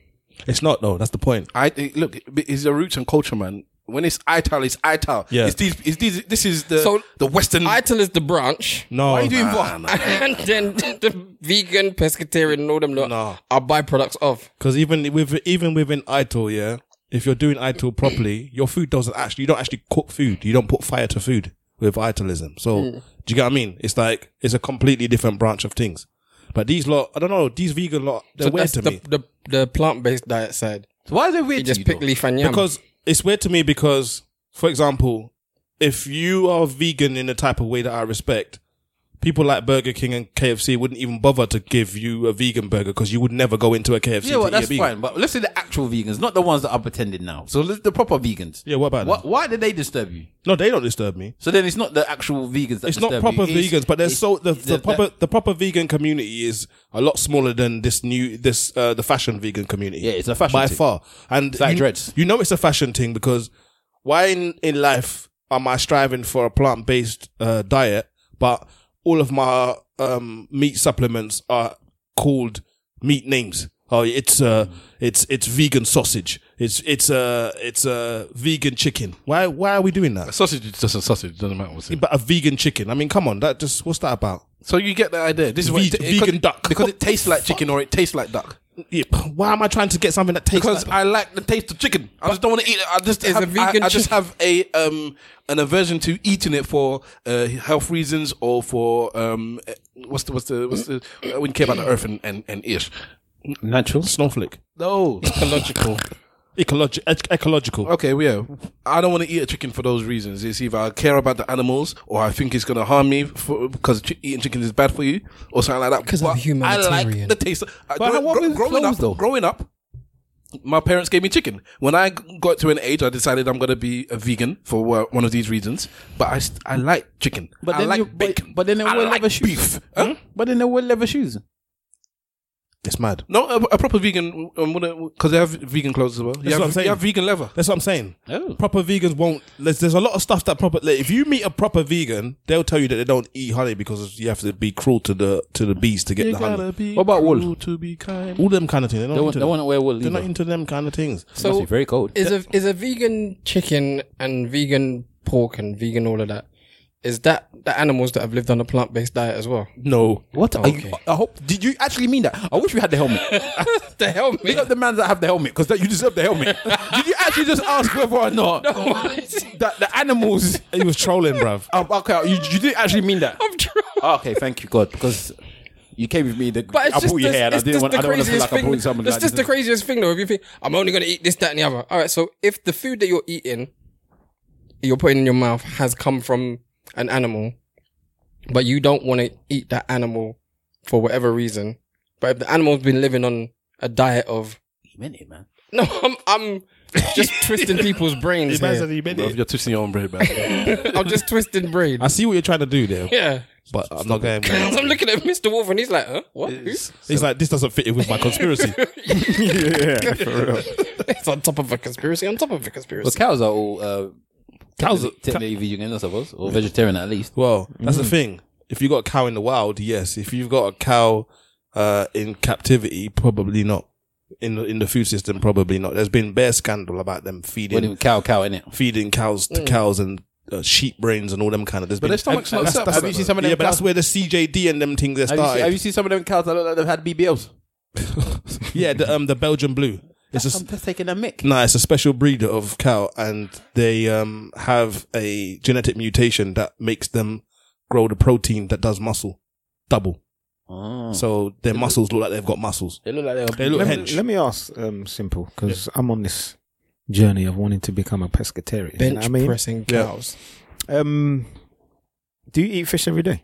[SPEAKER 5] it's not though. That's the point.
[SPEAKER 3] I it- look, it's the roots and culture, man. When it's ital, it's ital.
[SPEAKER 5] Yeah.
[SPEAKER 3] It's these, it's these, this is the
[SPEAKER 4] So-
[SPEAKER 3] the Western. Oh,
[SPEAKER 4] Ital is the branch,
[SPEAKER 5] No,
[SPEAKER 3] Why are you doing
[SPEAKER 5] nah.
[SPEAKER 3] what?
[SPEAKER 4] and then the vegan, pescatarian, and all them lot
[SPEAKER 5] No.
[SPEAKER 4] are byproducts of.
[SPEAKER 5] Because even with even within ITIL, yeah, if you're doing ITIL properly, your food doesn't actually you don't actually cook food. You don't put fire to food with ITILism. So do you get what I mean? It's like it's a completely different branch of things. But these lot, I don't know, these vegan lot, they're
[SPEAKER 4] So
[SPEAKER 5] weird
[SPEAKER 4] that's
[SPEAKER 5] to
[SPEAKER 4] the,
[SPEAKER 5] me
[SPEAKER 4] the the plant based diet side.
[SPEAKER 1] So why is it weird? to
[SPEAKER 4] You just
[SPEAKER 1] you,
[SPEAKER 4] pick
[SPEAKER 1] though?
[SPEAKER 4] leaf and yam.
[SPEAKER 5] because it's weird to me because, for example, if you are vegan in the type of way that I respect. People like Burger King and KFC wouldn't even bother to give you a vegan burger because you would never go into a KFC.
[SPEAKER 1] Yeah,
[SPEAKER 5] to
[SPEAKER 1] well,
[SPEAKER 5] eat a
[SPEAKER 1] that's
[SPEAKER 5] vegan.
[SPEAKER 1] fine. But let's say the actual vegans, not the ones that are pretending now. So let's, the proper vegans.
[SPEAKER 5] Yeah, what about
[SPEAKER 1] Why,
[SPEAKER 5] them?
[SPEAKER 1] why did they disturb you?
[SPEAKER 5] No, they don't disturb me.
[SPEAKER 1] So then it's not the actual vegans that
[SPEAKER 5] it's not
[SPEAKER 1] disturb
[SPEAKER 5] proper
[SPEAKER 1] you. It's-
[SPEAKER 5] vegans, but there's
[SPEAKER 1] it's-
[SPEAKER 5] so the, the
[SPEAKER 1] there's
[SPEAKER 5] proper
[SPEAKER 1] that-
[SPEAKER 5] the proper vegan community is a lot smaller than this new this uh, the fashion vegan community.
[SPEAKER 1] Yeah, it's a fashion
[SPEAKER 5] by
[SPEAKER 1] thing.
[SPEAKER 5] far, and
[SPEAKER 1] like
[SPEAKER 5] you,
[SPEAKER 1] dreads.
[SPEAKER 5] You know it's a fashion thing because why in in life am I striving for a plant based uh, diet, but all of my um, meat supplements are called meat names. Oh, it's uh, it's it's vegan sausage. It's it's uh, it's uh, vegan chicken. Why why are we doing that?
[SPEAKER 3] Sausage is just a sausage. Doesn't matter what's in. it.
[SPEAKER 5] But a vegan chicken. I mean, come on, that just what's that about?
[SPEAKER 3] So you get the idea. This is what
[SPEAKER 5] Ve-
[SPEAKER 3] it- it-
[SPEAKER 5] vegan
[SPEAKER 3] because-
[SPEAKER 5] duck.
[SPEAKER 3] because it tastes like chicken or it tastes like duck.
[SPEAKER 5] Yeah, why am I trying to get something that tastes
[SPEAKER 3] Because
[SPEAKER 5] like
[SPEAKER 3] I like the taste of chicken. I just don't want to eat it. I just
[SPEAKER 4] Is
[SPEAKER 3] have,
[SPEAKER 4] a vegan
[SPEAKER 3] I, I just
[SPEAKER 4] chicken-
[SPEAKER 3] have a um an aversion to eating it for uh, health reasons or for um eh, what's the what's the what's the I wouldn't care about the earth and and, and ish.
[SPEAKER 5] natural snowflake?
[SPEAKER 3] No.
[SPEAKER 4] ecological.
[SPEAKER 5] Ecologi- ec- ecological.
[SPEAKER 3] Okay, well, yeah. I don't want to eat a chicken for those reasons. It's either I care about the animals or I think it's going to harm me for, because chi- eating chicken is bad for you or something like that.
[SPEAKER 4] 'Cause I'm
[SPEAKER 3] But I like
[SPEAKER 4] humanitarian.
[SPEAKER 3] the taste. Of, I-
[SPEAKER 1] But
[SPEAKER 3] grow-
[SPEAKER 1] what
[SPEAKER 3] gro-
[SPEAKER 1] with
[SPEAKER 3] growing
[SPEAKER 1] clothes,
[SPEAKER 3] up,
[SPEAKER 1] though?
[SPEAKER 3] growing up, my parents gave me chicken. When I g- got to an age, I decided I'm going to be a vegan for uh, one of these reasons. But I, st- I like chicken. But
[SPEAKER 1] But
[SPEAKER 3] I
[SPEAKER 1] then
[SPEAKER 3] like
[SPEAKER 1] you- but-
[SPEAKER 3] bacon.
[SPEAKER 1] but then they
[SPEAKER 3] I
[SPEAKER 1] wear
[SPEAKER 3] like
[SPEAKER 1] leather shoes.
[SPEAKER 3] beef. Huh?
[SPEAKER 1] But then they wear leather shoes.
[SPEAKER 5] It's mad.
[SPEAKER 3] No, a, a proper vegan um, because they have vegan clothes as well. You
[SPEAKER 5] That's what I'm
[SPEAKER 3] have,
[SPEAKER 5] saying.
[SPEAKER 3] you have vegan leather.
[SPEAKER 5] That's what I'm saying.
[SPEAKER 1] Oh.
[SPEAKER 5] Proper vegans won't. There's, there's a lot of stuff that proper. Like, if you meet a proper vegan, they'll tell you that they don't eat honey because you have to be cruel to the to the bees to get the honey.
[SPEAKER 3] be
[SPEAKER 1] What about wool?
[SPEAKER 3] cruel To be kind.
[SPEAKER 5] All them kind of things. They
[SPEAKER 1] They
[SPEAKER 5] don't. into
[SPEAKER 1] won't, they
[SPEAKER 5] them.
[SPEAKER 1] won't wear wool
[SPEAKER 5] They're
[SPEAKER 1] either.
[SPEAKER 5] not into them kind of things.
[SPEAKER 1] Must
[SPEAKER 4] So
[SPEAKER 1] be very cold.
[SPEAKER 4] is a is a vegan chicken and vegan pork and vegan all of that. Is that the animals that have lived on a plant based diet as well?
[SPEAKER 5] No.
[SPEAKER 1] What?
[SPEAKER 4] Oh,
[SPEAKER 1] are you-
[SPEAKER 4] okay.
[SPEAKER 1] I hope. Did you actually mean that? I wish we had the helmet.
[SPEAKER 4] the hell,
[SPEAKER 1] Pick up the man that have the helmet because you deserve the helmet. Did you actually just ask whether or not that the animals?
[SPEAKER 5] He was trolling, bruv.
[SPEAKER 1] Oh, okay, you, you didn't actually mean that. Oh,
[SPEAKER 4] I'm trying.
[SPEAKER 1] Okay, thank you God because you came with me. The,
[SPEAKER 4] But it's
[SPEAKER 1] I
[SPEAKER 4] just
[SPEAKER 1] pulled your
[SPEAKER 4] the-
[SPEAKER 1] hair. and I
[SPEAKER 4] it's
[SPEAKER 1] didn't
[SPEAKER 4] just
[SPEAKER 1] want.
[SPEAKER 4] the
[SPEAKER 1] I don't want to feel
[SPEAKER 4] craziest
[SPEAKER 1] like I'm pulling
[SPEAKER 4] thing.
[SPEAKER 1] someone.
[SPEAKER 4] That's
[SPEAKER 1] like
[SPEAKER 4] just
[SPEAKER 1] this.
[SPEAKER 4] the craziest thing, though. If you think I'm only going to eat this, that, and the other. All right. So if the food that you're eating, you're putting in your mouth, has come from an animal, but you don't want to eat that animal for whatever reason, but if the animal's been living on a diet of
[SPEAKER 1] You meant it, man.
[SPEAKER 4] no, I'm I'm just twisting people's brains here.
[SPEAKER 3] Bruv, You're twisting your own brain back.
[SPEAKER 4] I'm just twisting brains.
[SPEAKER 5] I see what you're trying to do there,
[SPEAKER 4] Yeah.
[SPEAKER 5] but I'm not going. there.
[SPEAKER 4] I'm looking at Mr. Wolf and he's like, huh? What? Who? It's,
[SPEAKER 5] He's like, this doesn't fit in with my conspiracy. yeah, for real.
[SPEAKER 4] on top of a conspiracy, on top of a conspiracy.
[SPEAKER 1] But cows are all uh,
[SPEAKER 5] Cows are-
[SPEAKER 1] technically vegan, I suppose, or vegetarian at least.
[SPEAKER 5] Well, that's the thing. If you got a cow in the wild, yes. If you've got a cow uh, in captivity, probably not. In the, in the food system, probably not. There's been bear scandal about them
[SPEAKER 1] Well,
[SPEAKER 5] feeding
[SPEAKER 1] even cow, cow, innit?
[SPEAKER 5] feeding cows to cows and uh, sheep brains and all them kind of. There's
[SPEAKER 1] But
[SPEAKER 5] been,
[SPEAKER 1] their stomach's not
[SPEAKER 5] that's-
[SPEAKER 1] set up.
[SPEAKER 5] that's-
[SPEAKER 1] Have you seen some of them
[SPEAKER 5] Yeah, but that's
[SPEAKER 1] cows?
[SPEAKER 5] where the CJD and them things are
[SPEAKER 1] Have you, seen, have you
[SPEAKER 5] started.
[SPEAKER 1] seen some of them cows that look like they've had BBLs?
[SPEAKER 5] Yeah, the, um, the Belgian blue. It's just
[SPEAKER 1] just taking a mick.
[SPEAKER 5] No, it's a special breed of cow, and they um, have a genetic mutation that makes them grow the protein that does muscle double. So their muscles look like they've got muscles.
[SPEAKER 1] They look like they're
[SPEAKER 5] They look
[SPEAKER 2] Let me,
[SPEAKER 5] hench.
[SPEAKER 2] let me ask um, simple because I'm on this journey of wanting to become a pescatarian. you know
[SPEAKER 4] Bench
[SPEAKER 2] what I mean,
[SPEAKER 4] pressing cows.
[SPEAKER 2] um, do you eat fish every day?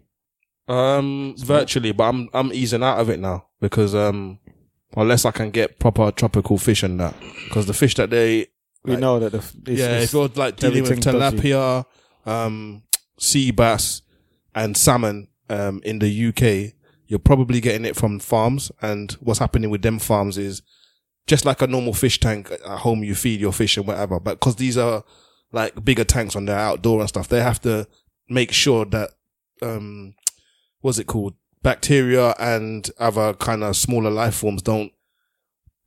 [SPEAKER 5] um, virtually, but I'm I'm easing out of it now because um, unless I can get proper tropical fish and that, because the fish that they
[SPEAKER 2] We
[SPEAKER 5] Like-
[SPEAKER 2] know that the f- it's,
[SPEAKER 5] yeah,
[SPEAKER 2] it's
[SPEAKER 5] if you're like dealing with
[SPEAKER 2] everything dodgy.
[SPEAKER 5] tilapia, um, sea bass, and salmon um, in the UK, you're probably getting it from farms. And what's happening with them farms is just like a normal fish tank at home, you feed your fish and whatever. But because these are like bigger tanks on their outdoor and stuff, they have to make sure that um, what's it called? Bacteria and other kind of smaller life forms don't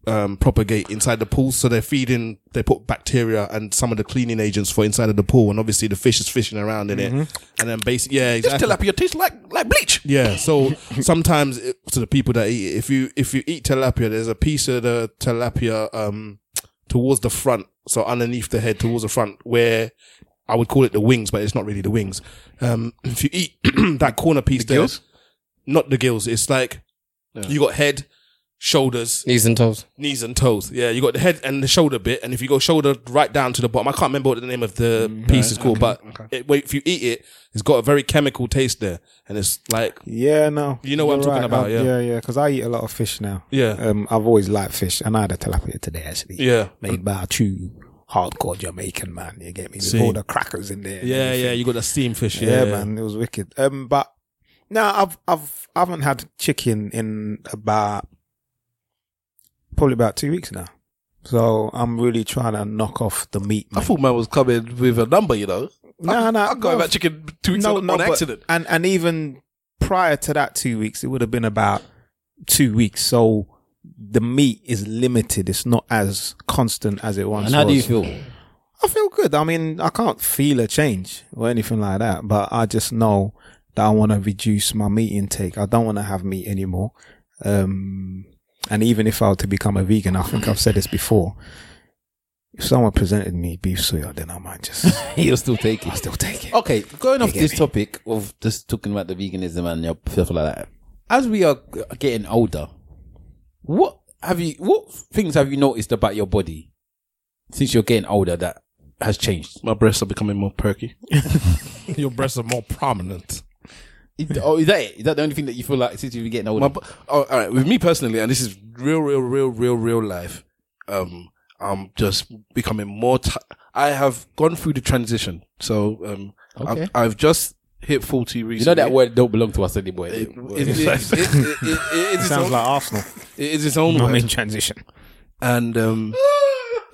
[SPEAKER 5] um, propagate inside the pool. So they're feeding, they put bacteria and some of the cleaning agents for inside of the pool. And obviously the fish is fishing around in it.
[SPEAKER 3] Mm-hmm.
[SPEAKER 5] And then basically, yeah, exactly.
[SPEAKER 3] Tilapia tastes like like bleach.
[SPEAKER 5] Yeah, so sometimes it, to the people that eat it, if you if you eat tilapia, there's a piece of the tilapia um towards the front, so underneath the head, towards the front, where I would call it the wings, but it's not really the wings. Um, if you eat that corner piece there,
[SPEAKER 3] gills?
[SPEAKER 5] not the gills, it's like you got head, shoulders,
[SPEAKER 4] Knees and toes.
[SPEAKER 5] knees and toes. Yeah, you got the head and the shoulder bit, and if you go shoulder right down to the bottom, I can't remember what the name of the
[SPEAKER 3] Mm,
[SPEAKER 5] piece is called, but it, wait, if you eat it, it's got a very chemical taste there, and it's like
[SPEAKER 2] yeah, no,
[SPEAKER 5] You know what I'm
[SPEAKER 2] You're
[SPEAKER 5] talking about,
[SPEAKER 2] I-
[SPEAKER 5] yeah.
[SPEAKER 2] yeah, yeah. Because I eat a lot of fish now.
[SPEAKER 5] Yeah.
[SPEAKER 2] um, I've always liked fish, and I had a tilapia today actually.
[SPEAKER 5] Yeah.
[SPEAKER 2] made by a true hardcore Jamaican man. You get me? With all the crackers in there. and
[SPEAKER 5] Yeah,
[SPEAKER 2] everything.
[SPEAKER 5] yeah, you got the steam fish.
[SPEAKER 2] yeah,
[SPEAKER 5] Yeah,
[SPEAKER 2] man, it was wicked. Um, but no, I've I've I haven't had chicken in about probably about two weeks now. So I'm really trying to knock off the meat.
[SPEAKER 3] I
[SPEAKER 2] man.
[SPEAKER 3] thought man was coming with a number, you know.
[SPEAKER 2] No, no,
[SPEAKER 3] I got
[SPEAKER 2] no,
[SPEAKER 3] that chicken two weeks on, on
[SPEAKER 2] but-
[SPEAKER 3] accident.
[SPEAKER 2] And and even prior to that two weeks, it would have been about two weeks. So the meat is limited. It's not as constant as it once
[SPEAKER 1] And how do you
[SPEAKER 2] was.
[SPEAKER 1] feel?
[SPEAKER 2] I feel good. I mean, I can't feel a change or anything like that, but I just know that I want to reduce my meat intake. I don't want to have meat anymore. Um, and even if I were to become a vegan, I think I've said this before. If someone presented me beef suya, then I might just
[SPEAKER 1] You'll still take it.
[SPEAKER 2] still take it.
[SPEAKER 1] Okay, going off
[SPEAKER 2] You get
[SPEAKER 1] this
[SPEAKER 2] me?
[SPEAKER 1] topic of just talking about the veganism and your stuff like that. As we are getting older, what have you? What things have you noticed about your body since you're getting older that has changed?
[SPEAKER 3] My breasts are becoming more perky.
[SPEAKER 5] your breasts are more prominent.
[SPEAKER 1] Is- oh, is that it? Is that the only thing that you feel like since you're getting older?
[SPEAKER 3] My, bu- oh, all right, with me personally, and this is real, real, real, real, real life. Um, I'm just becoming more. T- I have gone through the transition, so um,
[SPEAKER 1] Okay.
[SPEAKER 3] I've, I've just hit forty
[SPEAKER 1] you know
[SPEAKER 3] recently.
[SPEAKER 1] that word don't belong to us anymore.
[SPEAKER 3] It, it, it, it, it- it is its
[SPEAKER 2] Sounds
[SPEAKER 3] own,
[SPEAKER 2] like Arsenal.
[SPEAKER 3] it is its own
[SPEAKER 2] I'm
[SPEAKER 3] word.
[SPEAKER 2] in transition.
[SPEAKER 3] and um,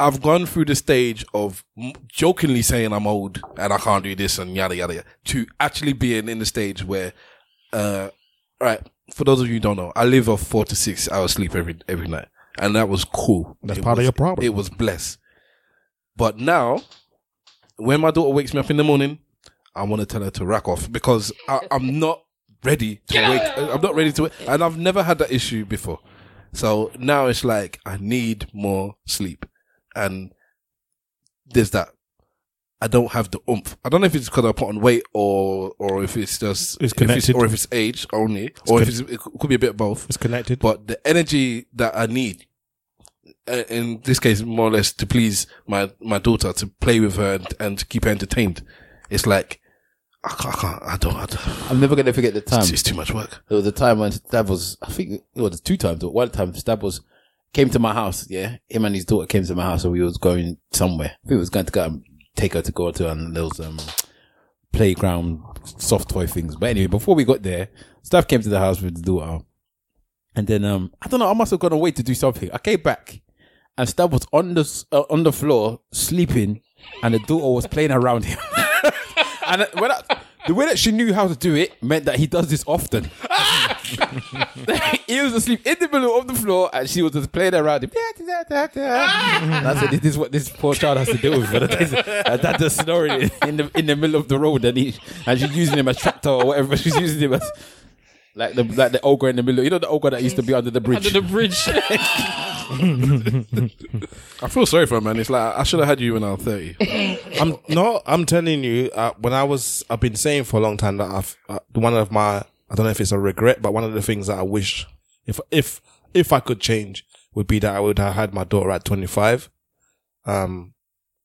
[SPEAKER 3] I've gone through the stage of m- jokingly saying I'm old and I can't do this and yada yada yada to actually being in the stage where, uh, right. For those of you who don't know, I live off four to six hours sleep every every night, and that was cool. That's
[SPEAKER 5] part of your problem.
[SPEAKER 3] It was blessed. But now, when my daughter wakes me up in the morning, I want to tell her to rack off because I, I'm not ready to wake. I'm not ready to wake, and I've never had that issue before. So now it's like I need more sleep, and there's that. I don't have the oomph. I don't know if it's because I put on weight or or if it's just
[SPEAKER 5] It's
[SPEAKER 3] if
[SPEAKER 5] connected.
[SPEAKER 3] or if it's age only, or if it's, it could be a bit of both.
[SPEAKER 5] It's connected.
[SPEAKER 3] But the energy that I need, uh, in this case, more or less to please my, my daughter, to play with her and, and to keep her entertained, it's like, I can't, I can't, I don't, I
[SPEAKER 5] Um,
[SPEAKER 3] don't
[SPEAKER 1] I'm never gonna forget the time.
[SPEAKER 3] it's, it's too much work.
[SPEAKER 1] There was a time when Stab was, I think, it was two times, or one time Stab was, came to my house, yeah? Him and his daughter came to my house and we was going somewhere. We was going to go and take her to go to and there was, um, playground soft toy things. But anyway, before we got there, Stab came to the house with the daughter. And then, um, I don't know, I must have gone away to do something. I came back and Stab was on the, s- uh, on the floor sleeping and the daughter was playing around him. and when I, the way that she knew how to do it meant that he does this often. he was asleep in the middle of the floor, and she was just playing around him. That's it. This is what this poor child has to deal with. But that just snoring in the in the middle of the road, and he and she's using him as tractor or whatever. She's using him as. Like the like the ogre in the middle, you know the ogre that used to be under the bridge.
[SPEAKER 4] Under the bridge.
[SPEAKER 3] I feel sorry for him, man. It's like I should have had you when I was thirty.
[SPEAKER 5] I'm no, I'm telling you. Uh, when I was, I've been saying for a long time that I've uh, one of my, I don't know if it's a regret, but one of the things that I wish, if if if I could change, would be that I would have had my daughter at 25. Um,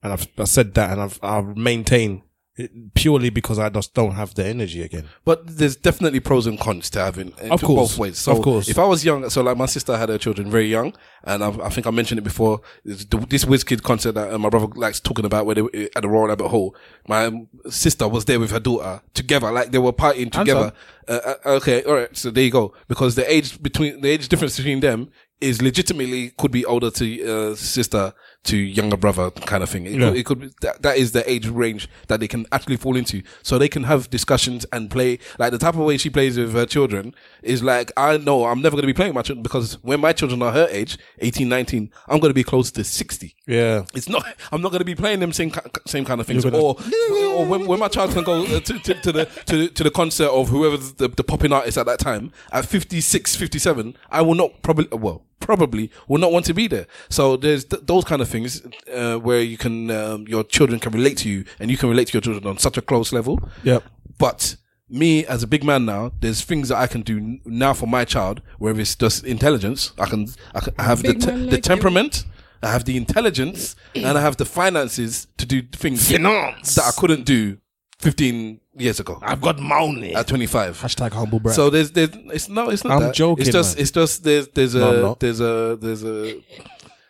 [SPEAKER 5] and I've I said that, and I've I've maintained it purely because I just don't have the energy again.
[SPEAKER 3] But there's definitely pros and cons to having uh,
[SPEAKER 5] Of
[SPEAKER 3] to
[SPEAKER 5] course.
[SPEAKER 3] both ways. So
[SPEAKER 5] Of course.
[SPEAKER 3] if I was young, so like my sister had her children very young, and I've, I think I mentioned it before. This, this WizKid concert that uh, my brother likes talking about, where they were at the Royal Albert Hall, my um, sister was there with her daughter together, like they were partying together. Uh, uh, okay, all right, so there you go. Because the age between the age difference between them is legitimately could be older to uh, sister to younger brother kind of thing. It, could, it could be, that, that is the age range that they can actually fall into. So they can have discussions and play like the type of way she plays with her children is like I know I'm never going to be playing with my children because when my children are her age, 18, 19, I'm going to be close to 60.
[SPEAKER 5] Yeah,
[SPEAKER 3] It's not. I'm not going to be playing them same ki- same kind of things. Or or when, when my child can go uh, to, to, to the to, to the concert of whoever the, the popping artist at that time at 56, 57, I will not probably well probably will not want to be there. So there's th- those kind of things uh, where you can um, your children can relate to you and you can relate to your children on such a close level.
[SPEAKER 5] Yep.
[SPEAKER 3] But me as a big man now, there's things that I can do n- now for my child, where it's just intelligence. I can, I, can, I have the,
[SPEAKER 4] Big
[SPEAKER 3] te-
[SPEAKER 4] man
[SPEAKER 3] the
[SPEAKER 4] like
[SPEAKER 3] temperament, I have the intelligence, and I have the finances to do things
[SPEAKER 5] Finance.
[SPEAKER 3] that I couldn't do 15 years ago
[SPEAKER 5] I've got money.
[SPEAKER 3] at 25.
[SPEAKER 5] Hashtag humble brag.
[SPEAKER 3] So there's, there's, it's no, it's not.
[SPEAKER 5] I'm
[SPEAKER 3] that.
[SPEAKER 5] joking,
[SPEAKER 3] It's just,
[SPEAKER 5] man.
[SPEAKER 3] it's just there's, there's
[SPEAKER 5] No, I'm
[SPEAKER 3] a,
[SPEAKER 5] not.
[SPEAKER 3] there's a, there's a,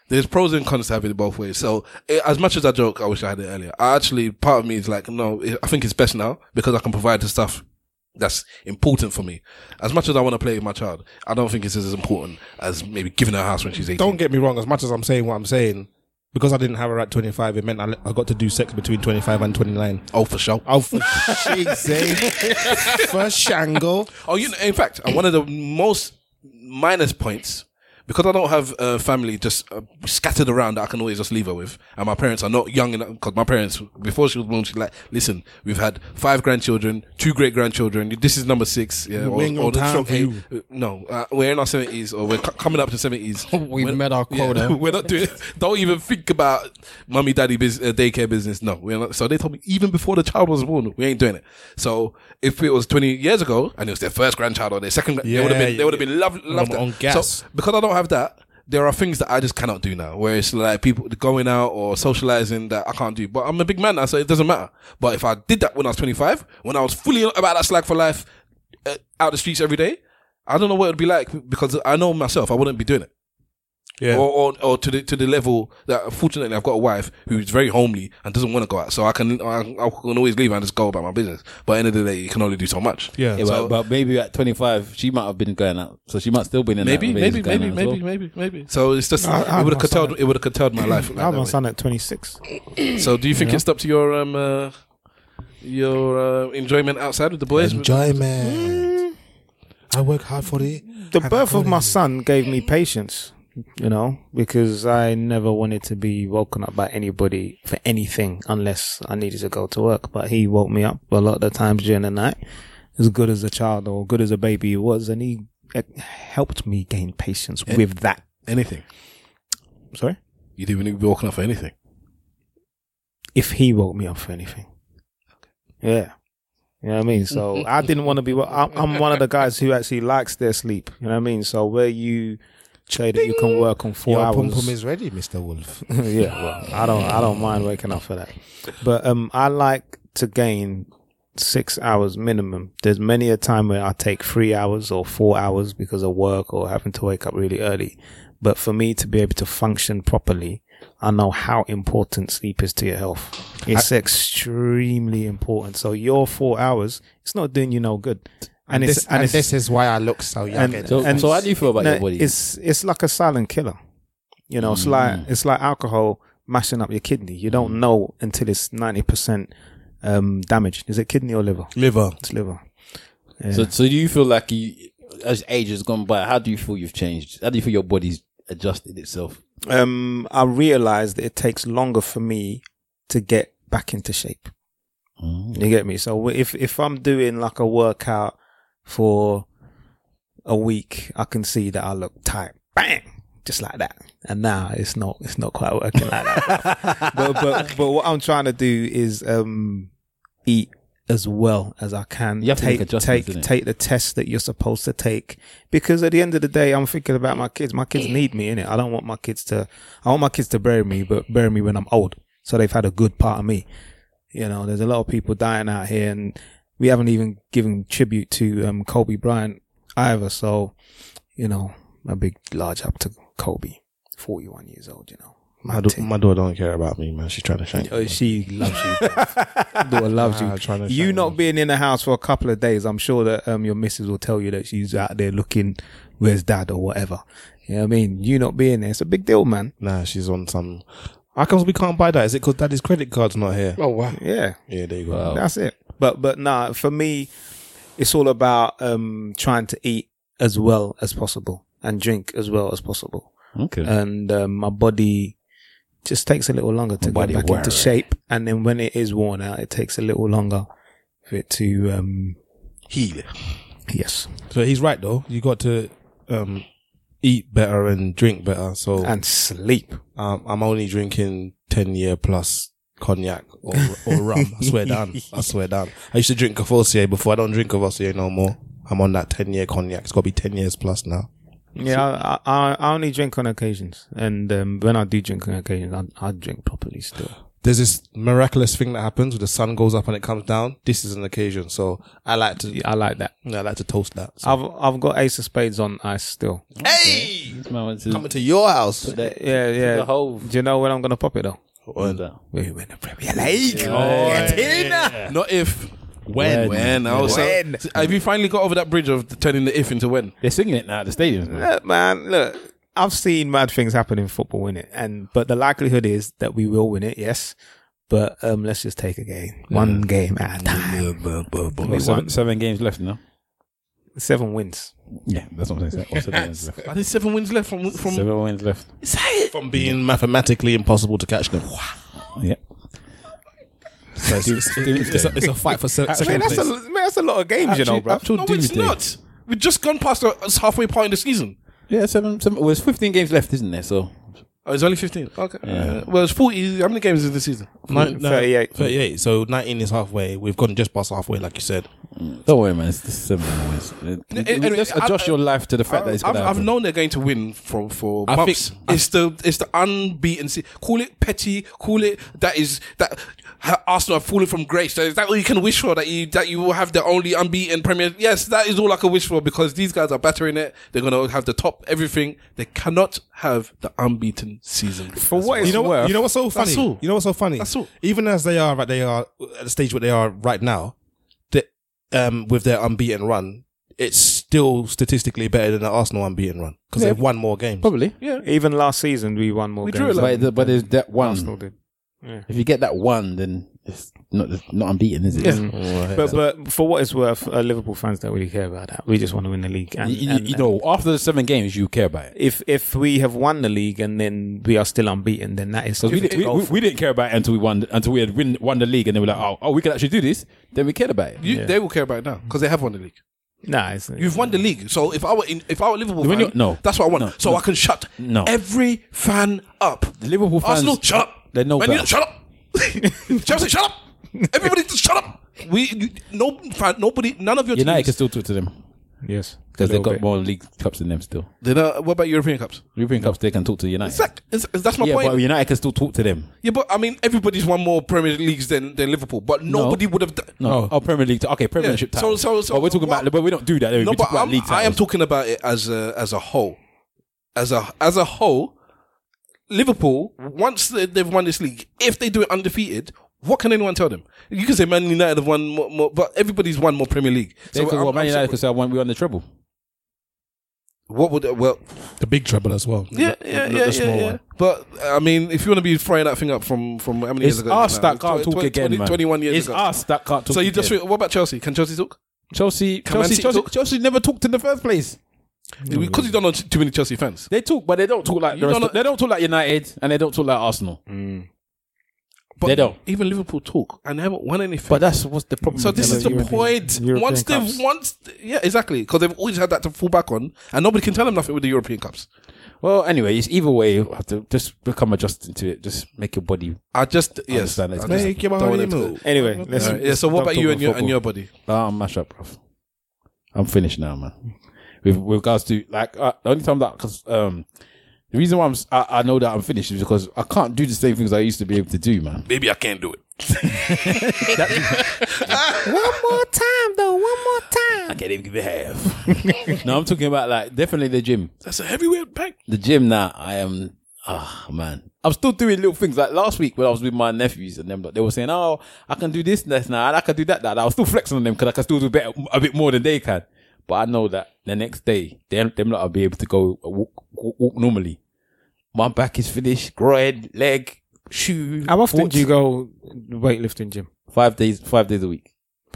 [SPEAKER 3] there's pros and cons to having it both ways. So eh, as much as I joke, I wish I had it earlier. I actually, part of me is like, no, eh, I think it's best now because I can provide the stuff that's important for me. As much as I want to play with my child, I don't think it's as important as maybe giving her a house when she's 18.
[SPEAKER 5] don't get me wrong. As much as I'm saying what I'm saying, because I didn't have her at 25, it meant I, I got to do sex between 25 and 29.
[SPEAKER 3] oh, for sure.
[SPEAKER 5] Oh, for for Shango.
[SPEAKER 3] Oh, you know, in fact, uh, one of the most minus points because I don't have a family just uh, scattered around that I can always just leave her with, and my parents are not young enough. Because my parents, before she was born, she's like, "Listen, we've had five grandchildren, two great grandchildren. This is number six. Yeah,
[SPEAKER 5] We ain't got time
[SPEAKER 3] stroke
[SPEAKER 5] for
[SPEAKER 3] eight.
[SPEAKER 5] you.
[SPEAKER 3] Uh, No, uh, we're in our seventies, or we're c- coming up to seventies.
[SPEAKER 4] We've met our quota.
[SPEAKER 3] we're not doing. Don't even think about mummy daddy bus- uh, daycare business. No, we're not. So they told me even before the child was born, we ain't doing it. So if it was twenty years ago and it was their first grandchild or their second, grand they would have
[SPEAKER 5] Yeah,
[SPEAKER 3] been they would have been loved. loved
[SPEAKER 5] I'm
[SPEAKER 3] it.
[SPEAKER 5] on gas.
[SPEAKER 3] So because I don't have that. There are things that I just cannot do now, where it's like people going out or socializing that I can't do. But I'm a big man now, so it doesn't matter. But if I did that when I was 25, when I was fully about that slag for life, uh, out the streets every day, I don't know what it'd be like because I know myself, I wouldn't be doing it
[SPEAKER 5] Yeah.
[SPEAKER 3] or, or or to the to the level that fortunately I've got a wife who's very homely and doesn't want to go out, so I can I, I can always leave her and just go about my business. But at the end of the day, you can only do so much.
[SPEAKER 5] yeah.
[SPEAKER 1] Yeah,
[SPEAKER 3] So-
[SPEAKER 1] but, but maybe at 25, she might have been going out. So she might still been in that
[SPEAKER 3] Maybe, maybe,
[SPEAKER 1] relationship going
[SPEAKER 3] maybe,
[SPEAKER 1] out as
[SPEAKER 3] maybe,
[SPEAKER 1] well.
[SPEAKER 3] maybe, maybe. So it's just
[SPEAKER 2] I- I
[SPEAKER 3] it would have
[SPEAKER 2] understand
[SPEAKER 3] curtailed it would have curtailed my life.
[SPEAKER 2] I have my
[SPEAKER 3] Like that
[SPEAKER 2] son at 26.
[SPEAKER 3] way. so do you think it's up to your um uh, your uh, enjoyment outside with the boys?
[SPEAKER 5] Enjoyment. I work hard for it.
[SPEAKER 2] The birth of my son gave me patience, you know, because I never wanted to be woken up by anybody for anything unless I needed to go to work. But he woke me up a lot of the times during the night, as good as a child or good as a baby he was, and he eh, helped me gain patience with that.
[SPEAKER 3] Anything
[SPEAKER 2] Sorry?
[SPEAKER 3] you didn't even be walking up for anything.
[SPEAKER 2] if he woke me up for anything. Yeah. You know what I mean? So I didn't want to be, I'm, I'm one of the guys who actually likes their sleep. You know what I mean? So where you say that you can work on four
[SPEAKER 5] Your
[SPEAKER 2] hours.
[SPEAKER 5] pum pum is ready, Mr. Wolf.
[SPEAKER 2] yeah, well, I don't, I don't mind waking up for that. But, um, I like to gain six hours minimum. There's many a time where I take three hours or four hours because of work or having to wake up really early. But for me to be able to function properly, I know how important sleep is to your health. It's extremely important. So your four hours, it's not doing you no good. And, it's,
[SPEAKER 5] This, and,
[SPEAKER 2] it's-
[SPEAKER 5] this is why I look so young.
[SPEAKER 2] and-
[SPEAKER 5] And,
[SPEAKER 1] So,
[SPEAKER 2] And-
[SPEAKER 1] so how do you feel about
[SPEAKER 2] no,
[SPEAKER 1] your body?
[SPEAKER 2] It's it's like a silent killer. You know, it's like it's like alcohol mashing up your kidney. You don't know until it's ninety percent um, damaged. Is it kidney or liver?
[SPEAKER 5] Liver.
[SPEAKER 2] It's liver.
[SPEAKER 1] So, so do you feel like you, as age has gone by, how do you feel you've changed? How do you feel your body's adjusted itself?
[SPEAKER 2] um, I realized that it takes longer for me to get back into shape. You get me? So if, if I'm doing like a workout for a week, I can see that I look tight. Bang! Just like that. And now it's not, it's not quite working like that. but, but, but what I'm trying to do is, um, eat as well as I can.
[SPEAKER 1] You have to make
[SPEAKER 2] take,
[SPEAKER 1] adjustments,
[SPEAKER 2] take,
[SPEAKER 1] innit?
[SPEAKER 2] take the test that you're supposed to take because at the end of the day, I'm thinking about my kids. My kids need me in it. I don't want my kids to. I want my kids to bury me, but bury me when I'm old, so they've had a good part of me. You know, there's a lot of people dying out here, and we haven't even given tribute to um, Kobe Bryant either. So, you know, a big large up to Kobe, 41 years old. You know,
[SPEAKER 5] My, do- my daughter don't care about me, man. She's trying to shank.
[SPEAKER 2] Oh, she loves you. bruv. Daughter loves
[SPEAKER 5] Ah, trying
[SPEAKER 2] you.
[SPEAKER 5] to
[SPEAKER 2] You
[SPEAKER 5] shine
[SPEAKER 2] not being in the house for a couple of days, I'm sure that um your missus will tell you that she's out there looking where's dad or whatever. You know what I mean? You not being there, it's a big deal, man.
[SPEAKER 5] Nah, she's on some. How comes we can't buy that? Is it because daddy's credit card's not here?
[SPEAKER 4] Oh wow.
[SPEAKER 2] Yeah,
[SPEAKER 5] Yeah, there you go.
[SPEAKER 2] that's it. But but nah, for me, it's all about um trying to eat as well as possible and drink as well as possible.
[SPEAKER 1] Okay.
[SPEAKER 2] and um, my body just takes a little longer to get back into shape. And then when it is worn out, it takes a little longer for it to um,
[SPEAKER 5] Heal.
[SPEAKER 2] yes
[SPEAKER 5] So he's right though. You got to um, eat better and drink better. So
[SPEAKER 2] and sleep.
[SPEAKER 5] um, I'm only drinking ten year plus cognac or, or rum. I swear down. I swear down. I used to drink Cavossier before. I don't drink Cavossier no more. I'm on that ten year cognac. It's got to be ten years plus now.
[SPEAKER 2] Yeah, I, I I only drink on occasions, and um, when I do drink on occasions, I, I drink properly still.
[SPEAKER 5] There's this miraculous thing that happens where the sun goes up and it comes down. This is an occasion, so I like to.
[SPEAKER 2] I like that.
[SPEAKER 5] I like to toast that. So.
[SPEAKER 2] I've I've got Ace of Spades on ice still.
[SPEAKER 5] Hey,
[SPEAKER 1] This man went to
[SPEAKER 5] coming to your house.
[SPEAKER 2] Yeah, yeah.
[SPEAKER 1] the whole.
[SPEAKER 2] Do you know when I'm gonna pop it though? We win the Premier League. Get in.
[SPEAKER 3] Not if.
[SPEAKER 1] When?
[SPEAKER 3] When? I was
[SPEAKER 2] When?
[SPEAKER 3] Have you finally got over that bridge of turning the if into when?
[SPEAKER 1] They're singing it now at the stadiums. man.
[SPEAKER 2] Look, man, look. I've seen mad things happen in football, innit? And but the likelihood is that we will win it, yes. But um, let's just take a game, one game at a time.
[SPEAKER 1] We've got
[SPEAKER 2] one.
[SPEAKER 1] seven, seven games left now.
[SPEAKER 2] Seven wins.
[SPEAKER 1] Yeah, that's what I'm saying. Seven, games left.
[SPEAKER 3] I think seven wins left from from
[SPEAKER 1] Seven wins left.
[SPEAKER 5] From being mathematically impossible to catch them.
[SPEAKER 1] Yeah. So it's, it's a- it's a
[SPEAKER 5] fight for
[SPEAKER 2] Man, that's a man, that's a lot of games, you know, bro.
[SPEAKER 3] No, it's not. We've just gone past the it's halfway point in the season.
[SPEAKER 1] Yeah, seven. seven well, there's 15 games left, isn't there? So
[SPEAKER 3] Oh, it's only 15. Okay. Uh, well, it's 40. How many games is the season?
[SPEAKER 5] Nine,
[SPEAKER 2] 38.
[SPEAKER 5] 38. So 19 is halfway. We've gone just past halfway, like you said.
[SPEAKER 1] don't worry, man. It's just seven wins.
[SPEAKER 3] anyway,
[SPEAKER 1] just
[SPEAKER 3] I-
[SPEAKER 1] adjust your life to the fact that it's
[SPEAKER 3] I've,
[SPEAKER 1] going to
[SPEAKER 3] I've
[SPEAKER 1] happen.
[SPEAKER 3] known they're going to win for for
[SPEAKER 5] I
[SPEAKER 3] months.
[SPEAKER 5] think-
[SPEAKER 3] it's the it's the unbeaten. Se- call it petty. Call it that is that ha- Arsenal have fallen from grace. That is that what you can wish for? That you that you will have the only unbeaten Premier. Yes, that is all I can wish for because these guys are battering it. They're gonna have the top everything. They cannot have the unbeaten season.
[SPEAKER 2] For what it's
[SPEAKER 5] You know,
[SPEAKER 2] worth,
[SPEAKER 5] what, you know what's so funny?
[SPEAKER 3] all.
[SPEAKER 5] You know what's so funny?
[SPEAKER 3] That's all.
[SPEAKER 5] Even as they are, right, they are at the stage where they are right now, that um, with their unbeaten run, it's still statistically better than the Arsenal unbeaten run because they've won more games.
[SPEAKER 1] Probably.
[SPEAKER 2] even last season we won more
[SPEAKER 3] We drew
[SPEAKER 2] games.
[SPEAKER 3] eleven.
[SPEAKER 1] But, the, but there's that one.
[SPEAKER 2] Arsenal did.
[SPEAKER 1] If you get that one, then it's not it's not unbeaten, is it? Mm-hmm.
[SPEAKER 2] But but for what it's worth, uh, Liverpool fans don't really care about that. We just want to win the league. And,
[SPEAKER 1] You, you-
[SPEAKER 2] and-
[SPEAKER 1] you know, after the seven games, you care about it.
[SPEAKER 2] if if we have won the league and then we are still unbeaten, then that is
[SPEAKER 1] Because we,
[SPEAKER 2] something
[SPEAKER 1] did,
[SPEAKER 2] to
[SPEAKER 1] we,
[SPEAKER 2] go
[SPEAKER 1] we,
[SPEAKER 2] for.
[SPEAKER 1] we didn't care about it until we won until we had win, won the league, and then we're like, oh, oh, we can actually do this. Then we cared about it.
[SPEAKER 3] You, They will care about it now because they have won the league.
[SPEAKER 2] Nah, it's,
[SPEAKER 3] You've won the league, so if I were in, if I were Liverpool,
[SPEAKER 1] When
[SPEAKER 3] fan,
[SPEAKER 1] you- no.
[SPEAKER 3] that's what I want.
[SPEAKER 1] No.
[SPEAKER 3] so I can shut
[SPEAKER 1] No.
[SPEAKER 3] every fan up.
[SPEAKER 1] The Liverpool fans,
[SPEAKER 3] Arsenal, shut up.
[SPEAKER 1] They know
[SPEAKER 3] Man,
[SPEAKER 1] better.
[SPEAKER 3] United, shut up. Chelsea, shut up. Everybody, just shut up. We you- no fan, nobody, none of your
[SPEAKER 1] United can
[SPEAKER 3] teams.
[SPEAKER 1] still talk to them
[SPEAKER 2] yes,
[SPEAKER 1] because
[SPEAKER 2] A
[SPEAKER 1] they've
[SPEAKER 2] little
[SPEAKER 1] got
[SPEAKER 2] bit.
[SPEAKER 1] more league cups than them still.
[SPEAKER 3] They don't- uh, what about European cups?
[SPEAKER 1] European cups, they can talk to United.
[SPEAKER 3] Zach, is- is- that's my
[SPEAKER 1] yeah,
[SPEAKER 3] point.
[SPEAKER 1] but United can still talk to them.
[SPEAKER 3] yeah, but I mean, everybody's won more Premier Leagues than, than Liverpool, but nobody would have. done
[SPEAKER 1] No, oh, Premier League. Okay, Premiership
[SPEAKER 3] Yeah, so-
[SPEAKER 1] titles.
[SPEAKER 3] so- so
[SPEAKER 1] oh, we're talking
[SPEAKER 3] what-
[SPEAKER 1] about, but we don't do that. do we?
[SPEAKER 3] No,
[SPEAKER 1] we talk
[SPEAKER 3] but
[SPEAKER 1] about
[SPEAKER 3] I'm,
[SPEAKER 1] league
[SPEAKER 3] I am
[SPEAKER 1] titles.
[SPEAKER 3] talking about it as a as a whole, as a as a whole. Liverpool, once they, they've won this league, if they do it undefeated, what can anyone tell them? You can say Man United have won more, more but everybody's won more Premier League.
[SPEAKER 1] They could-
[SPEAKER 3] I'm-
[SPEAKER 1] well, Man
[SPEAKER 3] I'm
[SPEAKER 1] United
[SPEAKER 3] sorry.
[SPEAKER 1] could say, "I won. We won the treble."
[SPEAKER 3] What would well?
[SPEAKER 5] The big treble as well.
[SPEAKER 3] Yeah,
[SPEAKER 5] Not-
[SPEAKER 3] yeah,
[SPEAKER 5] not
[SPEAKER 3] yeah,
[SPEAKER 5] the
[SPEAKER 3] yeah,
[SPEAKER 5] small
[SPEAKER 3] yeah.
[SPEAKER 5] one.
[SPEAKER 3] But I mean, if you want to be throwing that thing up from from how many
[SPEAKER 1] It's
[SPEAKER 3] years ago?
[SPEAKER 1] us
[SPEAKER 3] now?
[SPEAKER 1] that can't
[SPEAKER 3] Tw-
[SPEAKER 1] talk
[SPEAKER 3] tw-
[SPEAKER 1] again, man.
[SPEAKER 3] Twenty-one years
[SPEAKER 1] it's
[SPEAKER 3] ago.
[SPEAKER 1] us that can't talk.
[SPEAKER 3] So you
[SPEAKER 1] again.
[SPEAKER 3] just what about Chelsea? Can Chelsea talk?
[SPEAKER 1] Chelsea,
[SPEAKER 3] Man
[SPEAKER 1] Chelsea,
[SPEAKER 3] City
[SPEAKER 1] Chelsea,
[SPEAKER 3] talk?
[SPEAKER 1] Chelsea never talked in the first place.
[SPEAKER 5] Mm.
[SPEAKER 3] Because you don't know too many Chelsea fans.
[SPEAKER 1] They talk, but they don't talk like
[SPEAKER 3] You
[SPEAKER 1] the rest
[SPEAKER 3] don't
[SPEAKER 1] of-
[SPEAKER 3] know-
[SPEAKER 1] they
[SPEAKER 3] Mm.
[SPEAKER 1] don't talk like United and they don't talk like Arsenal.
[SPEAKER 3] But
[SPEAKER 1] They don't.
[SPEAKER 3] Even Liverpool talk and they haven't won anything.
[SPEAKER 1] But that's what's the problem.
[SPEAKER 3] so
[SPEAKER 1] with
[SPEAKER 3] this
[SPEAKER 1] them.
[SPEAKER 3] is the point. once they've once, yeah, exactly. Because they've always had that to fall back on, and nobody can tell them nothing with the European cups.
[SPEAKER 1] well, anyway, it's either way. You have to just become adjusted to it. Just make your body.
[SPEAKER 3] I just yes,
[SPEAKER 1] Understand that.
[SPEAKER 3] I just
[SPEAKER 5] Make your
[SPEAKER 3] don't
[SPEAKER 5] money
[SPEAKER 3] want them to-
[SPEAKER 5] move.
[SPEAKER 2] Anyway, let's.
[SPEAKER 3] Alright, yeah. So what
[SPEAKER 2] Don't
[SPEAKER 3] about
[SPEAKER 2] talk
[SPEAKER 3] you and your and
[SPEAKER 2] football.
[SPEAKER 3] your body?
[SPEAKER 1] Ah, mash up, bruv. I'm finished now, man. With, with regards to like uh, the only time that because um the reason why I'm s- I, I know that I'm finished is because I can't do the same things I used to be able to do, man.
[SPEAKER 3] Maybe I can't do it.
[SPEAKER 1] I can't even give a half. no, I'm talking about like definitely the gym.
[SPEAKER 3] That's a heavyweight pack.
[SPEAKER 1] the gym now, I am, ah, man. I'm still doing little things. Like last week when I was with my nephews and them, like, they were saying, oh, I can do this, this now, and I can do that, that. I was still flexing on them because I can still do better, a bit more than they can. But I know that the next day, them, them lot will be able to go uh, walk, walk, walk normally. My back is finished, groin, leg, shoe.
[SPEAKER 2] How often
[SPEAKER 1] foot.
[SPEAKER 2] do you go weightlifting gym?
[SPEAKER 1] Five days, five days a week.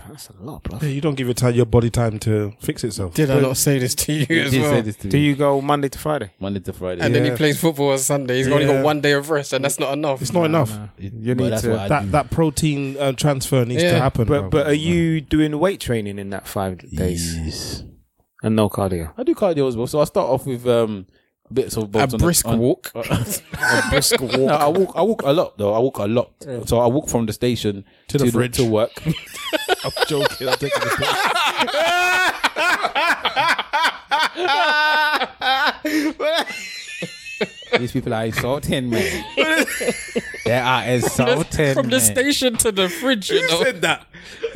[SPEAKER 2] That's a lot, bro.
[SPEAKER 5] Yeah, you don't give your, time, your body time to fix itself.
[SPEAKER 4] Did I not say this to you
[SPEAKER 1] You did
[SPEAKER 4] as
[SPEAKER 1] say
[SPEAKER 4] well?
[SPEAKER 1] this to
[SPEAKER 2] Do
[SPEAKER 1] me.
[SPEAKER 2] you go Monday to Friday?
[SPEAKER 1] Monday to Friday.
[SPEAKER 4] And then he
[SPEAKER 5] Yeah.
[SPEAKER 4] plays football on Sunday. He's only
[SPEAKER 5] Yeah.
[SPEAKER 4] got one day of rest, and that's not enough.
[SPEAKER 5] It's not enough.
[SPEAKER 2] You
[SPEAKER 1] But
[SPEAKER 2] need
[SPEAKER 1] that's
[SPEAKER 2] to.
[SPEAKER 1] what I do.
[SPEAKER 5] That that protein uh, transfer needs to
[SPEAKER 4] Yeah.
[SPEAKER 5] happen.
[SPEAKER 2] but but
[SPEAKER 5] bro.
[SPEAKER 2] are you doing weight training in that five days
[SPEAKER 1] Yes.
[SPEAKER 2] and no cardio?
[SPEAKER 1] I do cardio as well. So I start off with um bits of
[SPEAKER 4] a
[SPEAKER 1] bolts on the-
[SPEAKER 4] brisk
[SPEAKER 1] on-
[SPEAKER 4] walk.
[SPEAKER 1] a brisk walk. No, I walk. I walk a lot though. I walk a lot. So I walk from the station to,
[SPEAKER 5] the
[SPEAKER 1] the
[SPEAKER 5] fridge.
[SPEAKER 1] to work.
[SPEAKER 5] I'm joking. I'm taking the piss.
[SPEAKER 1] These people are insulting me. they are insulting
[SPEAKER 4] From the
[SPEAKER 1] me.
[SPEAKER 4] station to the fridge, you know.
[SPEAKER 2] that.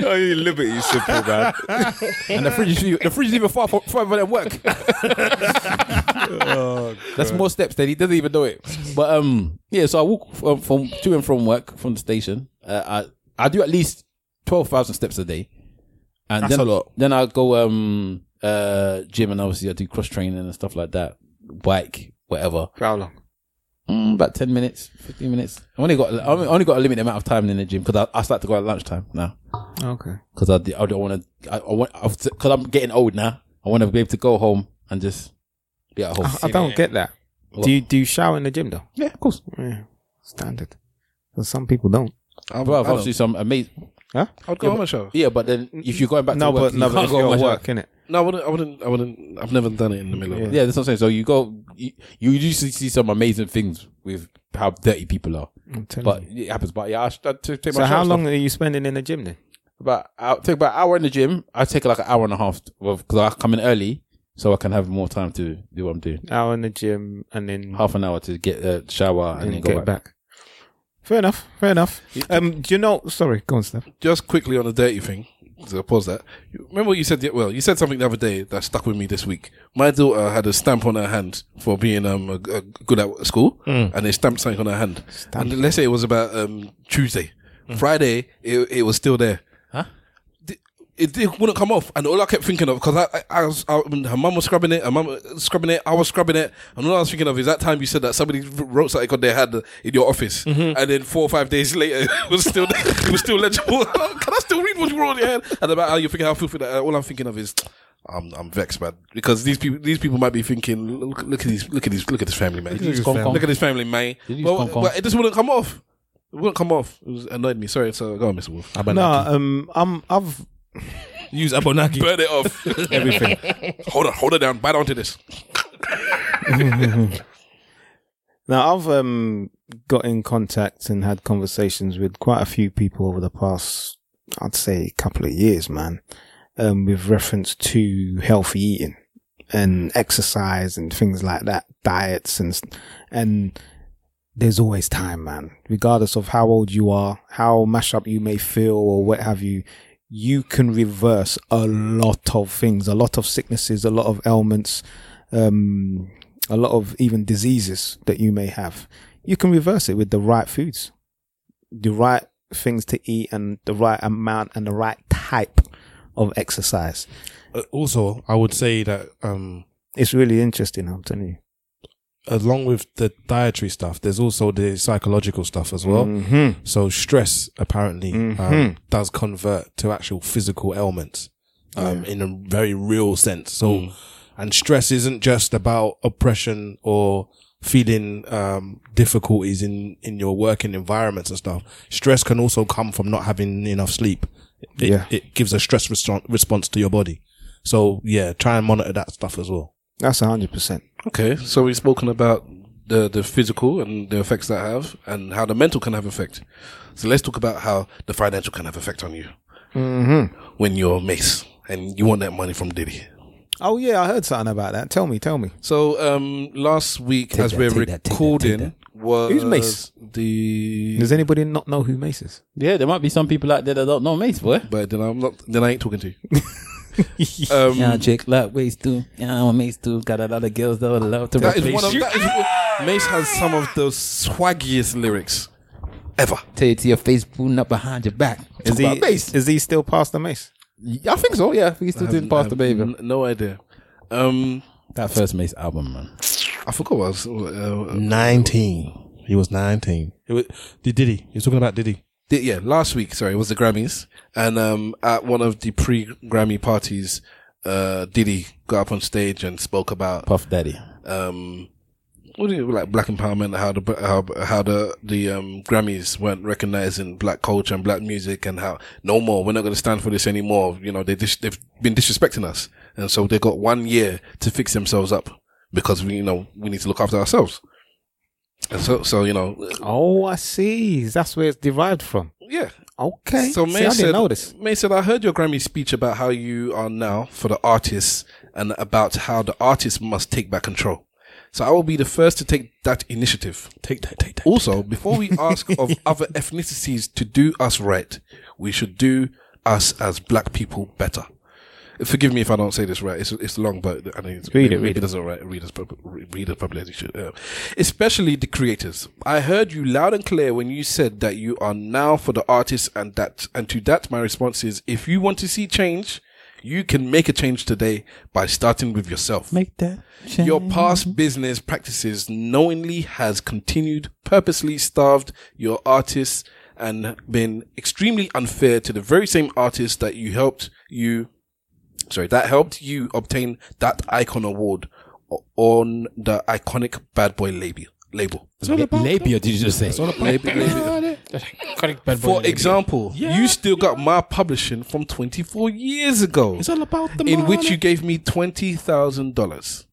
[SPEAKER 2] Oh, you liberty simple, man.
[SPEAKER 1] and the fridge. Is, the fridge is even far from, further than work. That's more steps than he doesn't even know it. But um, yeah. So I walk from, from to and from work from the station. Uh, I I do at least twelve thousand steps a day. And
[SPEAKER 5] That's
[SPEAKER 1] then,
[SPEAKER 5] a lot.
[SPEAKER 1] Then I go um uh gym and obviously I do cross training and stuff like that, bike, whatever.
[SPEAKER 2] How long?
[SPEAKER 1] Mm, about ten minutes, fifteen minutes. I only got I only- only got a limited amount of time in the gym because I, I start to go at lunchtime now
[SPEAKER 2] Okay.
[SPEAKER 1] because I, d- I don't want to I, I want because I'm getting old now. I want to be able to go home and just be at home.
[SPEAKER 2] I don't get that.
[SPEAKER 1] What?
[SPEAKER 2] Do you do you shower in the gym though?
[SPEAKER 1] yeah, of course.
[SPEAKER 2] Yeah, standard. 'Cause some people don't.
[SPEAKER 3] I
[SPEAKER 1] Bro, I've
[SPEAKER 3] don't-
[SPEAKER 1] obviously some amazing.
[SPEAKER 3] I'd go on a show.
[SPEAKER 1] Yeah, but then if you're going back
[SPEAKER 2] Mm-hmm. no,
[SPEAKER 1] to work,
[SPEAKER 2] but no,
[SPEAKER 1] you
[SPEAKER 2] but
[SPEAKER 1] can't
[SPEAKER 2] it's
[SPEAKER 1] go
[SPEAKER 2] your
[SPEAKER 1] and
[SPEAKER 2] work, innit?
[SPEAKER 3] No, I wouldn't. I wouldn't. I wouldn't. I've never done it in the middle. of
[SPEAKER 1] Yeah, that's what I'm saying. So you go, you, you usually see some amazing things with how dirty people are,
[SPEAKER 2] I'm telling
[SPEAKER 1] but
[SPEAKER 2] you.
[SPEAKER 1] it happens. But yeah, I should I should take my
[SPEAKER 2] Mm. So how
[SPEAKER 1] shirts off.
[SPEAKER 2] long are you spending in the gym then?
[SPEAKER 1] About I take about an hour in the gym. I take like an hour and a half because I come in early, so I can have more time to do what I'm doing.
[SPEAKER 2] Hour in the gym and then
[SPEAKER 1] Half an hour to get a shower and,
[SPEAKER 2] and
[SPEAKER 1] then
[SPEAKER 2] then
[SPEAKER 1] go
[SPEAKER 2] get
[SPEAKER 1] back.
[SPEAKER 2] back. Fair enough. Fair enough. Um, do you know? Sorry, go on, Steph.
[SPEAKER 3] Just quickly on the dirty thing. So pause that. You- Remember what you said? the- Well, you said something the other day that stuck with me this week. My daughter had a stamp on her hand for being um a, a good at school, and they stamped something on her hand. And let's say it was about um Tuesday, Friday, it it was still there. it, it wouldn't come off, and all I kept thinking of because I, I, I was I, mean, her mum was scrubbing it, her mum was scrubbing it, I was scrubbing it, and all I was thinking of is that time you said that somebody wrote something on their hand in your office, and then four or five days later it was still it was still legible. Can I still read what you wrote on your hand? And about how you're thinking how filthy that. uh, All I'm thinking of is. I'm I'm vexed, man, because these people these people might be thinking, look look at these look at these look at this family, man.
[SPEAKER 1] use Kong Kong?
[SPEAKER 3] Look at this family, man.
[SPEAKER 1] Did you use
[SPEAKER 3] Well,
[SPEAKER 1] Kong Kong?
[SPEAKER 3] well, it just wouldn't come off. It wouldn't come off. It was annoyed me. Sorry, so go on, Mr. Wolf.
[SPEAKER 2] No, um, I'm I've
[SPEAKER 5] Use Abonaki.
[SPEAKER 3] Burn it off. Everything. hold on, hold it down. Bite onto this.
[SPEAKER 2] Now I've um got in contact and had conversations with quite a few people over the past, I'd say, couple of years, man, um, with reference to healthy eating and exercise and things like that, diets and s- and there's always time, man. Regardless of how old you are, how mash up you may feel or what have you, you can reverse a lot of things, a lot of sicknesses, a lot of ailments, um, a lot of even diseases that you may have. You can reverse it with the right foods, the right things to eat, and the right amount and the right type of exercise.
[SPEAKER 5] Uh, also, I would say that um,
[SPEAKER 2] It's really interesting, I'm telling you.
[SPEAKER 5] along with the dietary stuff, there's also the psychological stuff as well.
[SPEAKER 1] Mm-hmm.
[SPEAKER 5] So stress apparently um, does convert to actual physical ailments um, in a very real sense. So, Oh. and stress isn't just about oppression or feeling um, difficulties in in your working environments and stuff. Stress can also come from not having enough sleep. It,
[SPEAKER 2] Yeah.
[SPEAKER 5] it gives a stress reston- response to your body. So yeah, try and monitor that stuff as well.
[SPEAKER 2] That's 100%.
[SPEAKER 3] Okay, so we've spoken about the the physical and the effects that have, and how the mental can have effect. So let's talk about how the financial can have effect on you
[SPEAKER 2] Mm-hmm.
[SPEAKER 3] when you're a mace and you want that money from Diddy.
[SPEAKER 2] Oh, yeah, I heard something about that. Tell me, tell me.
[SPEAKER 3] So um, last week, as we're recording, was
[SPEAKER 2] Who's Mace?
[SPEAKER 3] the
[SPEAKER 2] Does anybody not know who Mace is?
[SPEAKER 1] Yeah, there might be some people out there that don't know mates, boy.
[SPEAKER 3] but then I'm not. Then I ain't talking to you. um,
[SPEAKER 1] Yeah, Jake, like ways too. Yeah, I'm a mates too. Got a lot of girls that would love to
[SPEAKER 3] that is
[SPEAKER 1] replace
[SPEAKER 3] one of
[SPEAKER 1] you.
[SPEAKER 3] that is, one- Mace has some of the swaggiest lyrics ever.
[SPEAKER 1] Tell you to your face, booting up behind your back. Is
[SPEAKER 2] Is he, is he still past the Mace?
[SPEAKER 1] I think so. Yeah, we still didn't pass the baby.
[SPEAKER 3] N- no idea. Um,
[SPEAKER 1] That first mates album, man.
[SPEAKER 3] I forgot what I was. Uh,
[SPEAKER 5] 19. He was 19. It was, the Diddy. He was talking about Diddy.
[SPEAKER 3] Di- yeah, last week, sorry, it was the Grammys. And um, at one of the pre Grammy parties, uh, Diddy got up on stage and spoke about
[SPEAKER 1] Puff Daddy.
[SPEAKER 3] um, what do you like black empowerment, how the how, how the the um, Grammys weren't recognizing black culture and black music, and how no more, we're not going to stand for this anymore. You know, they dis- they've been disrespecting us, and so they got one year to fix themselves up because we you know we need to look after ourselves. And so so you know
[SPEAKER 2] Oh, I see. That's where it's derived from.
[SPEAKER 3] yeah,
[SPEAKER 2] Okay.
[SPEAKER 3] So
[SPEAKER 2] See,
[SPEAKER 3] May
[SPEAKER 2] I
[SPEAKER 3] said,
[SPEAKER 2] didn't know this.
[SPEAKER 3] May said, I heard your Grammy speech about how you are now for the artists and about how the artist must take back control. So I will be the first to take that initiative.
[SPEAKER 5] Take that, take that.
[SPEAKER 3] Also, before we ask of other ethnicities to do us right, we should do us as black people better. Forgive me if I don't say this right. It's it's long, but I mean, it's,
[SPEAKER 2] Read it,
[SPEAKER 3] maybe
[SPEAKER 2] read it.
[SPEAKER 3] doesn't write readers, prob- readers probably as you should. Uh, especially the creators. I heard you loud and clear when you said that you are now for the artists, and that and to that my response is: if you want to see change, you can make a change today by starting with yourself.
[SPEAKER 1] Make that change.
[SPEAKER 3] Your past business practices knowingly has continued, purposely starved your artists and been extremely unfair to the very same artists that you helped you, sorry, that helped you obtain that icon award o- on the iconic bad boy label. Label.
[SPEAKER 1] labia, did you just say?
[SPEAKER 3] Label- label.
[SPEAKER 4] Correct, bad boy.
[SPEAKER 3] For example, you still got my publishing from 24 years ago. It's all about the In which you gave me $20,000,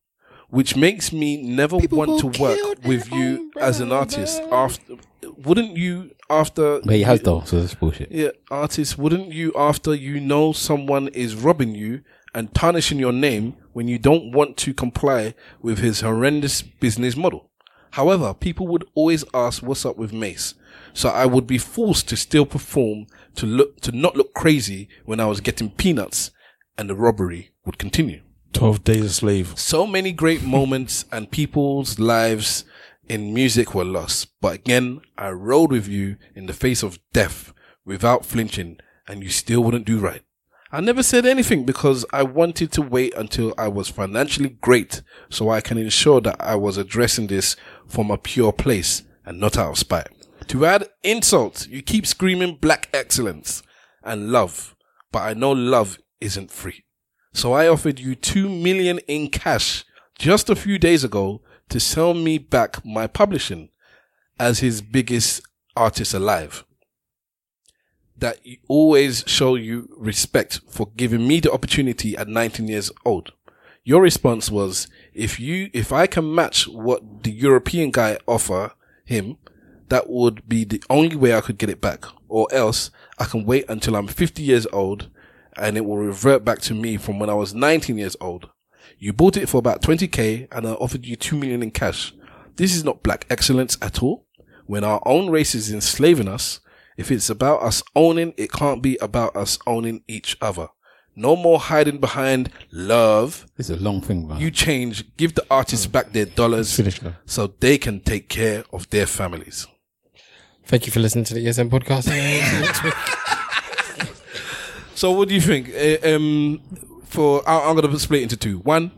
[SPEAKER 3] which makes me never want to work with you as an artist. After, wouldn't you, after.
[SPEAKER 1] But he has though, so that's bullshit.
[SPEAKER 3] Yeah, artist, wouldn't you, after you know someone is robbing you and tarnishing your name when you don't want to comply with his horrendous business model? However, people would always ask what's up with Mace. So I would be forced to still perform to look to not look crazy when I was getting peanuts and the robbery would continue
[SPEAKER 5] 12 days a slave.
[SPEAKER 3] so many great moments and people's lives in music were lost. But again, I rode with you in the face of death without flinching and you still wouldn't do right. I never said anything because I wanted to wait until I was financially great so I can ensure that I was addressing this from a pure place and not out of spite. To add insult, you keep screaming black excellence and love, but I know love isn't free. So I offered you two million in cash just a few days ago to sell me back my publishing as his biggest artist alive. That you always show you respect for giving me the opportunity at 19 years old. Your response was, if you, if I can match what the European guy offer him, that would be the only way I could get it back. Or else I can wait until I'm 50 years old and it will revert back to me from when I was 19 years old. You bought it for about 20k and I offered you 2 million in cash. This is not black excellence at all. When our own race is enslaving us, if it's about us owning, it can't be about us owning each other. No more hiding behind love.
[SPEAKER 1] This is a long thing, man.
[SPEAKER 3] You change, give the artists back their dollars so they can take care of their families.
[SPEAKER 4] Thank you for listening to the ESM podcast. Next week.
[SPEAKER 3] Eh, So, what do you think? Uh, um, for I- I'm going to split it into two. One,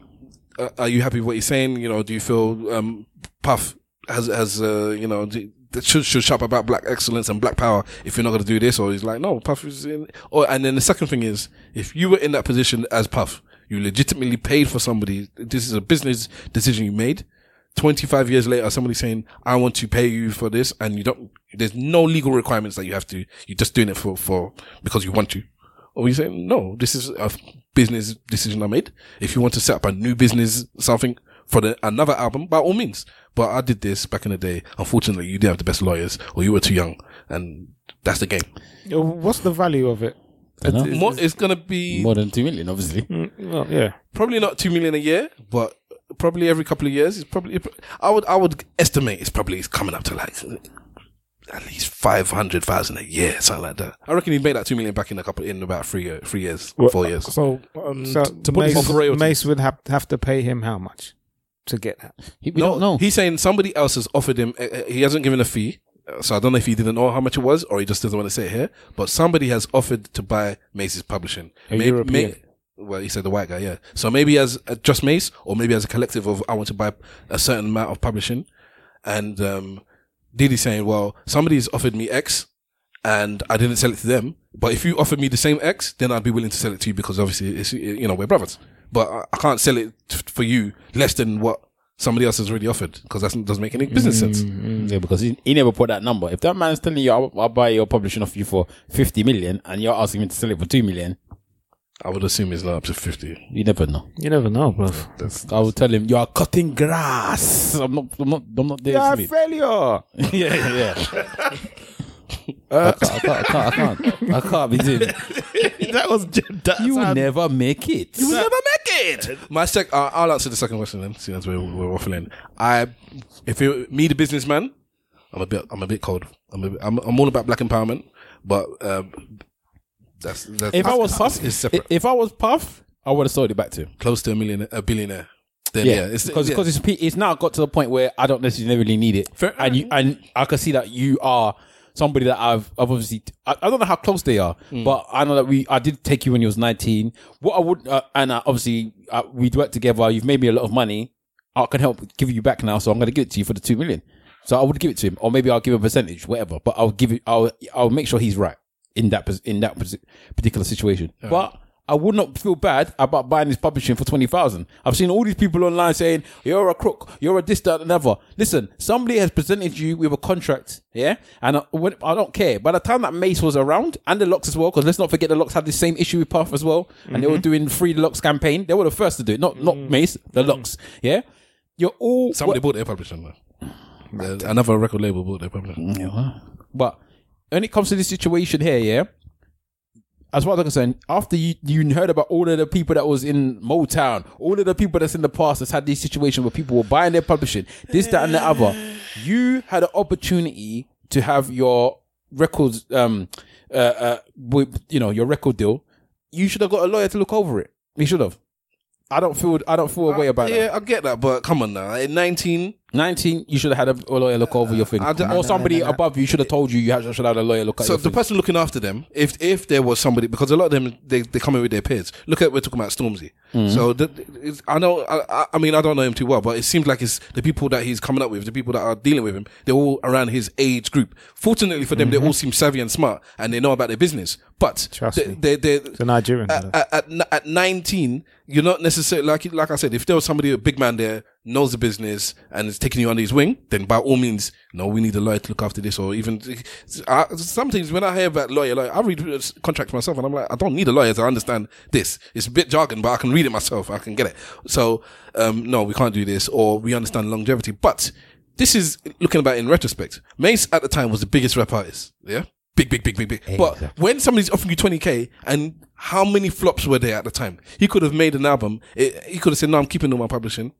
[SPEAKER 3] uh, are you happy with what he's saying? You know, do you feel um, Puff has has uh, you know do, that should should shop about black excellence and black power if you're not going to do this? Or he's like, no, Puff is in. Or and then the second thing is, if you were in that position as Puff, you legitimately paid for somebody. This is a business decision you made. 25 years later, somebody's saying, I want to pay you for this. And you don't, there's no legal requirements that you have to, you're just doing it for, for, because you want to. Or you say, no, this is a business decision I made. If you want to set up a new business, something for the, another album, by all means. But I did this back in the day. Unfortunately, you didn't have the best lawyers or you were too young. And that's the game.
[SPEAKER 2] uh, What's the value of it?
[SPEAKER 1] Dunno.
[SPEAKER 3] More, it's going to be
[SPEAKER 1] More than two million, obviously.
[SPEAKER 2] Mm, Well, yeah.
[SPEAKER 3] probably not two million a year, but probably every couple of years. It's probably I would I would estimate it's probably it's coming up to like at least five hundred thousand a year, something like that. I reckon he made that two million back in a couple in about three year, three years, four years.
[SPEAKER 5] So, um,
[SPEAKER 2] So
[SPEAKER 5] t- to put this
[SPEAKER 2] Mace,
[SPEAKER 3] off royalties.
[SPEAKER 2] Mace would have, have to pay him how much to get that?
[SPEAKER 1] He, we don't know.
[SPEAKER 3] He's saying somebody else has offered him. uh, uh, He hasn't given a fee, uh, so I don't know if he didn't know how much it was or he just doesn't want to say it here. But somebody has offered to buy Mace's publishing.
[SPEAKER 2] A European.
[SPEAKER 3] well, he said the white guy, yeah. So maybe as uh, just Mace, or maybe as a collective of I want to buy a certain amount of publishing, and um, Diddy's saying, well, somebody's offered me X. And I didn't sell it to them, but if you offered me the same X, then I'd be willing to sell it to you because obviously, it's, you know, we're brothers. But I- I can't sell it t- for you less than what somebody else has already offered because that doesn't make any business sense.
[SPEAKER 1] Mm, yeah, because he, he never put that number. If that man's telling you, I'll, I'll buy your publishing off you for 50 million and you're asking me to sell it for 2 million,
[SPEAKER 3] I would assume it's not up to 50.
[SPEAKER 1] you never know.
[SPEAKER 2] You never know, bro.
[SPEAKER 1] I will tell him, you are cutting grass. I'm not, I'm not, I'm not there.
[SPEAKER 2] Yeah,
[SPEAKER 1] Smith.
[SPEAKER 2] failure.
[SPEAKER 1] yeah, yeah, yeah. I, can't, I, can't, I can't, I can't, I can't be doing it.
[SPEAKER 5] that was that's
[SPEAKER 1] You will
[SPEAKER 5] how-
[SPEAKER 1] never make it.
[SPEAKER 3] My sec, uh, I'll answer the second question then, since we're, we're waffling. I, if you me the businessman, I'm a bit, I'm a bit cold. I'm, a bit, I'm, I'm all about black empowerment, but um, that's, that's
[SPEAKER 1] If I was
[SPEAKER 3] that's-
[SPEAKER 1] Puff,
[SPEAKER 3] it's separate.
[SPEAKER 1] if, if I was Puff, I would have sold it back to him.
[SPEAKER 3] close to a millionaire, a billionaire. Then yeah,
[SPEAKER 1] Yeah,
[SPEAKER 3] it's
[SPEAKER 1] because
[SPEAKER 3] yeah.
[SPEAKER 1] because it's, pe- it's now got to the point where I don't necessarily need it,
[SPEAKER 3] Fair-
[SPEAKER 1] and you and I can see that you are somebody that I've I've obviously I, I don't know how close they are,
[SPEAKER 3] Hmm.
[SPEAKER 1] but I know that we I did take you when you was nineteen. What I would uh, and uh, obviously uh, we worked together. You've made me a lot of money. I can help give you back now, so I'm going to give it to you for the two million. So I would give it to him, or maybe I'll give a percentage, whatever. But I'll give it. I'll I'll make sure he's right in that pos- in that pos- particular situation. But I would not feel bad about buying this publishing for twenty thousand. I've seen all these people online saying you're a crook, you're a this, that, and other. Listen, somebody has presented you with a contract, yeah, and I, when, I don't care. By the time that Mace was around and the Locks as well, because let's not forget the Locks had the same issue with Puff as well, and they were doing free Locks campaign. They were the first to do it, not not Mace, the Locks, yeah. You're all
[SPEAKER 3] somebody bought their publishing. though. The- Another record label bought their publishing.
[SPEAKER 1] But when it comes to this situation here, yeah, as far as I'm concerned, after you you heard about all of the people that was in Motown, all of the people that's in the past that's had this situation where people were buying their publishing, this, that, and the other, you had an opportunity to have your records, um, uh, uh, with, you know, your record deal. You should have got a lawyer to look over it. You should have. I don't feel I don't feel a way about it.
[SPEAKER 3] Yeah, I get that, but come on now. At 19,
[SPEAKER 1] 19, you should have had a lawyer look over your thing.
[SPEAKER 3] I don't-
[SPEAKER 1] or somebody above you should have told you you had- should have had a lawyer look at
[SPEAKER 3] So
[SPEAKER 1] your
[SPEAKER 3] the
[SPEAKER 1] thing.
[SPEAKER 3] person looking after them, if if there was somebody, because a lot of them they, they come in with their peers. Look at we're talking about Stormzy.
[SPEAKER 2] Mm-hmm.
[SPEAKER 3] So the, it's, I know I, I- I mean I don't know him too well, but it seems like it's the people that he's coming up with, the people that are dealing with him. They're all around his age group. Fortunately for them, they all seem savvy and smart, and they know about their business. But
[SPEAKER 2] Mm-hmm. Trust me.
[SPEAKER 3] they, they, they,
[SPEAKER 2] The Nigerian.
[SPEAKER 3] at, at, at, n- at 19, you're not necessarily, like, like I said, if there was somebody, a big man there, knows the business and is taking you under his wing, then by all means, no, we need a lawyer to look after this. Or even, I, sometimes when I hear about lawyer, lawyer, I read this contract myself and I'm like, I don't need a lawyer to understand this. It's a bit jargon, but I can read it myself. I can get it. So, um, no, we can't do this or we understand longevity. But this is looking about in retrospect. Mace at the time was the biggest rap artist. Yeah. Big, big, big, big, big. But when somebody's offering you 20k and how many flops were there at the time? He could have made an album. It, he could have said, no, I'm keeping all my publishing.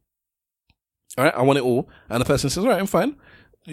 [SPEAKER 3] All right. I want it all. And the person says, all right, I'm fine.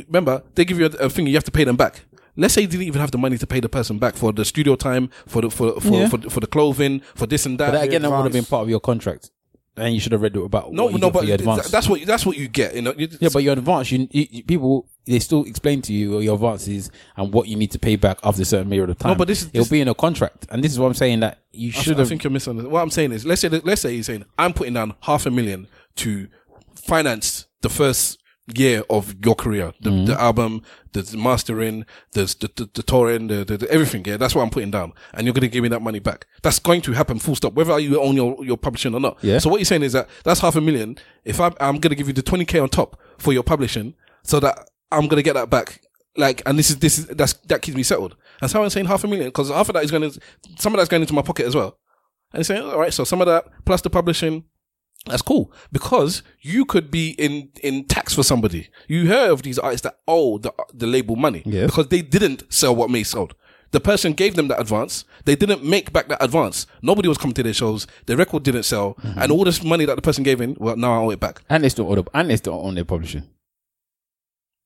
[SPEAKER 3] Remember, they give you a, a thing. You have to pay them back. Let's say you didn't even have the money to pay the person back for the studio time, for the, for, for,
[SPEAKER 1] Yeah.
[SPEAKER 3] for, for, the clothing, for this and that.
[SPEAKER 1] But that again, that would have been part of your contract, and you should have read about
[SPEAKER 3] no,
[SPEAKER 1] what you
[SPEAKER 3] no,
[SPEAKER 1] got for
[SPEAKER 3] but
[SPEAKER 1] your
[SPEAKER 3] th-
[SPEAKER 1] advance.
[SPEAKER 3] that's what, that's what you get. You know, You-
[SPEAKER 1] yeah, but your advance, you, you, you- people they still explain to you your advances and what you need to pay back after a certain period of time.
[SPEAKER 3] but this is-
[SPEAKER 1] it'll
[SPEAKER 3] this-
[SPEAKER 1] be in a contract, and this is what I'm saying that you should
[SPEAKER 3] I
[SPEAKER 1] have.
[SPEAKER 3] think you're misunderstanding. What I'm saying is, let's say that, let's say he's saying I'm putting down half a million to finance the first year of your career, the, the album, the, the mastering, the the, the, the touring, the, the, the everything. Yeah, that's what I'm putting down, and you're going to give me that money back. That's going to happen, full stop, whether you own your your publishing or not.
[SPEAKER 1] Yeah.
[SPEAKER 3] So what you're saying is that that's half a million. If I, I'm going to give you the 20k on top for your publishing, so that I'm going to get that back. Like, and this is this is that's that keeps me settled. That's how I'm saying half a million because half of that is going to some of that's going into my pocket as well. And saying, all right, so some of that plus the publishing, that's cool because you could be in in tax for somebody. You hear of these artists that owe the the label money
[SPEAKER 1] Yes.
[SPEAKER 3] because they didn't sell what May sold. The person gave them that advance. They didn't make back that advance. Nobody was coming to their shows. The record didn't sell,
[SPEAKER 1] Mm-hmm.
[SPEAKER 3] and all this money that the person gave in, well, now I owe it back.
[SPEAKER 1] And they still own, and they still own their publishing.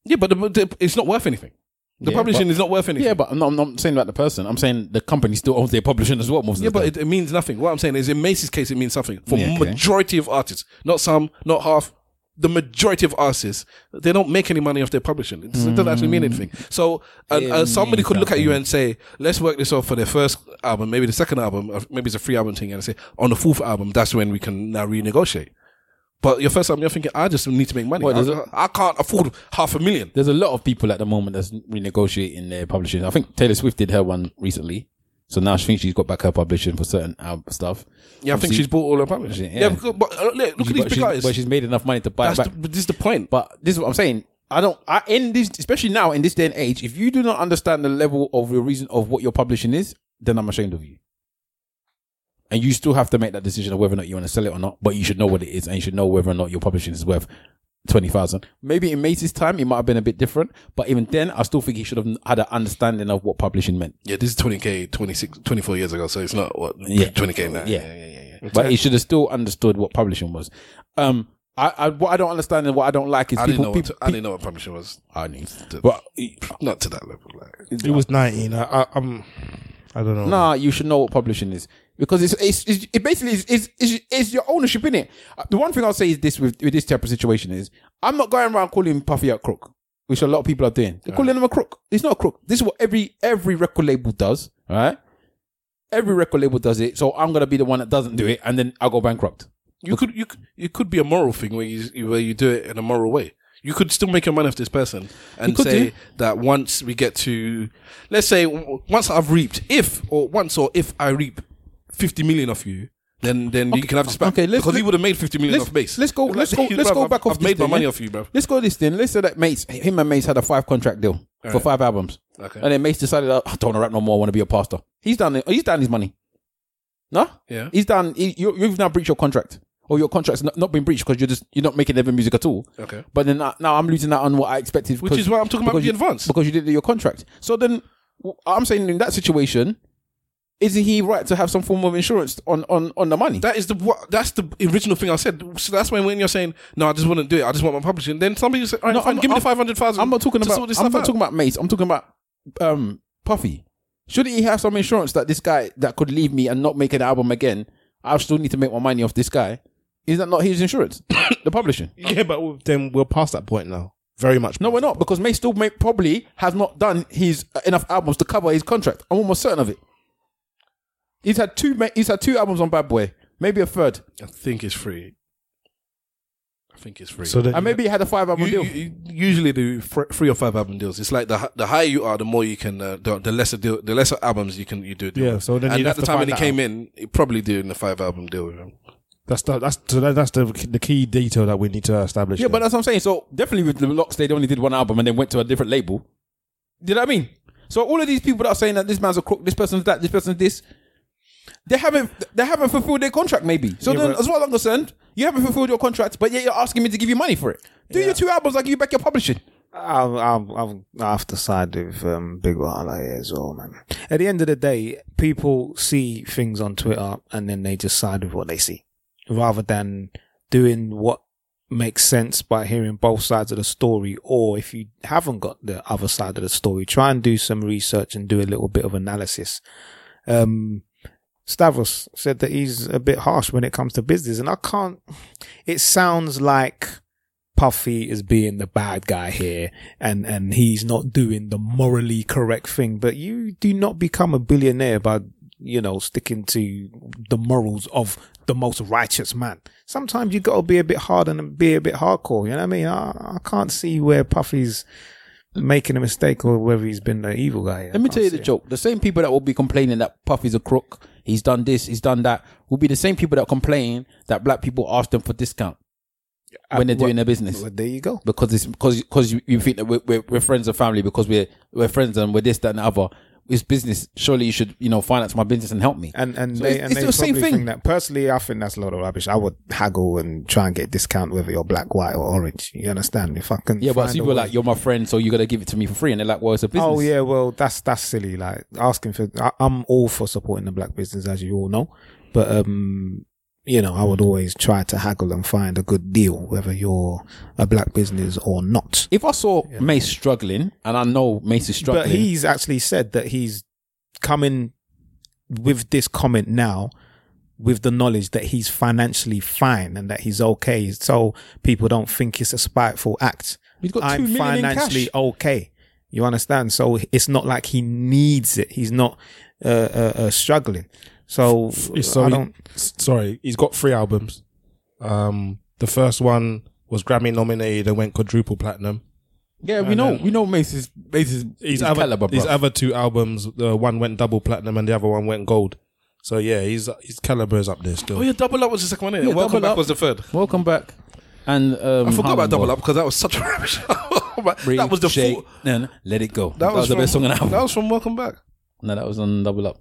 [SPEAKER 3] Yeah, but the, the, it's not worth anything. The
[SPEAKER 1] Yeah,
[SPEAKER 3] publishing
[SPEAKER 1] but-
[SPEAKER 3] is not worth anything.
[SPEAKER 1] Yeah, but I'm not, I'm not saying about the person. I'm saying the company still owns their publishing as well. Most of
[SPEAKER 3] Yeah,
[SPEAKER 1] the
[SPEAKER 3] but
[SPEAKER 1] time.
[SPEAKER 3] it, it means nothing. What I'm saying is, in Macy's case, it means something for
[SPEAKER 1] Yeah, okay.
[SPEAKER 3] majority of artists, not some, not half. The majority of artists, they don't make any money off their publishing. It doesn't,
[SPEAKER 1] Mm.
[SPEAKER 3] doesn't actually mean anything. So, and, uh, somebody could look at you and say, "Let's work this off for their first album, maybe the second album, or maybe it's a free album thing." And I say, "On the fourth album, that's when we can now renegotiate." But your first album, you're thinking, "I just need to make money.
[SPEAKER 1] Well, there's
[SPEAKER 3] I, I can't afford half a million.
[SPEAKER 1] there's a lot of people at the moment that's renegotiating their publishing. I think Taylor Swift did her one recently, so now she thinks she's got back her publishing for certain al- stuff.
[SPEAKER 3] Yeah, I think
[SPEAKER 1] Obviously-
[SPEAKER 3] she's bought all her publishing.
[SPEAKER 1] Yeah.
[SPEAKER 3] Yeah, because, but uh, look, look at these
[SPEAKER 1] but,
[SPEAKER 3] big
[SPEAKER 1] she's,
[SPEAKER 3] artists.
[SPEAKER 1] but she's made enough money to buy
[SPEAKER 3] that's
[SPEAKER 1] it back.
[SPEAKER 3] the, this is the point.
[SPEAKER 1] But this is what I'm saying. I don't. I in this, especially now in this day and age, if you do not understand the level of your reason of what your publishing is, then I'm ashamed of you. And you still have to make that decision of whether or not you want to sell it or not. But you should know what it is, and you should know whether or not your publishing is worth twenty thousand. Maybe in Macy's time, it might have been a bit different. But even then, I still think he should have had an understanding of what publishing meant.
[SPEAKER 3] Yeah, this is 20k, 26, 24 years ago, so it's not what
[SPEAKER 1] Yeah.
[SPEAKER 3] 20k now.
[SPEAKER 1] Yeah.
[SPEAKER 3] yeah, yeah, yeah.
[SPEAKER 1] But he should have still understood what publishing was. Um, I, I what I don't understand and what I don't like is
[SPEAKER 3] I didn't
[SPEAKER 1] people.
[SPEAKER 3] know. What,
[SPEAKER 1] people,
[SPEAKER 3] I didn't know what publishing was.
[SPEAKER 1] I need.
[SPEAKER 3] To,
[SPEAKER 1] But
[SPEAKER 3] not to that level. Like,
[SPEAKER 5] It was 19. I, I, I'm, I don't know.
[SPEAKER 1] Nah, you should know what publishing is because it's it's, it's it basically is is is it's your ownership in it. The one thing I'll say is this with, with this type of situation is I'm not going around calling Puffy a crook, which a lot of people are doing. They're calling him a crook. He's not a crook. This is what every every record label does, right? Every record label does it, so I'm gonna be the one that doesn't do it, and then I'll go bankrupt.
[SPEAKER 3] you could, you could, it could be a moral thing where you you- where you do it in a moral way. You could still make your money off this person and
[SPEAKER 1] could
[SPEAKER 3] say
[SPEAKER 1] do.
[SPEAKER 3] that once we get to, let's say w- once I've reaped, if or once or if I reap fifty million off you. Then, then you can have this back.
[SPEAKER 1] okay, let's-
[SPEAKER 3] because he would have made fifty million
[SPEAKER 1] Let's,
[SPEAKER 3] off base.
[SPEAKER 1] let's go.
[SPEAKER 3] Like,
[SPEAKER 1] Let's go.
[SPEAKER 3] bruv,
[SPEAKER 1] Let's go
[SPEAKER 3] I've-
[SPEAKER 1] back off.
[SPEAKER 3] I've
[SPEAKER 1] this
[SPEAKER 3] made my
[SPEAKER 1] thing,
[SPEAKER 3] money
[SPEAKER 1] yeah?
[SPEAKER 3] off you, bro.
[SPEAKER 1] Let's go this thing. Let's say that Mates, him and Mates had a five contract deal for five albums,
[SPEAKER 3] Okay.
[SPEAKER 1] and then Mates decided, "Oh, I don't want to rap no more. I want to be a pastor. He's done. it. He's done his money. No,
[SPEAKER 3] Yeah.
[SPEAKER 1] he's done. He, you, you've now breached your contract, or your contract's not, not been breached because you're just you're not making ever music at all.
[SPEAKER 3] Okay.
[SPEAKER 1] but then uh, now I'm losing out on what I expected,
[SPEAKER 3] Which
[SPEAKER 1] 'cause-
[SPEAKER 3] is why I'm talking about
[SPEAKER 1] because
[SPEAKER 3] the
[SPEAKER 1] you-
[SPEAKER 3] advance.
[SPEAKER 1] because you didn't do your contract. So then w- I'm saying in that situation, is he right to have some form of insurance on on on the money?
[SPEAKER 3] That is the what, that's the original thing I said. So that's when when you're saying no, I just want to do it. I just want my publishing. Then somebody said, all right,
[SPEAKER 1] No,
[SPEAKER 3] fine,
[SPEAKER 1] I'm-
[SPEAKER 3] give me
[SPEAKER 1] I'm-
[SPEAKER 3] the five hundred thousand.
[SPEAKER 1] I'm not talking about.
[SPEAKER 3] Sort this
[SPEAKER 1] I'm
[SPEAKER 3] stuff
[SPEAKER 1] not
[SPEAKER 3] out.
[SPEAKER 1] talking about mates. I'm talking about um Puffy. Shouldn't he have some insurance that this guy that could leave me and not make an album again? I still need to make my money off this guy. Is that not his insurance? the publishing?
[SPEAKER 5] Yeah, but then we're past that point now. Very much.
[SPEAKER 1] No, we're not because May still may, probably has not done his uh, enough albums to cover his contract. I'm almost certain of it. He's had two. ma- He's had two albums on Bad Boy, maybe a third,
[SPEAKER 3] I think it's free. I think it's free.
[SPEAKER 5] So then,
[SPEAKER 1] and maybe he had a five
[SPEAKER 3] you,
[SPEAKER 1] album
[SPEAKER 3] you,
[SPEAKER 1] deal.
[SPEAKER 3] you usually do fr- three or five album deals. It's like the hi- the higher you are, the more you can. Uh, the, the lesser deal, the lesser albums you can you do. a Deal
[SPEAKER 5] Yeah,
[SPEAKER 3] with.
[SPEAKER 5] so then
[SPEAKER 3] and
[SPEAKER 5] you'd
[SPEAKER 3] at
[SPEAKER 5] have
[SPEAKER 3] the
[SPEAKER 5] to
[SPEAKER 3] time when he
[SPEAKER 5] find that
[SPEAKER 3] came in, he probably doing the five album deal with him.
[SPEAKER 5] that's the, that's so that- that's the the key detail that we need to establish.
[SPEAKER 1] Yeah,
[SPEAKER 5] here.
[SPEAKER 1] but that's what I'm saying. So definitely with the locks, they only did one album and then went to a different label. Did I mean? So all of these people that are saying that this man's a crook, this person's that, this person's this, they haven't they haven't fulfilled their contract. Maybe. So then, as well as I'm concerned, you haven't fulfilled your contract, but yet you're asking me to give you money for it. Do your two albums, I give you back your publishing.
[SPEAKER 2] I'm, I'm, I'm, I have to side with um, Big Wala here as well, man. At the end of the day, people see things on Twitter and then they just side with what they see rather than doing what makes sense by hearing both sides of the story. Or if you haven't got the other side of the story, try and do some research and do a little bit of analysis. Um, Stavros said that he's a bit harsh when it comes to business, and I can't. It sounds like Puffy is being the bad guy here and, and he's not doing the morally correct thing. But you do not become a billionaire by you know, sticking to the morals of the most righteous man. Sometimes you got to be a bit hard and be a bit hardcore. You know what I mean? I, I can't see where Puffy's making a mistake or whether he's been the evil guy.
[SPEAKER 1] Let me tell you the joke. The same people that will be complaining that Puffy's a crook, he's done this, he's done that, will be the same people that complain that black people ask them for discount when they're doing their business.
[SPEAKER 2] Well, there you go.
[SPEAKER 1] because it's because because you, you think that we're, we're, we're friends and family because we're we're friends and we're this that and the other. It's business. Surely you should you know finance my business and help me.
[SPEAKER 2] And and
[SPEAKER 1] So
[SPEAKER 2] they
[SPEAKER 1] it's-
[SPEAKER 2] and
[SPEAKER 1] it's
[SPEAKER 2] they
[SPEAKER 1] the same
[SPEAKER 2] probably
[SPEAKER 1] thing.
[SPEAKER 2] think that personally, I think that's a lot of rubbish. I would haggle and try and get discount whether you're black, white, or orange. You understand? If I can,
[SPEAKER 1] yeah, but
[SPEAKER 2] find
[SPEAKER 1] some
[SPEAKER 2] a
[SPEAKER 1] people are
[SPEAKER 2] way-
[SPEAKER 1] like you're my friend, so you got to give it to me for free, and they're like, well, it's a business.
[SPEAKER 2] Oh yeah, well that's that's silly. Like asking for, I, I'm all for supporting the black business, as you all know. But um, you know, I would always try to haggle and find a good deal, whether you're a black business or not.
[SPEAKER 1] If I saw Mace struggling, and I know Mace is struggling,
[SPEAKER 2] But he's actually said that he's coming with this comment now with the knowledge that he's financially fine and that he's okay. So people don't think it's a spiteful act.
[SPEAKER 1] He's got
[SPEAKER 2] I'm
[SPEAKER 1] two million in
[SPEAKER 2] financially
[SPEAKER 1] cash.
[SPEAKER 2] okay. You understand? So it's not like he needs it. He's not uh, uh, uh, struggling. So,
[SPEAKER 5] So
[SPEAKER 2] I
[SPEAKER 5] he-
[SPEAKER 2] don't.
[SPEAKER 5] s- sorry, he's got three albums. Um, the first one was Grammy nominated and went quadruple platinum.
[SPEAKER 1] yeah, we know we know Mace is Mace is
[SPEAKER 5] His,
[SPEAKER 1] his
[SPEAKER 5] other,
[SPEAKER 1] caliber,
[SPEAKER 5] his
[SPEAKER 1] bruv.
[SPEAKER 5] other two albums, the one went double platinum and the other one went gold. So yeah, he's his caliber is up there still.
[SPEAKER 3] Oh yeah, double up was the second one. Yeah,
[SPEAKER 1] Yeah, Double
[SPEAKER 3] Welcome back
[SPEAKER 1] Up.
[SPEAKER 3] was the third.
[SPEAKER 1] Welcome back. And um,
[SPEAKER 3] I forgot about
[SPEAKER 1] Harlem
[SPEAKER 3] double
[SPEAKER 1] World.
[SPEAKER 3] up because that was such a rubbish. album. that was the
[SPEAKER 1] Shake,
[SPEAKER 3] full,
[SPEAKER 1] then let it go. That, was, the
[SPEAKER 3] from-
[SPEAKER 1] best song on the album.
[SPEAKER 3] That was from Welcome Back.
[SPEAKER 1] no, that was on Double Up.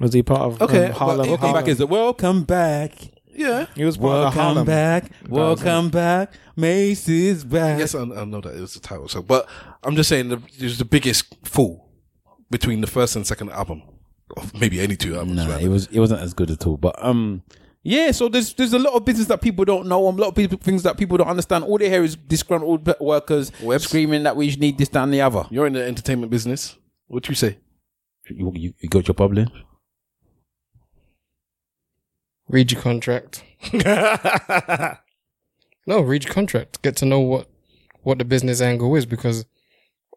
[SPEAKER 2] Was he part of
[SPEAKER 3] Okay,
[SPEAKER 2] um, Harlem?
[SPEAKER 3] but it-
[SPEAKER 1] Welcome
[SPEAKER 2] Harlem?
[SPEAKER 1] back is the welcome back.
[SPEAKER 3] Yeah.
[SPEAKER 2] He was part of the
[SPEAKER 1] Welcome
[SPEAKER 2] Harlem.
[SPEAKER 1] back. Welcome back. Mace is back.
[SPEAKER 3] Yes, I, I know that it was the title. So, but I'm just saying the, it was the biggest fall between the first and second album, or maybe any two albums.
[SPEAKER 1] Nah,
[SPEAKER 3] right?
[SPEAKER 1] it was it wasn't as good at all. But um, yeah. So there's there's a lot of business that people don't know. and A lot of people, things that people don't understand. All they hear is disgruntled b- workers
[SPEAKER 3] Webs.
[SPEAKER 1] screaming that we need this, that, and the other.
[SPEAKER 3] You're in the entertainment business. What do you say?
[SPEAKER 1] You, you, you got your bubbling.
[SPEAKER 4] Read your contract. no, read your contract. Get to know what what the business angle is because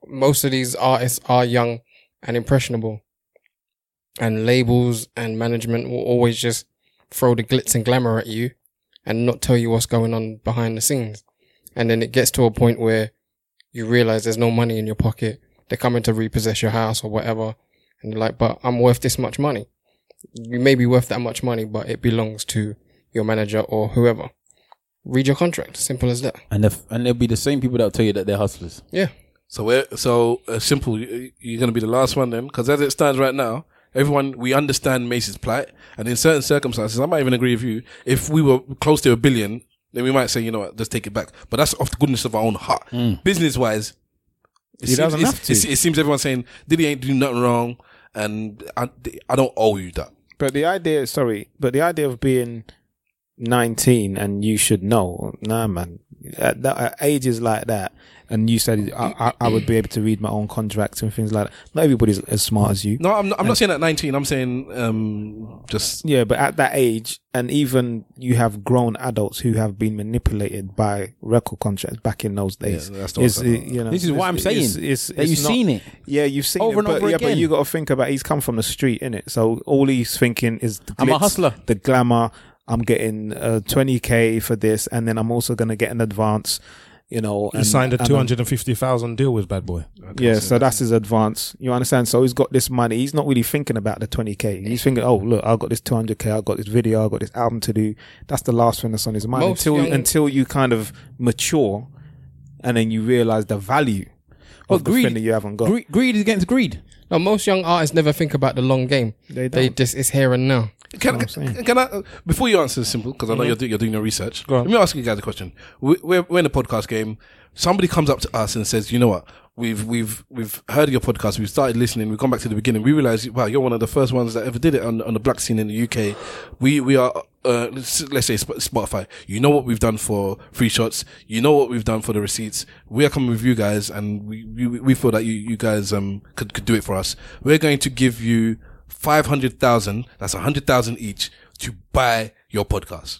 [SPEAKER 4] most of these artists are young and impressionable, and labels and management will always just throw the glitz and glamour at you and not tell you what's going on behind the scenes. And then it gets to a point where you realize there's no money in your pocket. They're coming to repossess your house or whatever, and you're like, "But I'm worth this much money." you may be worth that much money, but it belongs to your manager or whoever. Read your contract. Simple as that.
[SPEAKER 1] And if, and there'll be the same people that'll tell you that they're hustlers.
[SPEAKER 4] Yeah.
[SPEAKER 3] So, we're, so uh, simple. you- You're going to be the last one then, because as it stands right now, everyone we understand Mace's plight, and in certain circumstances, I might even agree with you. If we were close to a billion, then we might say, you know what, let's take it back. But that's off the goodness of our own heart, business wise. It, seems,
[SPEAKER 2] doesn't
[SPEAKER 3] it's-
[SPEAKER 2] have to.
[SPEAKER 3] it's- it seems everyone's saying Diddy ain't doing nothing wrong, and I, I don't owe you that.
[SPEAKER 2] But the idea, sorry, but the idea of being 19 and you should know, nah, man, at, that, at ages like that, and you said I, I, I would be able to read my own contracts and things like that. Not everybody's as smart as you.
[SPEAKER 3] No, I'm not, I'm not saying at 19. I'm saying um, just
[SPEAKER 2] Yeah, but at that age, and even you have grown adults who have been manipulated by record contracts back in those days.
[SPEAKER 3] Yeah, that's the
[SPEAKER 2] It's,
[SPEAKER 3] one I'm
[SPEAKER 2] it- you know,
[SPEAKER 1] This is
[SPEAKER 2] it's-
[SPEAKER 1] what I'm saying.
[SPEAKER 2] It's, it's,
[SPEAKER 1] That you've seen it.
[SPEAKER 2] Yeah, you've seen
[SPEAKER 1] Over
[SPEAKER 2] it,
[SPEAKER 1] and
[SPEAKER 2] but,
[SPEAKER 1] over
[SPEAKER 2] yeah, but
[SPEAKER 1] again.
[SPEAKER 2] you got to think about. He's come from the street, innit? So all he's thinking is, the
[SPEAKER 1] I'm a
[SPEAKER 2] glitz,
[SPEAKER 1] hustler.
[SPEAKER 2] the glamour. I'm getting uh, twenty k for this, and then I'm also gonna get an advance. You know,
[SPEAKER 5] he
[SPEAKER 2] and-
[SPEAKER 5] signed a
[SPEAKER 2] and um,
[SPEAKER 5] two
[SPEAKER 2] I'm-
[SPEAKER 5] hundred and fifty thousand deal with Bad Boy.
[SPEAKER 2] yeah, so that's his advance. You understand? So he's got this money. He's not really thinking about the 20k. He's thinking, oh, look, I've got this 200k. I've got this video. I've got this album to do. That's the last thing that's on his mind
[SPEAKER 4] Most
[SPEAKER 2] until
[SPEAKER 4] young-
[SPEAKER 2] until you kind of mature, and then you realize the value
[SPEAKER 1] Well,
[SPEAKER 2] of the
[SPEAKER 1] greed-
[SPEAKER 2] thing that you haven't got.
[SPEAKER 1] Greed, greed is against greed.
[SPEAKER 4] Now, most young artists never think about the long game.
[SPEAKER 2] They
[SPEAKER 4] They
[SPEAKER 2] don't.
[SPEAKER 4] just, it's here and now.
[SPEAKER 3] Can,
[SPEAKER 2] That's what I'm Mm-hmm.
[SPEAKER 3] can, can I, uh, before you answer simple, because I know you're, do, you're doing your research, let me ask you guys a question. We, we're, we're in a podcast game. Somebody comes up to us and says, you know what? We've, we've, we've heard your podcast. We've started listening. We've gone back to the beginning. We realize, wow, you're one of the first ones that ever did it on, on the black scene in the UK. We, we are, uh, let's, let's say Sp- Spotify. You know what we've done for free shots. You know what we've done for the receipts. We are coming with you guys and we, we, we feel that you, you guys, um, could, could do it for us. We're going to give you, five hundred thousand, that's a hundred thousand each to buy your podcast.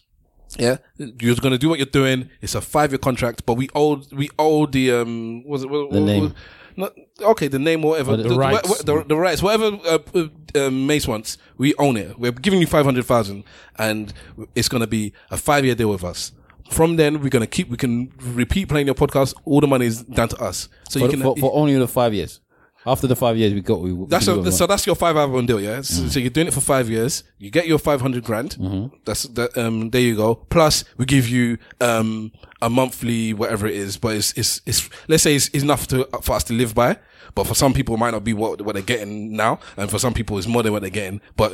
[SPEAKER 3] Yeah, you're gonna do what you're doing. It's a five year contract, but we owe we owe the um was it what,
[SPEAKER 1] The
[SPEAKER 3] what-
[SPEAKER 1] name.
[SPEAKER 3] No, okay, the name, whatever.
[SPEAKER 1] Or the rights.
[SPEAKER 3] wha- the, the rights, whatever uh, uh, uh, Mace wants, we own it. We're giving you 500,000 and it's going to be a five year deal with us. From then, we're going to keep, we can repeat playing your podcast. All the money is down to us. So you
[SPEAKER 1] for,
[SPEAKER 3] can,
[SPEAKER 1] for, for only the five years. After the five years, we got we.
[SPEAKER 3] that's
[SPEAKER 1] we
[SPEAKER 3] a, so that's your five album deal, yeah. So, so you're doing it for five years. You get your five hundred grand. That's that. Um, there you go. Plus, we give you um a monthly whatever it is, but it's it's, it's let's say it's enough to for us to live by. But for some people, it might not be what what they're getting now, and for some people, it's more than what they're getting. But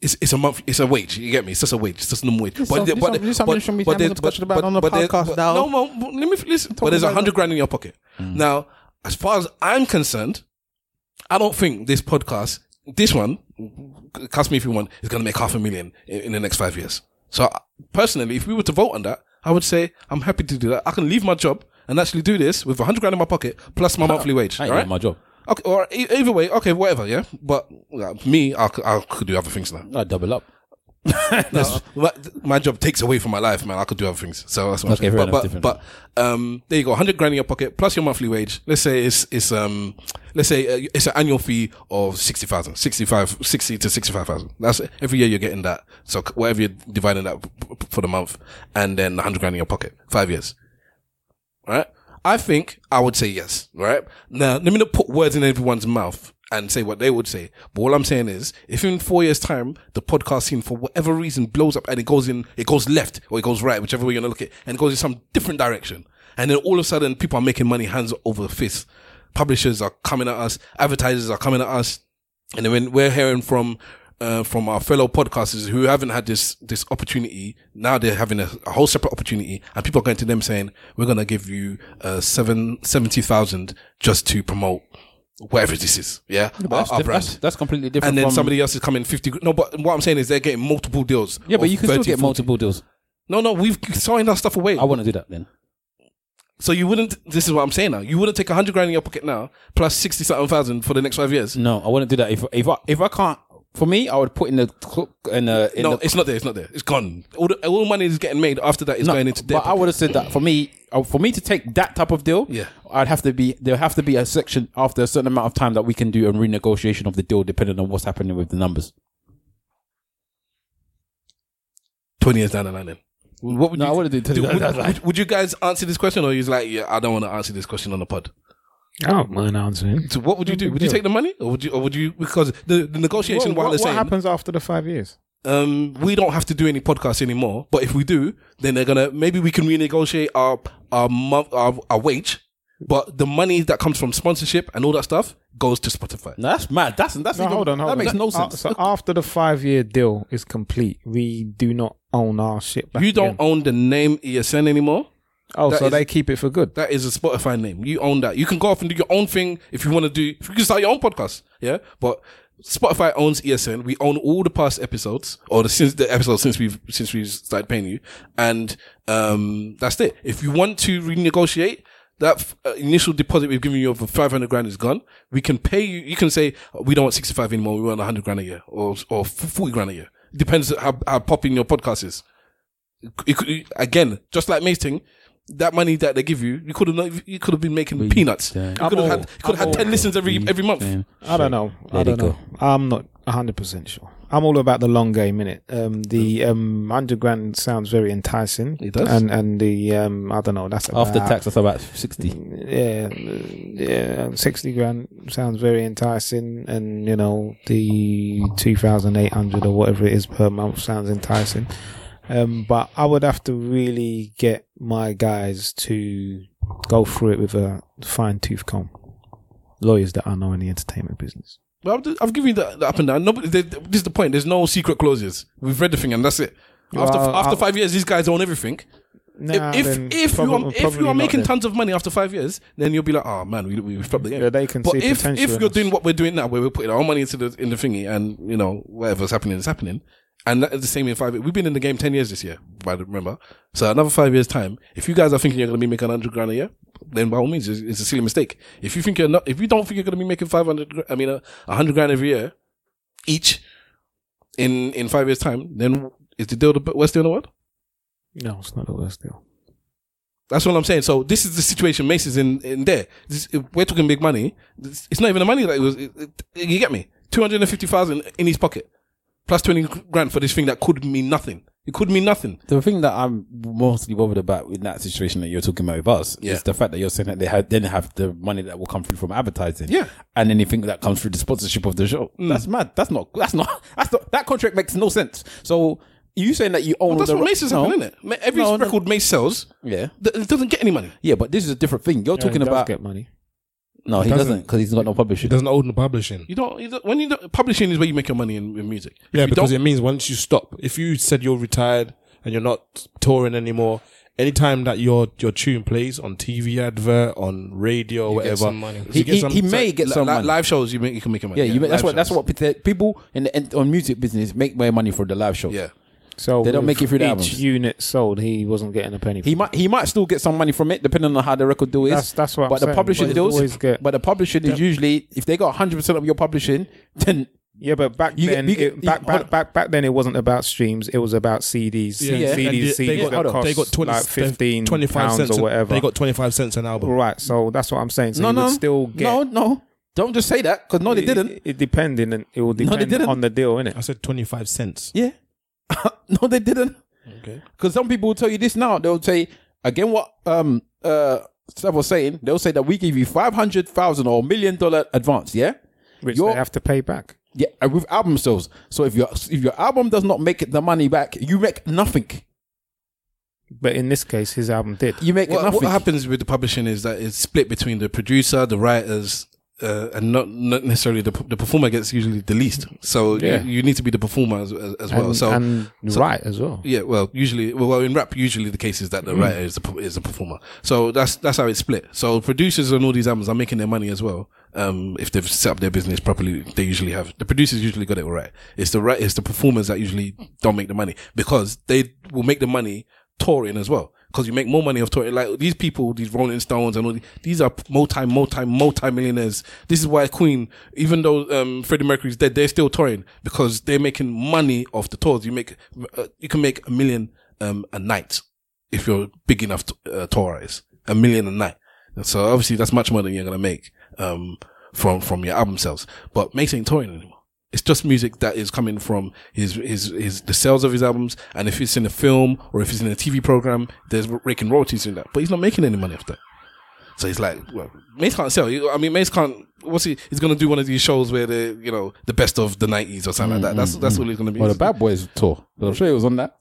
[SPEAKER 3] it's it's a month. It's a wage. You get me? It's just a wage. It's just a normal wage.
[SPEAKER 1] some- this some- this something should be having a discussion about on the
[SPEAKER 3] there-
[SPEAKER 1] podcast
[SPEAKER 3] but-
[SPEAKER 1] now.
[SPEAKER 3] No, no, but let me f- listen. But there's a hundred grand in your pocket
[SPEAKER 1] Mm.
[SPEAKER 3] now. As far as I'm concerned, I don't think this podcast, this one, cast me if you want, is going to make half a million in, in the next five years. So I- personally, if we were to vote on that, I would say I'm happy to do that. I can leave my job and actually do this with a hundred grand in my pocket plus my monthly wage.
[SPEAKER 1] I
[SPEAKER 3] All
[SPEAKER 1] ain't
[SPEAKER 3] right.
[SPEAKER 1] my job.
[SPEAKER 3] Okay, or e- either way, okay, whatever, yeah. But uh, me, I, c- I could do other things now.
[SPEAKER 1] I double up.
[SPEAKER 3] That's- my, my job takes away from my life, man. I could do other things. So that's what
[SPEAKER 1] Okay,
[SPEAKER 3] I'm
[SPEAKER 1] fair
[SPEAKER 3] saying.
[SPEAKER 1] enough,
[SPEAKER 3] But,
[SPEAKER 1] different.
[SPEAKER 3] but, but um, there you go, hundred grand in your pocket plus your monthly wage. Let's say it's it's um, let's say uh, it's an annual fee of 60,000, 65, 60 to sixty five thousand. That's it. every year you're getting that. So c- whatever you're dividing that p- p- for the month, and then hundred grand in your pocket, five years, right? I think I would say yes, right? Now let me not put words in everyone's mouth. And say what they would say, but all I'm saying is, if in four years' time the podcast scene, for whatever reason, blows up and it goes in, it goes left or it goes right, whichever way you want to look at, it, and it goes in some different direction, and then all of a sudden, people are making money hands over fist. Publishers are coming at us. Advertisers are coming at us. And then when we're hearing from, uh, from our fellow podcasters who haven't had this, this opportunity, now they're having a, a whole separate opportunity and people are going to them saying, we're going to give you, uh, seven, 70,000 just to promote whatever this is. Yeah. Our-
[SPEAKER 1] That's,
[SPEAKER 3] our
[SPEAKER 1] diff-
[SPEAKER 3] brand.
[SPEAKER 1] that's, that's completely different.
[SPEAKER 3] and then
[SPEAKER 1] from-
[SPEAKER 3] somebody else is coming 50. gr- No, but what I'm saying is they're getting multiple deals.
[SPEAKER 1] Yeah, but
[SPEAKER 3] of
[SPEAKER 1] you can still
[SPEAKER 3] 30,
[SPEAKER 1] get
[SPEAKER 3] 40.
[SPEAKER 1] multiple deals.
[SPEAKER 3] No, no, we've signed our stuff away.
[SPEAKER 1] I want to do that then.
[SPEAKER 3] So you wouldn't. This is what I'm saying now. You wouldn't take a hundred grand in your pocket now, plus sixty something thousand for the next five years.
[SPEAKER 1] No, I wouldn't do that. If if I if I can't, for me, I would put in the cl- in the in
[SPEAKER 3] no,
[SPEAKER 1] the,
[SPEAKER 3] it's not there. It's not there. It's gone. All, the, all money is getting made after that is going into debt.
[SPEAKER 1] But I would have said that for me, uh, for me to take that type of deal,
[SPEAKER 3] Yeah.
[SPEAKER 1] I'd have to be there. Have to be a section after a certain amount of time that we can do a renegotiation of the deal, depending on what's happening with the numbers.
[SPEAKER 3] Twenty years down the line, then. What would
[SPEAKER 1] No,
[SPEAKER 3] you
[SPEAKER 1] I wouldn't do
[SPEAKER 3] do-
[SPEAKER 1] 20
[SPEAKER 3] would, would- would you guys answer this question, or you like, yeah, I don't want to answer this question on the pod?
[SPEAKER 2] Oh, my announcement.
[SPEAKER 3] So what would you do? Would you take the money, or would you, or would you? Because the, the negotiation
[SPEAKER 2] what,
[SPEAKER 3] while they're
[SPEAKER 2] what
[SPEAKER 3] saying,
[SPEAKER 2] happens after the five years?
[SPEAKER 3] um, we don't have to do any podcasts anymore. But if we do, then they're gonna maybe we can renegotiate our our month our, our wage. But the money that comes from sponsorship and all that stuff goes to Spotify.
[SPEAKER 1] No, that's mad. That's that's
[SPEAKER 2] No,
[SPEAKER 1] even,
[SPEAKER 2] hold on, hold
[SPEAKER 1] that
[SPEAKER 2] on.
[SPEAKER 1] makes no
[SPEAKER 2] Uh,
[SPEAKER 1] sense.
[SPEAKER 2] so after the five-year deal is complete, we do not own our shit back.
[SPEAKER 3] You don't
[SPEAKER 2] again.
[SPEAKER 3] own the name ESN anymore.
[SPEAKER 2] Oh,
[SPEAKER 3] that
[SPEAKER 2] so
[SPEAKER 3] is-
[SPEAKER 2] they keep it for good.
[SPEAKER 3] That is a Spotify name. You own that. You can go off and do your own thing if you want to do. If you can start your own podcast, yeah. But Spotify owns ESN. We own all the past episodes or the since the episodes since we've since we started paying you, and um, that's it. If you want to renegotiate. That f- uh, initial deposit we've given you of 500 grand is gone. We can pay you. You can say, "Oh, we don't want 65 anymore. We want 100 grand a year or, or 40 grand a year. Depends how, how popping your podcast is it could, it- again, just like mating, that money that they give you, you could have not, you could have been making peanuts. You could have had, you could have had ten listens every every month.
[SPEAKER 2] I don't know. I
[SPEAKER 1] Let it
[SPEAKER 2] don't know. I'm not 100 percent sure. I'm all about the long game, innit? Um, the um, hundred grand sounds very enticing. It
[SPEAKER 3] does.
[SPEAKER 2] And and the um, I don't know. That's
[SPEAKER 1] After
[SPEAKER 2] about-
[SPEAKER 1] tax, that's about sixty.
[SPEAKER 2] yeah, yeah, sixty grand sounds very enticing, and you know the two thousand eight hundred or whatever it is per month sounds enticing. Um, but I would have to really get my guys to go through it with a fine tooth comb. Lawyers that I know in the entertainment business.
[SPEAKER 3] Well, I've, I've given you the, the up and down. Nobody, they, this is the point. There's no secret clauses. We've read the thing, and that's it. After
[SPEAKER 2] Well,
[SPEAKER 3] after
[SPEAKER 2] I'll-
[SPEAKER 3] five years, these guys own everything.
[SPEAKER 2] Nah,
[SPEAKER 3] if
[SPEAKER 2] then
[SPEAKER 3] if, if
[SPEAKER 2] probably-
[SPEAKER 3] you are if
[SPEAKER 2] probably
[SPEAKER 3] you are
[SPEAKER 2] not
[SPEAKER 3] making
[SPEAKER 2] then.
[SPEAKER 3] tons of money after five years, then you'll be like, oh man, we we we flopped the game.
[SPEAKER 2] Yeah, they can
[SPEAKER 3] but
[SPEAKER 2] see
[SPEAKER 3] if
[SPEAKER 2] potential
[SPEAKER 3] if
[SPEAKER 2] in
[SPEAKER 3] you're
[SPEAKER 2] us.
[SPEAKER 3] doing what we're doing now, where we're putting our own money into the in the thingy, and you know whatever's happening is happening, and that is the same in five. We've been in the game ten years this year, by the remember. So another five years time. If you guys are thinking you're going to be making hundred grand a year, then by all means, it's, it's a silly mistake. If you think you're not, if you don't think you're going to be making five hundred, I mean, uh, hundred grand every year each in in five years time, then is the deal the best deal in the world?
[SPEAKER 2] no, it's not the worst deal.
[SPEAKER 3] That's what I'm saying. So this is the situation Mace is in, in there. This, if we're talking big money. This, it's not even the money that it was. It, it, you get me? Two hundred and fifty thousand in his pocket, plus twenty grand for this thing that could mean nothing. It could mean nothing.
[SPEAKER 1] The thing that I'm mostly bothered about in that situation that you're talking about with us
[SPEAKER 3] Yeah.
[SPEAKER 1] is the fact that you're saying that they have, then have the money that will come through from advertising,
[SPEAKER 3] Yeah. Mm.
[SPEAKER 1] and anything that comes through the sponsorship of the show. That's mad. That's not. That's not. That's not, that contract makes no sense. So you saying that you own
[SPEAKER 3] That's
[SPEAKER 1] the
[SPEAKER 3] what
[SPEAKER 1] ri-
[SPEAKER 3] Mace is
[SPEAKER 1] No.
[SPEAKER 3] having, isn't it? Every
[SPEAKER 1] No, no.
[SPEAKER 3] record Mace sells,
[SPEAKER 1] Yeah,
[SPEAKER 3] th- it doesn't get any money.
[SPEAKER 1] yeah, but this is a different thing. You're talking
[SPEAKER 2] he does
[SPEAKER 1] about
[SPEAKER 2] get money.
[SPEAKER 1] no, he
[SPEAKER 5] doesn't.
[SPEAKER 1] doesn't because he's got no publishing.
[SPEAKER 5] It doesn't own the publishing.
[SPEAKER 3] You don't, you don't when you don't, publishing is where you make your money in, in music. If
[SPEAKER 5] Yeah,
[SPEAKER 3] you
[SPEAKER 5] because
[SPEAKER 3] don't-
[SPEAKER 5] it means once you stop, if you said you're retired and you're not touring anymore, anytime that your your tune plays on TV advert, on radio,
[SPEAKER 4] You get
[SPEAKER 5] whatever,
[SPEAKER 4] some money.
[SPEAKER 5] you
[SPEAKER 1] he,
[SPEAKER 5] get
[SPEAKER 1] he,
[SPEAKER 5] some-
[SPEAKER 1] he may get
[SPEAKER 3] li-
[SPEAKER 1] some
[SPEAKER 3] li-
[SPEAKER 1] money.
[SPEAKER 3] live shows, you, make, you can make your money.
[SPEAKER 1] yeah, you may, that's
[SPEAKER 3] live
[SPEAKER 1] what
[SPEAKER 3] shows.
[SPEAKER 1] that's what pete- people in the in, on music business make their money for the live show.
[SPEAKER 3] Yeah.
[SPEAKER 2] So
[SPEAKER 1] They don't
[SPEAKER 2] with
[SPEAKER 1] make it through the
[SPEAKER 2] each
[SPEAKER 1] albums.
[SPEAKER 2] unit sold. He wasn't getting a penny.
[SPEAKER 1] He might he might still get some money from it depending on how the record deal is.
[SPEAKER 2] That's- that's what I'm
[SPEAKER 1] But the
[SPEAKER 2] saying,
[SPEAKER 1] publishing
[SPEAKER 2] but you
[SPEAKER 1] deals,
[SPEAKER 2] always get-
[SPEAKER 1] but the publishing is usually if they got 100 percent of your publishing, then
[SPEAKER 2] yeah, but back
[SPEAKER 1] You get-
[SPEAKER 2] then,
[SPEAKER 1] you get-
[SPEAKER 2] it, back,
[SPEAKER 1] you- hold
[SPEAKER 2] back,
[SPEAKER 1] on.
[SPEAKER 2] back back then, it wasn't about streams. It was about CDs.
[SPEAKER 5] Yeah,
[SPEAKER 1] yeah.
[SPEAKER 5] and
[SPEAKER 2] CDs,
[SPEAKER 5] they, they
[SPEAKER 2] CDs
[SPEAKER 5] got,
[SPEAKER 2] that cost
[SPEAKER 5] they got 20,
[SPEAKER 2] like fifteen
[SPEAKER 5] 25
[SPEAKER 2] pounds
[SPEAKER 5] cents
[SPEAKER 2] or
[SPEAKER 5] an-
[SPEAKER 2] whatever.
[SPEAKER 5] They got twenty five cents an album.
[SPEAKER 2] right. So that's what I'm saying. So
[SPEAKER 1] no
[SPEAKER 2] you
[SPEAKER 1] no
[SPEAKER 2] would still get.
[SPEAKER 1] no no don't just say that because no they
[SPEAKER 2] It,
[SPEAKER 1] didn't
[SPEAKER 2] it depended, and it will depend
[SPEAKER 1] didn't.
[SPEAKER 2] on the deal, innit?
[SPEAKER 5] I said twenty five cents.
[SPEAKER 1] yeah no they didn't
[SPEAKER 5] Okay.
[SPEAKER 1] because some people will tell you this now they'll say again what um uh Steph was saying they'll say that we give you 500,000 or million dollar advance yeah
[SPEAKER 2] Which
[SPEAKER 1] Your-
[SPEAKER 2] they have to pay back.
[SPEAKER 1] yeah and with album sales so if your if your album does not make the money back you make nothing
[SPEAKER 2] But in this case, his album did.
[SPEAKER 1] you make
[SPEAKER 3] What,
[SPEAKER 1] nothing
[SPEAKER 3] what happens with the publishing is that it's split between the producer, the writers, uh, and not not necessarily the the performer gets usually the least. So
[SPEAKER 2] Yeah.
[SPEAKER 3] you, you need to be the performer as, as, as well.
[SPEAKER 2] and,
[SPEAKER 3] so
[SPEAKER 2] and
[SPEAKER 3] so-
[SPEAKER 2] right as well.
[SPEAKER 3] yeah, well, usually, well, well, in rap, usually the case is that the writer is the p- is the performer. So that's that's how it's split. So producers on all these albums are making their money as well. Um, if they've set up their business properly, they usually have the producers usually got it all right. It's the right, it's the performers that usually don't make the money because they will make the money touring as well. Because you make more money off touring. Like these people, these Rolling Stones and all these, these are multi, multi, multi millionaires. This is why Queen, even though um, Freddie Mercury's dead, they're still touring because they're making money off the tours. You make, uh, you can make a million um, a night if you're big enough to, uh, tour is a million a night. So obviously that's much more than you're gonna make um, from from your album sales. But Mace ain't touring anymore. It's just music that is coming from his his his the sales of his albums, and if it's in a film or if it's in a TV program, there's raking royalties in that. But he's not making any money off that. So he's like, well, Mace can't sell. You- I mean, Mace can't. What's he? He's gonna do one of these shows where the you know the best of the '90s or something like that. That's that's all he's gonna be.
[SPEAKER 1] Well, the Bad Boys tour. But I'm sure he was on that.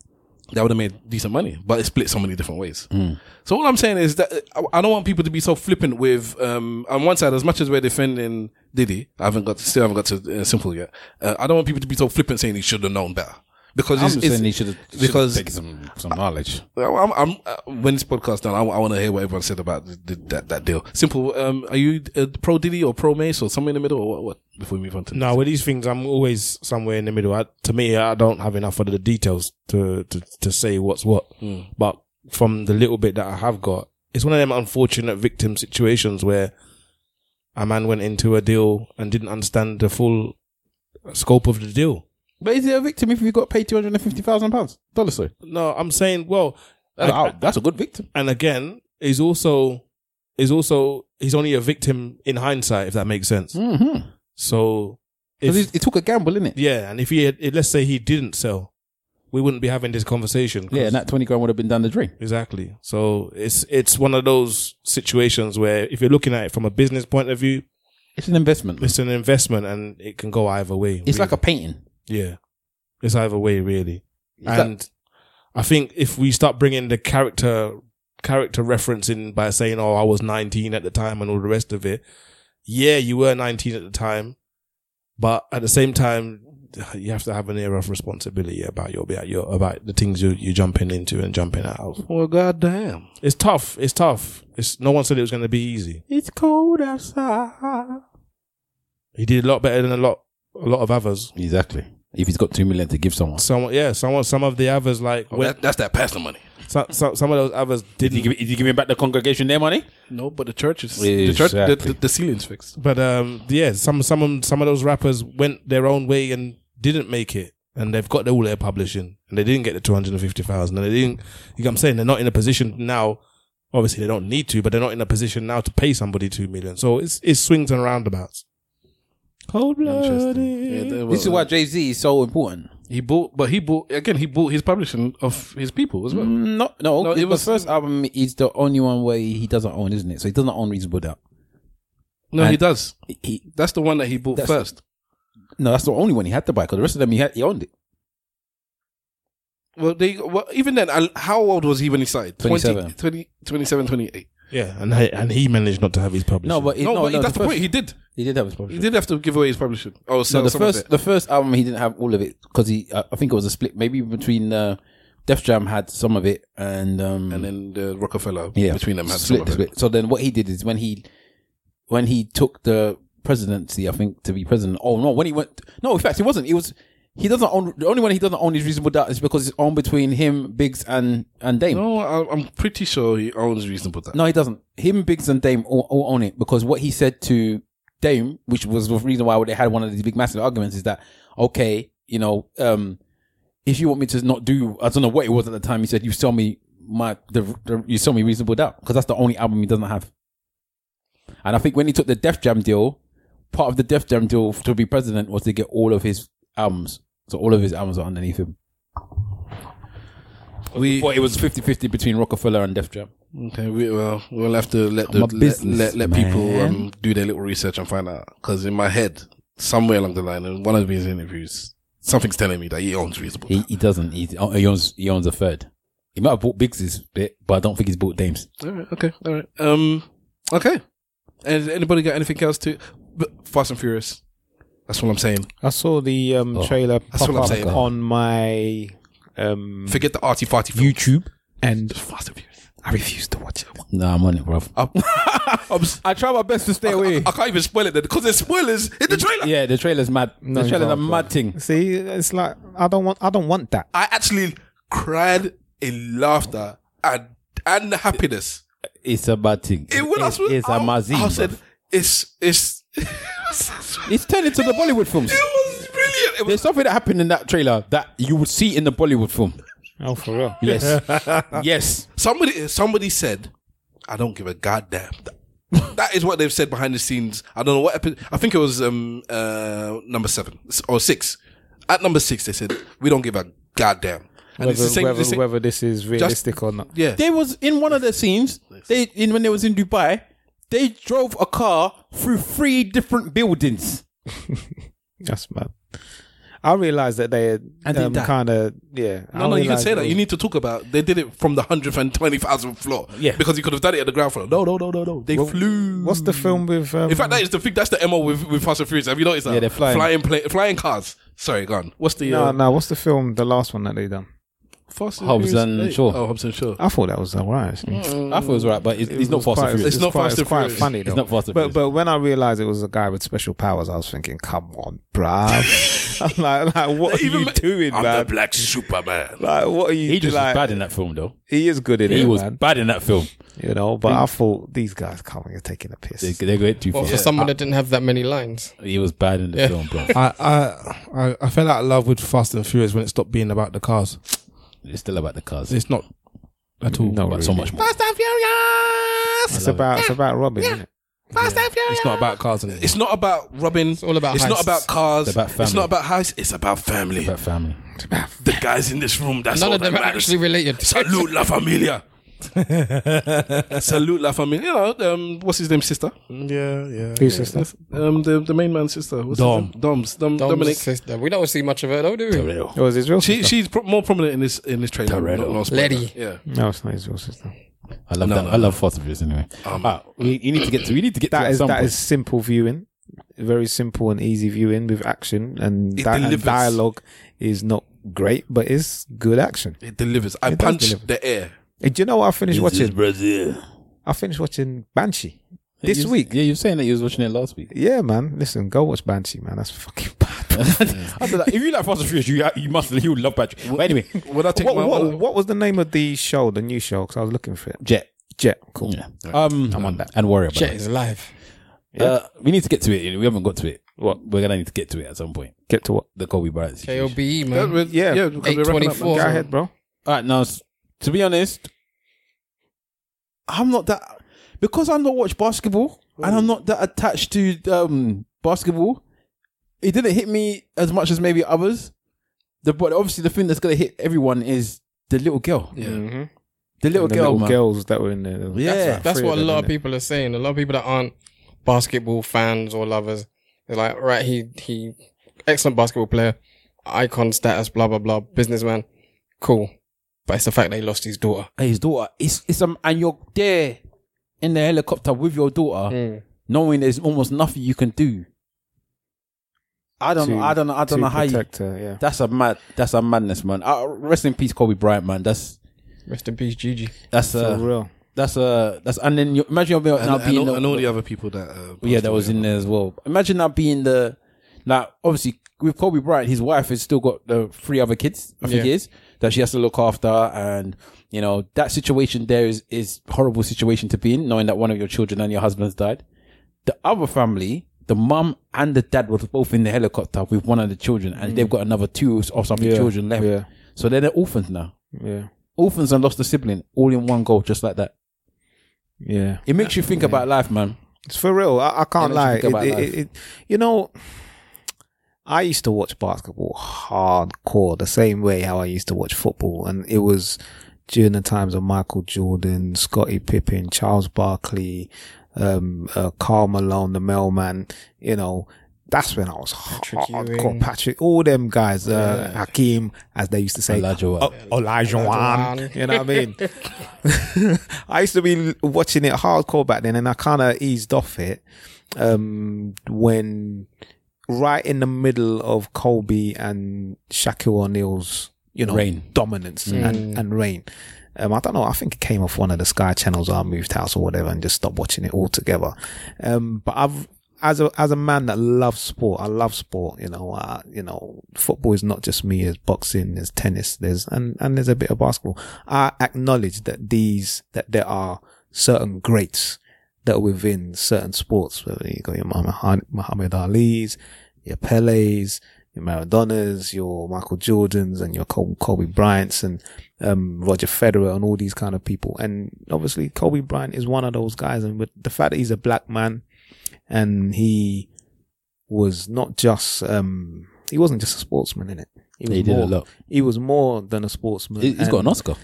[SPEAKER 3] that would have made decent money, but it split so many different ways.
[SPEAKER 1] Hmm.
[SPEAKER 3] So all I'm saying is that uh, I I don't want people to be so flippant with. Um, on one side, as much as we're defending Diddy, I haven't got still haven't got to uh, simple yet. Uh, I don't want people to be so flippant saying he should have known better because
[SPEAKER 1] I'm
[SPEAKER 3] it's, it's-
[SPEAKER 1] saying he should have
[SPEAKER 3] because-
[SPEAKER 1] taken some,
[SPEAKER 3] Mm,
[SPEAKER 1] some knowledge.
[SPEAKER 3] well, I'm, I'm uh, when this podcast done, I, want to hear what everyone said about th th- that that deal. Simple. Um, are you uh, pro Diddy or pro Mace or somewhere in the middle or what? what before we move on to
[SPEAKER 5] No, with these things, I'm always somewhere in the middle. I, to me, I don't have enough of the details to, to, to say what's what. But from the little bit that I have got, it's one of them unfortunate victim situations where a man went into a deal and didn't understand the full scope of the deal.
[SPEAKER 1] But is he a victim if you got paid two hundred and fifty thousand pounds dollars? Sorry,
[SPEAKER 5] No, I'm saying, well,
[SPEAKER 1] that's,
[SPEAKER 5] I-
[SPEAKER 1] oh, that's a good victim.
[SPEAKER 5] and again, he's also he's also he's only a victim in hindsight, if that makes sense.
[SPEAKER 1] Mm-hmm.
[SPEAKER 5] So, if,
[SPEAKER 1] Because it took a gamble, innit?
[SPEAKER 5] yeah, and if he had, let's say he didn't sell, we wouldn't be having this conversation. 'cause-
[SPEAKER 1] Yeah, and that twenty grand would have been down the drain.
[SPEAKER 5] Exactly. So it's it's one of those situations where if you're looking at it from a business point of view,
[SPEAKER 1] It's an investment. It's,
[SPEAKER 5] it's an investment and it can go either way.
[SPEAKER 1] like a painting.
[SPEAKER 5] yeah, it's either way really.
[SPEAKER 1] It's
[SPEAKER 5] and I think if we start bringing the character character reference in by saying, "Oh, I was 19 at the time" and all the rest of it, yeah, you were 19 at the time, but at the same time, you have to have an air of responsibility about your about your about the things you you're jumping into and jumping out of.
[SPEAKER 3] well, goddamn.
[SPEAKER 5] It's tough. It's tough. It's no one said it was going to be easy.
[SPEAKER 1] it's cold outside.
[SPEAKER 5] He did a lot better than a lot a lot of others.
[SPEAKER 1] Exactly. If he's got two million to give someone,
[SPEAKER 5] Some yeah, someone some of the others like
[SPEAKER 3] Oh,
[SPEAKER 5] when,
[SPEAKER 3] that, that's that personal money.
[SPEAKER 5] some, some some of those others didn't.
[SPEAKER 1] is he giving back the congregation their money?
[SPEAKER 3] No, but the church is the church.
[SPEAKER 1] Exactly.
[SPEAKER 3] The, the, the ceiling's
[SPEAKER 1] e-
[SPEAKER 3] fixed.
[SPEAKER 5] but um, yeah, some some of 'em- some of those rappers went their own way and didn't make it, and they've got all their publishing, and they didn't get the two hundred and fifty thousand, and they didn't. You know what I'm saying? They're not in a position now Obviously, they don't need to, but they're not in a position now to pay somebody two million. So it's it's swings and roundabouts. Cold blooded.
[SPEAKER 1] This is why Jay Z is so important.
[SPEAKER 3] he bought, but he bought again. He bought his publishing of his people as well.
[SPEAKER 1] Mm, No, no,
[SPEAKER 3] No,
[SPEAKER 1] no
[SPEAKER 3] it
[SPEAKER 1] it
[SPEAKER 3] was-
[SPEAKER 1] was first album is the only one where he doesn't own, isn't it? So he doesn't own Reasonable Doubt.
[SPEAKER 3] No, he
[SPEAKER 1] And-
[SPEAKER 3] does.
[SPEAKER 1] He- He,
[SPEAKER 3] That's the one that he bought
[SPEAKER 1] That's-
[SPEAKER 3] first.
[SPEAKER 1] no, that's the only one he had to buy because the rest of them he had, he owned it.
[SPEAKER 3] Well, they well, even then. I- How old was he when he started?
[SPEAKER 1] 27.
[SPEAKER 3] 20, 27, 28.
[SPEAKER 5] Yeah, and he, and he managed not to have his publishing.
[SPEAKER 1] No, but it,
[SPEAKER 3] No,
[SPEAKER 1] no,
[SPEAKER 3] but
[SPEAKER 1] no,
[SPEAKER 3] that's the,
[SPEAKER 1] first-
[SPEAKER 3] point. He did.
[SPEAKER 1] He did have his
[SPEAKER 3] He
[SPEAKER 1] publishing.
[SPEAKER 3] did have to give away his publishing. Oh, so
[SPEAKER 1] No, the first the first album he didn't have all of it because he I I think it was a split maybe between uh, Def Jam had some of it and um,
[SPEAKER 3] and then the Rockefeller
[SPEAKER 1] yeah
[SPEAKER 3] between them had
[SPEAKER 1] split,
[SPEAKER 3] some of it.
[SPEAKER 1] split. So then what he did is when he when he took the presidency I think to be president. Oh no, when he went no in fact he wasn't. It was he doesn't own the only one he doesn't own is Reasonable Doubt is because it's owned between him, Biggs, and and Dame.
[SPEAKER 3] No, I, I'm pretty sure he owns reasonable time.
[SPEAKER 1] No, he doesn't. Him, Biggs, and Dame all, all own it because what he said to Dame, which was the reason why they had one of these big massive arguments, is that okay, you know, um, if you want me to not do, I don't know what it was at the time. He said, "You sell me my, the, the you sell me reasonable doubt because that's the only album he doesn't have." And I think when he took the Def Jam deal, part of the Def Jam deal to be president was to get all of his albums. So all of his albums are underneath him.
[SPEAKER 3] We
[SPEAKER 1] Well, it was 50-50 between Rockefeller and Def Jam.
[SPEAKER 3] okay. We, well, we'll have to let
[SPEAKER 1] I'm
[SPEAKER 3] the
[SPEAKER 1] a
[SPEAKER 3] let, let, let people
[SPEAKER 1] businessman.
[SPEAKER 3] um, do their little research and find out. Because in my head, somewhere along the line, in one of these interviews, something's telling me that he owns reasonable.
[SPEAKER 1] He,
[SPEAKER 3] Time.
[SPEAKER 1] he doesn't. He, he owns he owns a third. He might have bought Biggs's bit, but I don't think he's bought Dame's.
[SPEAKER 3] All right, okay. All right. Um. Okay. And anybody got anything else to? But Fast and Furious. That's what I'm saying.
[SPEAKER 2] I saw the um, trailer
[SPEAKER 3] what
[SPEAKER 2] pop
[SPEAKER 3] I'm
[SPEAKER 2] up
[SPEAKER 3] saying.
[SPEAKER 2] on my
[SPEAKER 1] Mm.
[SPEAKER 2] um,
[SPEAKER 3] Forget the arty farty films.
[SPEAKER 2] and
[SPEAKER 3] Fast and Furious.
[SPEAKER 2] I refuse to watch it.
[SPEAKER 1] Nah, I'm on it, bro. I try my best to stay away.
[SPEAKER 3] I can't even spoil it then because there's spoilers in the trailer.
[SPEAKER 1] yeah, the trailer's mad. the
[SPEAKER 2] you
[SPEAKER 1] trailer's a
[SPEAKER 2] can't,
[SPEAKER 1] mad thing.
[SPEAKER 2] See, it's like I don't want I don't want that.
[SPEAKER 3] I actually cried in laughter and and happiness.
[SPEAKER 1] It's a bad thing.
[SPEAKER 3] It, when I
[SPEAKER 1] it's,
[SPEAKER 3] was,
[SPEAKER 1] it's
[SPEAKER 3] I,
[SPEAKER 1] a mad thing.
[SPEAKER 3] I
[SPEAKER 1] bruv.
[SPEAKER 3] said, it's it's. it
[SPEAKER 1] it's turned into the Bollywood films.
[SPEAKER 3] was brilliant. It was,
[SPEAKER 1] There's something that happened in that trailer that you would see in the Bollywood film.
[SPEAKER 2] Oh, for real.
[SPEAKER 1] Yes, yes.
[SPEAKER 3] somebody somebody said, I don't give a goddamn. That- that is what they've said behind the scenes. I don't know what epi- I think it was um uh number seven s- or six. At number six, they said we don't give a goddamn. And it's
[SPEAKER 2] Whether,
[SPEAKER 3] the same.
[SPEAKER 2] whether,
[SPEAKER 3] the same-
[SPEAKER 2] whether this is realistic or not.
[SPEAKER 3] yeah,
[SPEAKER 1] They was in one of the scenes. They in when they was in Dubai, they drove a car through three different buildings.
[SPEAKER 2] That's mad. I realized that they
[SPEAKER 1] And
[SPEAKER 2] had
[SPEAKER 1] did
[SPEAKER 2] um,
[SPEAKER 1] that.
[SPEAKER 2] kind of yeah.
[SPEAKER 3] No, no, you can say that.
[SPEAKER 2] oh.
[SPEAKER 3] You need to talk about they did it from the hundredth and twenty thousandth floor.
[SPEAKER 1] Yeah.
[SPEAKER 3] because you could have done it at the ground floor. No, no, no, no, no. They flew.
[SPEAKER 2] What's the film with? Um,
[SPEAKER 3] In fact, that is the thing. That's the mo with with Fast and Furious. Have you noticed that?
[SPEAKER 1] Yeah, they're flying.
[SPEAKER 3] flying, pla- flying cars. Sorry, gone. What's the
[SPEAKER 2] no,
[SPEAKER 3] uh,
[SPEAKER 2] no. What's the film? The last one that they done.
[SPEAKER 3] Fast and
[SPEAKER 1] Hobbs
[SPEAKER 3] Furious
[SPEAKER 1] and
[SPEAKER 3] eight?
[SPEAKER 1] Shaw.
[SPEAKER 3] Oh, Hobbs and Shaw.
[SPEAKER 2] I thought that was alright. Actually,
[SPEAKER 1] I thought it was right, but it's, it's not
[SPEAKER 2] was
[SPEAKER 1] Fast and
[SPEAKER 2] quite-
[SPEAKER 1] Furious.
[SPEAKER 3] It's not
[SPEAKER 2] quite,
[SPEAKER 3] Fast and
[SPEAKER 2] it's quite
[SPEAKER 3] Furious.
[SPEAKER 2] funny
[SPEAKER 1] It's
[SPEAKER 2] though.
[SPEAKER 1] not Fast and
[SPEAKER 2] but
[SPEAKER 1] Furious.
[SPEAKER 2] but when I realized it was a guy with special powers, I was thinking, come on, bruv. I'm like, like what are
[SPEAKER 3] Even
[SPEAKER 2] you
[SPEAKER 3] ma-
[SPEAKER 2] doing,
[SPEAKER 3] I'm
[SPEAKER 2] man?
[SPEAKER 3] the Black Superman.
[SPEAKER 2] Like what are you?
[SPEAKER 1] He just
[SPEAKER 2] like,
[SPEAKER 1] was bad in that film, though.
[SPEAKER 2] He is good in
[SPEAKER 1] He
[SPEAKER 2] it,
[SPEAKER 1] was
[SPEAKER 2] man.
[SPEAKER 1] bad in that film.
[SPEAKER 2] You know, but I thought these guys, come on, you're taking a piss.
[SPEAKER 1] They, they go too
[SPEAKER 4] Well,
[SPEAKER 1] far.
[SPEAKER 4] for someone that didn't have that many lines.
[SPEAKER 1] He was bad in the
[SPEAKER 4] Yeah.
[SPEAKER 1] film, bro.
[SPEAKER 5] I, I I I fell out of love with Fast and Furious when it stopped being about the cars.
[SPEAKER 1] It's still about the cars.
[SPEAKER 5] It's not at all.
[SPEAKER 1] but
[SPEAKER 2] Not
[SPEAKER 1] so
[SPEAKER 2] really.
[SPEAKER 1] much more.
[SPEAKER 2] it's about it's about Robin, isn't it?
[SPEAKER 5] It's not about cars anymore.
[SPEAKER 3] It's not about Robin. It's
[SPEAKER 4] all about
[SPEAKER 3] It's not
[SPEAKER 4] heists.
[SPEAKER 3] about cars.
[SPEAKER 1] It's about
[SPEAKER 3] It's
[SPEAKER 1] family.
[SPEAKER 3] not about house. It's about family.
[SPEAKER 1] About family.
[SPEAKER 3] the guys in this room. That's
[SPEAKER 4] None
[SPEAKER 3] all
[SPEAKER 4] of them
[SPEAKER 3] that
[SPEAKER 4] are
[SPEAKER 3] matters.
[SPEAKER 4] actually related.
[SPEAKER 3] Salute La Familia. Salute La Familia. You know, um, what's his name's sister?
[SPEAKER 5] yeah, yeah.
[SPEAKER 2] Who's this?
[SPEAKER 3] Um, the, the main man's sister. What's his
[SPEAKER 5] Dom.
[SPEAKER 3] name? Dom's. Dom,
[SPEAKER 4] Dom's
[SPEAKER 3] Dominic.
[SPEAKER 4] sister. We don't see much of her though, do we?
[SPEAKER 2] Oh, It was Israel.
[SPEAKER 3] She,
[SPEAKER 2] sister?
[SPEAKER 3] she's pro- more prominent in this in this trailer. Not- not spoiler.
[SPEAKER 4] Lady.
[SPEAKER 3] Yeah.
[SPEAKER 2] no, it's not Israel sister.
[SPEAKER 1] I love that. I love Fast and Furious anyway. Ah, we, you need to get to. We need to get to
[SPEAKER 2] That
[SPEAKER 1] at
[SPEAKER 2] is
[SPEAKER 1] some
[SPEAKER 2] that
[SPEAKER 1] point.
[SPEAKER 2] is simple viewing, very simple and easy viewing with action and,
[SPEAKER 3] It
[SPEAKER 2] that, and
[SPEAKER 3] delivers.
[SPEAKER 2] dialogue is not great, but it's good action.
[SPEAKER 3] It delivers. I
[SPEAKER 2] It does
[SPEAKER 3] punch
[SPEAKER 2] deliver.
[SPEAKER 3] the air.
[SPEAKER 2] Hey, do you know what I finished watching?
[SPEAKER 1] Brazil.
[SPEAKER 2] I finished watching Banshee this
[SPEAKER 1] You-
[SPEAKER 2] week.
[SPEAKER 1] Yeah, you were saying that you was watching it last week.
[SPEAKER 2] Yeah, man. Listen, go watch Banshee, man. That's fucking bad.
[SPEAKER 1] After that, if you like Fast and Furious, you you must you would love Patrick. But anyway,
[SPEAKER 3] Would I take
[SPEAKER 2] What,
[SPEAKER 3] my
[SPEAKER 2] what, what was the name of the show, the new show? Because I was looking for it.
[SPEAKER 1] Jet.
[SPEAKER 2] Jet. Cool.
[SPEAKER 1] Yeah. Um, I'm on that. And Warrior. by the
[SPEAKER 4] Jet
[SPEAKER 1] way.
[SPEAKER 4] is alive.
[SPEAKER 1] Uh, we need to get to it. We haven't got to it. What we're gonna need to get to it at some point.
[SPEAKER 2] Get to what?
[SPEAKER 1] The Kobe Bryant. situation.
[SPEAKER 4] K.O.B.E. E, man.
[SPEAKER 2] Yeah.
[SPEAKER 3] yeah because we're wrapping up.
[SPEAKER 4] 824.
[SPEAKER 2] Go ahead, bro.
[SPEAKER 1] All right, now s- to be honest, I'm not that because I'm not watch basketball and I'm not that attached to um, basketball. It didn't hit me as much as maybe others. The, but obviously, the thing that's gonna hit everyone is the little girl. Yeah, Mm-hmm. the little
[SPEAKER 2] the
[SPEAKER 1] girl,
[SPEAKER 2] little
[SPEAKER 1] man.
[SPEAKER 2] girls that were in there.
[SPEAKER 1] Yeah,
[SPEAKER 2] That's like
[SPEAKER 4] That's
[SPEAKER 2] three
[SPEAKER 4] what a
[SPEAKER 2] them,
[SPEAKER 4] lot of
[SPEAKER 2] innit?
[SPEAKER 4] people are saying. A lot of people that aren't basketball fans or lovers, they're like, right, he he, excellent basketball player, icon status, blah blah blah, businessman, cool. But it's the fact that he lost his daughter.
[SPEAKER 1] and his daughter. It's it's um, and you're there in the helicopter with your daughter, knowing there's almost nothing you can do. I don't, know, I don't, know, I don't
[SPEAKER 2] to
[SPEAKER 1] know how you.
[SPEAKER 2] protect her, yeah.
[SPEAKER 1] That's a mad. That's a madness, man. Uh, rest in peace, Kobe Bryant, man. That's
[SPEAKER 4] Rest in peace, Gigi.
[SPEAKER 1] that's
[SPEAKER 2] For
[SPEAKER 1] a
[SPEAKER 2] real.
[SPEAKER 1] that's a that's and then you, imagine you're
[SPEAKER 3] And,
[SPEAKER 1] now
[SPEAKER 3] and,
[SPEAKER 1] being
[SPEAKER 3] all,
[SPEAKER 1] the-
[SPEAKER 3] and all the other people that. Uh,
[SPEAKER 1] yeah, that was in there as well. Imagine that being the like obviously with Kobe Bryant, his wife has still got the three other kids, I think
[SPEAKER 4] Yeah.
[SPEAKER 1] it is, that she has to look after and you know, that situation there is is horrible situation to be in, knowing that one of your children and your husband's died. The other family, the mum and the dad were both in the helicopter with one of the children and they've got another two or something
[SPEAKER 2] Hmm. Yeah,
[SPEAKER 1] children left.
[SPEAKER 2] yeah.
[SPEAKER 1] So they're, they're orphans now.
[SPEAKER 2] Yeah.
[SPEAKER 1] Orphans and lost a sibling all in one go, just like that.
[SPEAKER 2] Yeah.
[SPEAKER 1] It makes you think about life, man.
[SPEAKER 2] It's for real. I, I can't
[SPEAKER 1] It makes you
[SPEAKER 2] lie.
[SPEAKER 1] think
[SPEAKER 2] It,
[SPEAKER 1] about
[SPEAKER 2] it,
[SPEAKER 1] life.
[SPEAKER 2] it, it- you know, I used to watch basketball hardcore the same way how I used to watch football, and it was during the times of Michael Jordan, Scottie Pippen, Charles Barkley, um, uh, Karl Malone, the mailman. You know, that's when I was hardcore.
[SPEAKER 4] Ewing.
[SPEAKER 2] Patrick, all them guys, uh, Hakim, as they used to say,
[SPEAKER 1] Olajuwon.
[SPEAKER 2] O- Olajuwon.
[SPEAKER 4] Olajuwon.
[SPEAKER 2] You know what I mean? I used to be watching it hardcore back then, and I kind of eased off it um, when right in the middle of Kobe and Shaquille O'Neal's, you know,
[SPEAKER 1] Reign.
[SPEAKER 2] dominance and, and reign. Um, I don't know. I think it came off one of the Sky channels, or I moved house, or whatever, and just stopped watching it altogether. Um, but I've as a as a man that loves sport, I love sport. You know, uh, you know, football is not just me. There's boxing, there's tennis, there's and and there's a bit of basketball. I acknowledge that these that there are certain greats that are within certain sports. Whether you got your Muhammad Muhammad Ali's, your Pele's, your Maradonas, your Michael Jordans, and your Col- Kobe Bryant's, and um, Roger Federer, and all these kind of people. And obviously, Kobe Bryant is one of those guys. And with the fact that he's a black man, and he was not just um, he wasn't just a sportsman in it. He, was
[SPEAKER 1] He did a
[SPEAKER 2] more,
[SPEAKER 1] lot.
[SPEAKER 2] He was more than a sportsman.
[SPEAKER 1] He- He's got an
[SPEAKER 2] and-
[SPEAKER 1] Oscar.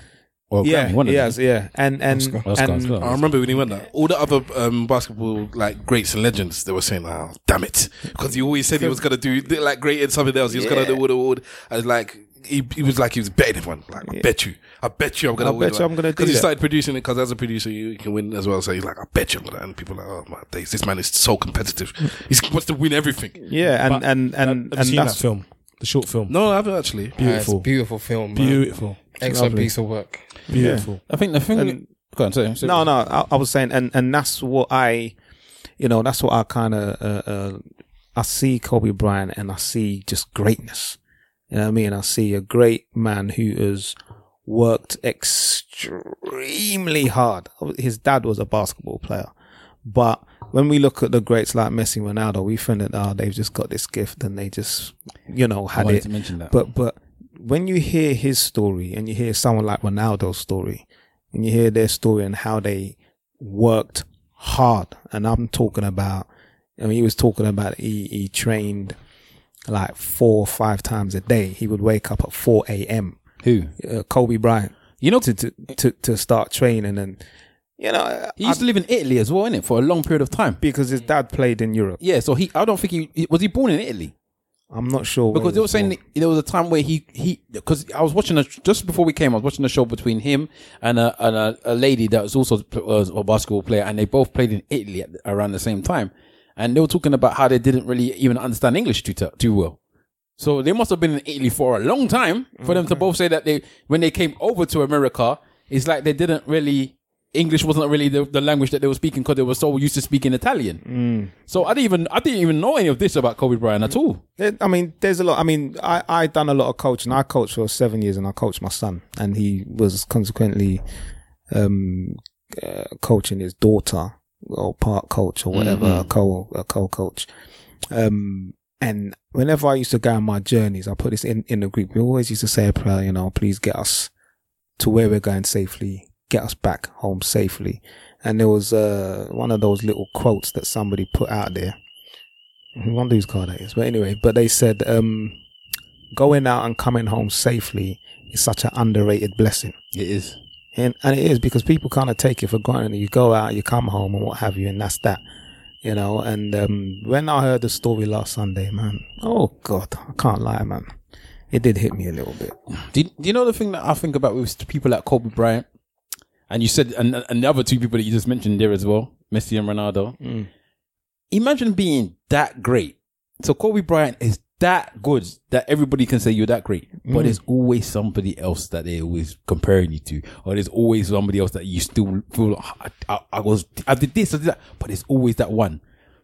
[SPEAKER 1] Or a
[SPEAKER 2] Yeah,
[SPEAKER 1] Grammy, one of
[SPEAKER 2] he
[SPEAKER 1] them.
[SPEAKER 2] has, yeah, and and
[SPEAKER 1] Oscar
[SPEAKER 2] and
[SPEAKER 1] as well.
[SPEAKER 3] I remember when he went there. All the other um, basketball like greats and legends, they were saying, "Oh, damn it," because he always said he was gonna do like great in something else. He was gonna do the award. And like he, he was like he was betting everyone. Like I bet you, I bet you, I'm gonna.
[SPEAKER 2] I bet you I'm gonna do
[SPEAKER 3] Because he
[SPEAKER 2] that.
[SPEAKER 3] started producing it. Because as a producer, you can win as well. So he's like, I bet you, I'm gonna. And people are like, oh my days, this man is so competitive. He's, he wants to win everything.
[SPEAKER 2] yeah, and and and and,
[SPEAKER 5] Have you seen that
[SPEAKER 2] that's
[SPEAKER 5] film? The short film.
[SPEAKER 3] No, I haven't actually.
[SPEAKER 5] Beautiful.
[SPEAKER 4] It's a beautiful film. man.
[SPEAKER 5] beautiful.
[SPEAKER 4] Excellent
[SPEAKER 2] lovely.
[SPEAKER 4] piece of work.
[SPEAKER 5] Beautiful.
[SPEAKER 1] I think the thing. go on, sorry, sorry.
[SPEAKER 2] no, no. I, I was saying, and and that's what I, you know, that's what I kind of uh, uh, I see Kobe Bryant, and I see just greatness. You know what I mean? I see a great man who has worked extremely hard. His dad was a basketball player, but when we look at the greats like Messi, Ronaldo, we think that oh, they've just got this gift and they just, you know, had
[SPEAKER 1] wanted
[SPEAKER 2] it.
[SPEAKER 1] to mention that.
[SPEAKER 2] But but when you hear his story and you hear someone like Ronaldo's story, and you hear their story and how they worked hard, and I'm talking about, I mean, he was talking about he he trained like four or five times a day. He would wake up at four a.m.
[SPEAKER 1] Who?
[SPEAKER 2] Uh, Kobe Bryant,
[SPEAKER 1] You know,
[SPEAKER 2] to to to, to start training, and you know,
[SPEAKER 1] he used to live in Italy as well, innit? For a long period of time.
[SPEAKER 2] because his dad played in Europe.
[SPEAKER 1] Yeah, so he, I don't think he, he- was he born in Italy
[SPEAKER 2] I'm not sure where
[SPEAKER 1] because
[SPEAKER 2] he
[SPEAKER 1] they were
[SPEAKER 2] was
[SPEAKER 1] saying
[SPEAKER 2] born.
[SPEAKER 1] that there was a time where he he because I was watching a just before we came, I was watching a show between him and a and a, a lady that was also was a basketball player, and they both played in Italy at, around the same time, and they were talking about how they didn't really even understand English too t- too well. So they must have been in Italy for a long time for them to both say that they when they came over to America, it's like they didn't really English wasn't really the, the language that they were speaking because they were so used to speaking Italian. So I didn't even I didn't even know any of this about Kobe Bryant at all.
[SPEAKER 2] There- I mean, there's a lot. I mean, I I done a lot of coaching. I coached for seven years, and I coached my son, and he was consequently um, uh, coaching his daughter or part coach or whatever, a co a co coach. Um, and whenever I used to go on my journeys, I put this in in the group. We always used to say a prayer, you know, please get us to where we're going safely. get us back home safely. And there was uh, one of those little quotes that somebody put out there. I wonder whose car that is, but anyway, but they said um, going out and coming home safely is such an underrated blessing.
[SPEAKER 1] It is.
[SPEAKER 2] And, and it is because people kind of take it for granted. You go out, you come home, and what have you, and that's that. You know, and um, when I heard the story last Sunday, man, oh God, I can't lie, man. It did hit me a little bit.
[SPEAKER 1] Do you, do you know the thing that I think about with people like Kobe Bryant? And you said, and, and the other two people that you just mentioned there as well, Messi and Ronaldo. Imagine being that great. So Kobe Bryant is that good that everybody can say you're that great, but there's always somebody else that they're always comparing you to, or there's always somebody else that you still feel "Ah, I, I, I was, I did this, I did that, but there's always that one.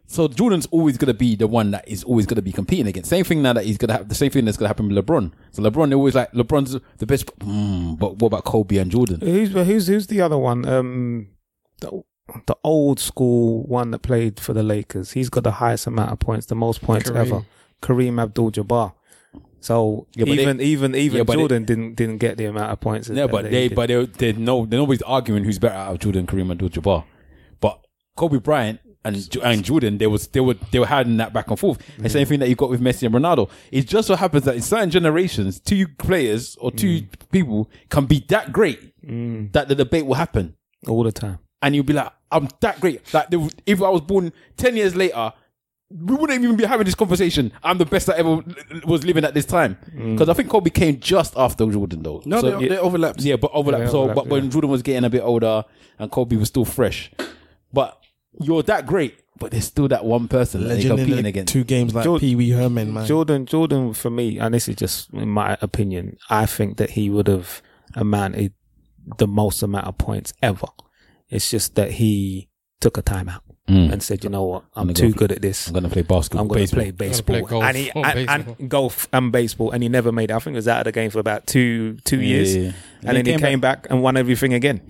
[SPEAKER 1] So Jordan's always gonna be the one that is always gonna be competing against. Same thing now that he's gonna have the same thing that's gonna happen with LeBron. So LeBron, they're always like LeBron's the best, mm, but what about Kobe and Jordan?
[SPEAKER 2] Who's who's who's the other one? Um, the, the old school one that played for the Lakers. He's got the highest amount of points, the most points ever. Kareem Abdul-Jabbar. So
[SPEAKER 1] Yeah, but they-
[SPEAKER 2] even even even
[SPEAKER 1] Yeah, but they-
[SPEAKER 2] Jordan didn't didn't get the amount of points.
[SPEAKER 1] No,
[SPEAKER 2] that-
[SPEAKER 1] but
[SPEAKER 2] that
[SPEAKER 1] they,
[SPEAKER 2] he did.
[SPEAKER 1] but they, they no, they nobody's arguing who's better out of Jordan, Kareem, and Abdul-Jabbar. But Kobe Bryant and Ju- and Jordan, they was they were they were having that back and forth. The same thing that you got with Messi and Ronaldo. It just so happens that in certain generations, two players or two people can be that great that the debate will happen.
[SPEAKER 2] all the time.
[SPEAKER 1] and you'll be like, I'm that great. Like, they, would- if I was born 10 years later, we wouldn't even be having this conversation. I'm the best that ever was living at this time. Because I think Kobe came just after Jordan, though.
[SPEAKER 3] No,
[SPEAKER 1] So,
[SPEAKER 3] they,
[SPEAKER 1] yeah,
[SPEAKER 3] they overlapped.
[SPEAKER 1] yeah, but overlap.
[SPEAKER 2] They
[SPEAKER 1] so,
[SPEAKER 2] overlap,
[SPEAKER 1] but when
[SPEAKER 2] yeah.
[SPEAKER 1] Jordan was getting a bit older and Kobe was still fresh, but you're that great, but there's still that one person that they're
[SPEAKER 5] Legend in
[SPEAKER 1] competing
[SPEAKER 5] the
[SPEAKER 1] against.
[SPEAKER 5] two games like
[SPEAKER 2] Jor-
[SPEAKER 5] Pee Wee Herman, man.
[SPEAKER 2] Jordan, Jordan, for me, and this is just in my opinion, I think that he would have amounted the most amount of points ever. It's just that he took a timeout and said, "You know what?
[SPEAKER 1] gonna
[SPEAKER 2] I'm,
[SPEAKER 1] Hmm. go
[SPEAKER 2] too
[SPEAKER 1] for-
[SPEAKER 2] good at this.
[SPEAKER 1] I'm going to play basketball.
[SPEAKER 2] I'm going to
[SPEAKER 1] baseball.
[SPEAKER 2] play baseball,
[SPEAKER 4] golf.
[SPEAKER 2] and he
[SPEAKER 4] Oh,
[SPEAKER 2] and, and
[SPEAKER 4] baseball.
[SPEAKER 2] golf and baseball, and he never made. it. I think he was out of the game for about two two
[SPEAKER 1] Yeah,
[SPEAKER 2] years,
[SPEAKER 1] yeah, yeah.
[SPEAKER 2] and, then he came back. and won everything again.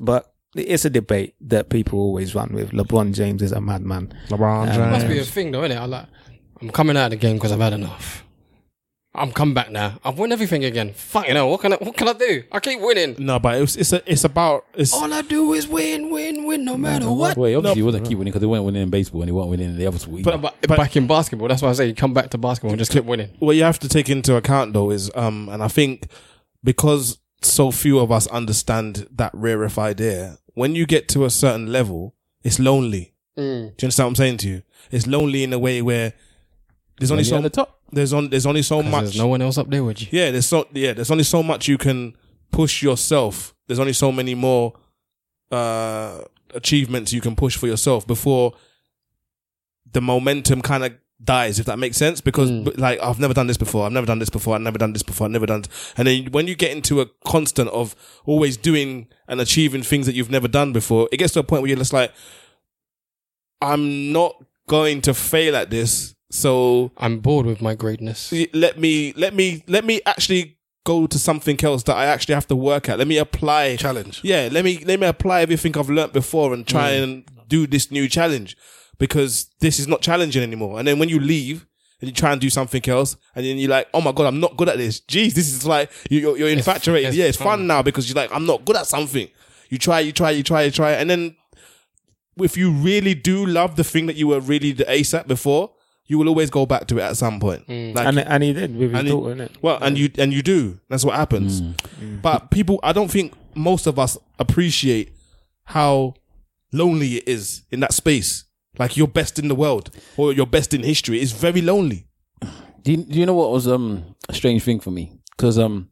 [SPEAKER 2] But it's a debate that people always run with. LeBron James is a madman.
[SPEAKER 5] LeBron
[SPEAKER 4] Must be a
[SPEAKER 5] James.
[SPEAKER 4] thing though, innit? I like, I'm coming out of the game because I've had enough. I'm come back now. I've won everything again. Fucking hell, what can I, what can I do? I keep winning.
[SPEAKER 5] No, but it's it's, a, it's about it's
[SPEAKER 4] All I do is win, win, win, no matter what.
[SPEAKER 1] Wait, obviously he wasn't keep winning because they weren't winning in baseball and he weren't winning in the other sport. either.
[SPEAKER 4] But, but back in basketball, that's why I say you come back to basketball and just keep winning.
[SPEAKER 5] what you have to take into account though is um and I think because so few of us understand that rarefied air, when you get to a certain level, it's lonely.
[SPEAKER 4] Mm.
[SPEAKER 5] Do you understand what I'm saying to you? It's lonely in a way where there's only
[SPEAKER 1] Lonely
[SPEAKER 5] so
[SPEAKER 1] at the top.
[SPEAKER 5] there's on there's only so
[SPEAKER 4] 'Cause
[SPEAKER 5] much
[SPEAKER 4] There's no one else up there with you.
[SPEAKER 5] yeah, there's so yeah, there's only so much you can push yourself. There's only so many more uh achievements you can push for yourself before the momentum kind of dies, if that makes sense. Because but, like I've never done this before, I've never done this before, I've never done this before, I've never done. And then when you get into a constant of always doing and achieving things that you've never done before, it gets to a point where you're just like, I'm not going to fail at this. So
[SPEAKER 4] I'm bored with my greatness.
[SPEAKER 5] let me let me let me actually go to something else that I actually have to work at. Let me apply
[SPEAKER 3] Challenge.
[SPEAKER 5] Yeah, let me let me apply everything I've learnt before and try and do this new challenge because this is not challenging anymore. And then when you leave and you try and do something else, and then you're like, oh my god, I'm not good at this. Jeez, this is like you- you're, you're infatuated.
[SPEAKER 4] it's
[SPEAKER 5] yeah, it's
[SPEAKER 4] fun.
[SPEAKER 5] fun now because you're like, I'm not good at something. You try, you try, you try, you try, and then if you really do love the thing that you were really the ace at before, you will always go back to it at some point.
[SPEAKER 4] Mm.
[SPEAKER 5] Like,
[SPEAKER 2] And and he did with his
[SPEAKER 5] and you-
[SPEAKER 2] daughter, innit?
[SPEAKER 5] well, and you and you do. That's what happens.
[SPEAKER 4] Mm.
[SPEAKER 3] Mm.
[SPEAKER 5] But people, I don't think most of us appreciate how lonely it is in that space. Like you're best in the world or you're best in history. It's very lonely.
[SPEAKER 1] Do you, do you know what was um a strange thing for me? Because um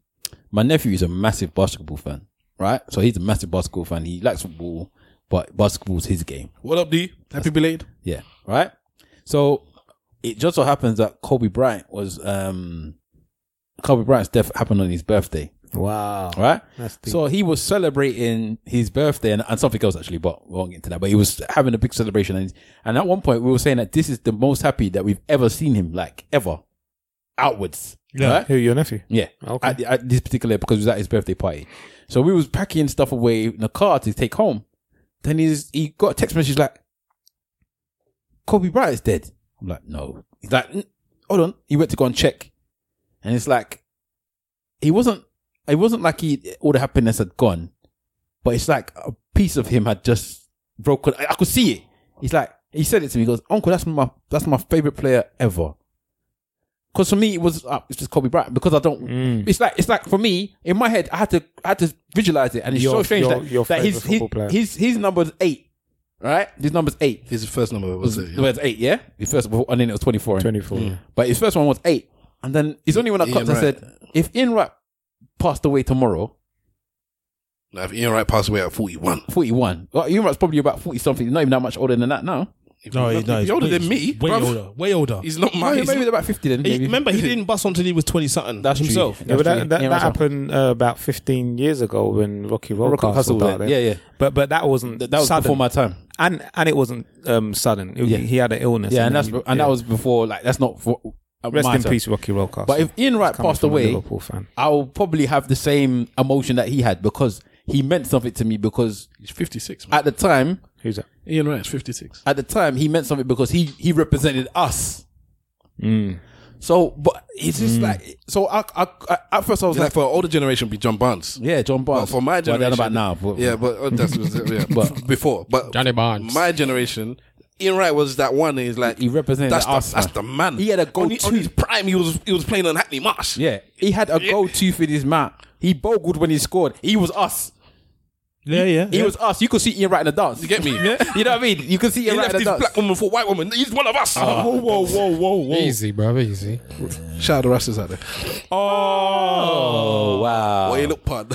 [SPEAKER 1] my nephew is a massive basketball fan, right? So he's a massive basketball fan. He likes football, but basketball's his game.
[SPEAKER 3] What up, D? Happy belated.
[SPEAKER 1] Yeah, right. So it just so happens that Kobe Bryant was um Kobe Bryant's death happened on his birthday,
[SPEAKER 2] Wow.
[SPEAKER 1] right?
[SPEAKER 2] That's deep.
[SPEAKER 1] So he was celebrating his birthday and, and something else actually, but we won't get into that. But he was having a big celebration, and and at one point we were saying that this is the most happy that we've ever seen him, like ever, outwards. Yeah. Right?
[SPEAKER 2] Who your nephew?
[SPEAKER 1] Yeah.
[SPEAKER 2] Okay.
[SPEAKER 1] At, at this particular because it was at his birthday party. So we was packing stuff away in the car to take home. Then he's he got a text message like Kobe Bryant is dead. I'm like, no. He's like, "N- hold on. He went to go and check. And it's like he wasn't it wasn't like he all the happiness had gone. But it's like a piece of him had just broken. I, I could see it. He's like, he said it to me. He goes, Uncle, that's my that's my favorite player ever. Because for me, it was uh, it's just Kobe Bryant. Because I don't.
[SPEAKER 2] Mm.
[SPEAKER 1] It's like it's like for me in my head, I had to I had to visualize it, and it's
[SPEAKER 2] Your-
[SPEAKER 1] so strange
[SPEAKER 2] your-
[SPEAKER 1] that,
[SPEAKER 2] your
[SPEAKER 1] that his,
[SPEAKER 2] favorite
[SPEAKER 1] his,
[SPEAKER 2] football player.
[SPEAKER 1] his his number's eight, right? His number's eight.
[SPEAKER 3] His first number was it?
[SPEAKER 1] It was eight, yeah. His first, one, and then it was twenty four.
[SPEAKER 2] Twenty four.
[SPEAKER 1] But his first one was eight. And then it's only when I
[SPEAKER 3] Ian
[SPEAKER 1] cut and
[SPEAKER 3] Wright.
[SPEAKER 1] said, if Ian Wright passed away tomorrow,
[SPEAKER 3] Now, if Ian Wright passed away at 41.
[SPEAKER 1] 41. Well, Ian Wright's probably about 40 something. He's not even that much older than that now.
[SPEAKER 5] No, he, no,
[SPEAKER 3] he's older than me,
[SPEAKER 5] Way
[SPEAKER 3] bruv.
[SPEAKER 5] older. Way older.
[SPEAKER 3] He's not my.
[SPEAKER 1] Maybe,
[SPEAKER 3] He's
[SPEAKER 1] maybe
[SPEAKER 3] not,
[SPEAKER 1] about 50 then.
[SPEAKER 5] Hey,
[SPEAKER 1] Maybe.
[SPEAKER 5] remember, he didn't bust until he was 20 something. That's himself.
[SPEAKER 2] Yeah, but that, that,
[SPEAKER 1] Ian
[SPEAKER 2] that
[SPEAKER 1] Wright's right.
[SPEAKER 2] happened uh, about 15 years ago when Rocky Roll
[SPEAKER 1] Rocky
[SPEAKER 2] Castle
[SPEAKER 1] Hustle,
[SPEAKER 2] died.
[SPEAKER 1] yeah, yeah.
[SPEAKER 2] But but that wasn't
[SPEAKER 1] That was
[SPEAKER 2] sudden.
[SPEAKER 1] before my time.
[SPEAKER 2] and and it wasn't um, sudden. It-
[SPEAKER 1] Yeah.
[SPEAKER 2] He had an illness.
[SPEAKER 1] Yeah, and that's
[SPEAKER 2] then
[SPEAKER 1] and
[SPEAKER 2] he- yeah.
[SPEAKER 1] that was before like that's not for uh,
[SPEAKER 2] rest
[SPEAKER 1] my
[SPEAKER 2] in
[SPEAKER 1] time.
[SPEAKER 2] peace, Rocky Roll Castle.
[SPEAKER 1] But if Ian Wright
[SPEAKER 2] Coming
[SPEAKER 1] passed
[SPEAKER 2] from a
[SPEAKER 1] away,
[SPEAKER 2] Liverpool fan.
[SPEAKER 1] I'll probably have the same emotion that he had because he meant something to me because
[SPEAKER 3] he's 56. Man.
[SPEAKER 1] at the time
[SPEAKER 2] who's that?
[SPEAKER 3] Ian Wright's 56.
[SPEAKER 1] at the time he meant something because he he represented us.
[SPEAKER 3] Mm.
[SPEAKER 1] So, but it's just like so. I, I, I at first I was
[SPEAKER 3] Like,
[SPEAKER 1] like,
[SPEAKER 3] for our older generation, it'd be John Barnes.
[SPEAKER 1] yeah, John
[SPEAKER 3] But
[SPEAKER 1] Barnes.
[SPEAKER 3] for my
[SPEAKER 1] Well, I
[SPEAKER 3] generation,
[SPEAKER 1] don't know about now, but
[SPEAKER 3] yeah, but uh, that's yeah, but before, but
[SPEAKER 4] Johnny Barnes.
[SPEAKER 3] my generation, Ian Wright was that one. He's like
[SPEAKER 1] He represented
[SPEAKER 3] that's
[SPEAKER 1] us,
[SPEAKER 3] the, that's
[SPEAKER 1] man.
[SPEAKER 3] the man.
[SPEAKER 1] He had a
[SPEAKER 3] On his-
[SPEAKER 1] go-to.
[SPEAKER 3] on his prime. He was he was playing on Hackney Marsh.
[SPEAKER 1] yeah, he had a go-to for this man. He bogled when he scored. He was us.
[SPEAKER 5] Yeah, yeah.
[SPEAKER 1] He
[SPEAKER 5] yeah.
[SPEAKER 1] was us. You could see Ian right in the dance.
[SPEAKER 3] you get me?
[SPEAKER 1] You know what I mean? You could see
[SPEAKER 3] He
[SPEAKER 1] Ian right Ah.
[SPEAKER 3] left
[SPEAKER 1] in the dance.
[SPEAKER 3] his black woman for white woman. He's one of us.
[SPEAKER 5] Whoa, whoa, whoa, whoa, whoa.
[SPEAKER 4] Easy, bro. Easy.
[SPEAKER 3] Shout out to Rastas out there.
[SPEAKER 1] Oh wow!
[SPEAKER 3] Oh, you look pud.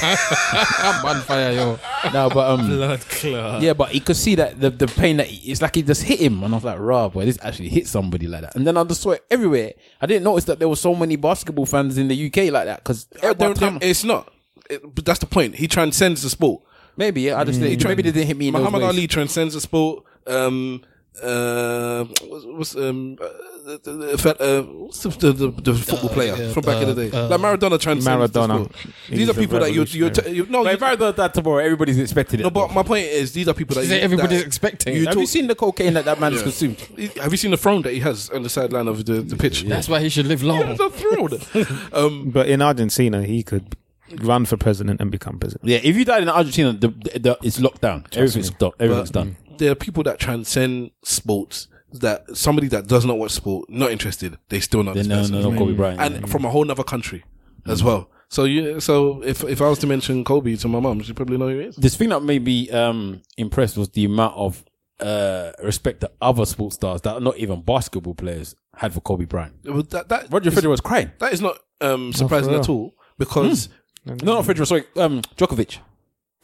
[SPEAKER 4] I'm on fire, yo.
[SPEAKER 1] No, but um,
[SPEAKER 5] Blood clot.
[SPEAKER 1] yeah, but you could see that the the pain that he, it's like he just hit him, and I was like, "Raw, boy, this actually hit somebody like that." And then I just saw it everywhere. I didn't notice that there were so many basketball fans in the UK like that because
[SPEAKER 3] it's not. It- but that's the point. He transcends the sport.
[SPEAKER 1] maybe yeah, I just didn't, maybe they didn't hit me. In
[SPEAKER 3] Muhammad
[SPEAKER 1] those ways.
[SPEAKER 3] Ali transcends the sport. Um, uh, what's, what's um, uh, the- the- the- uh, what's the, the, the, the football player from back in the day? like Maradona transcends
[SPEAKER 2] Maradona.
[SPEAKER 3] the sport. These
[SPEAKER 2] He's
[SPEAKER 3] are
[SPEAKER 2] a
[SPEAKER 3] people that you're, you're,
[SPEAKER 2] revolutionary.
[SPEAKER 3] you no,
[SPEAKER 1] But
[SPEAKER 3] you,
[SPEAKER 1] if I heard that tomorrow, everybody's expecting it.
[SPEAKER 3] no, but my point is these are people that
[SPEAKER 4] She
[SPEAKER 3] you,
[SPEAKER 4] said everybody's
[SPEAKER 3] that-
[SPEAKER 4] expecting
[SPEAKER 3] You
[SPEAKER 4] it.
[SPEAKER 1] have you
[SPEAKER 3] talk,
[SPEAKER 1] seen the cocaine that that man has
[SPEAKER 3] Yeah.
[SPEAKER 1] consumed?
[SPEAKER 3] have you seen the throne that he has on the sideline of the, the pitch?
[SPEAKER 4] That's why he should live long.
[SPEAKER 3] That's a throne. um,
[SPEAKER 2] But in Argentina, he could run for president and become president.
[SPEAKER 1] Yeah, if you died in Argentina, the, the, the, it's locked down. Everything's done. Everything's done.
[SPEAKER 3] there are people that transcend sports. That somebody that does not watch sport, not interested, they still know.
[SPEAKER 1] Then
[SPEAKER 3] this
[SPEAKER 1] no,
[SPEAKER 3] person.
[SPEAKER 1] no, no, Kobe Bryant.
[SPEAKER 3] and from a whole other country as well. So you, so if if I was to mention Kobe to my mum, she'd probably know who he is.
[SPEAKER 1] this thing that made me um, impressed was the amount of uh, respect that other sports stars that are not even basketball players had for Kobe Bryant.
[SPEAKER 3] But That that
[SPEAKER 1] Roger Federer was crying.
[SPEAKER 3] that is not Hmm. um, surprising at all because
[SPEAKER 1] No, not Federer. Sorry, um, Djokovic.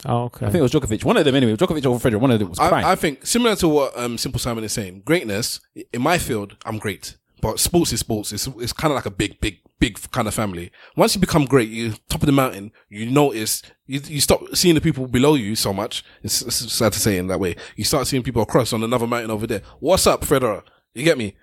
[SPEAKER 2] Oh, okay.
[SPEAKER 1] I think it was Djokovic. One of them anyway. Djokovic over Federer. One of them was crying.
[SPEAKER 3] I, I think similar to what um, Simple Simon is saying, greatness in my field, I'm great. But sports is sports. It's it's kind of like a big, big, big kind of family. Once you become great, you top of the mountain. You notice you, you stop seeing the people below you so much. It's, it's sad to say it in that way. You start seeing people across on another mountain over there. What's up, Federer? You get me?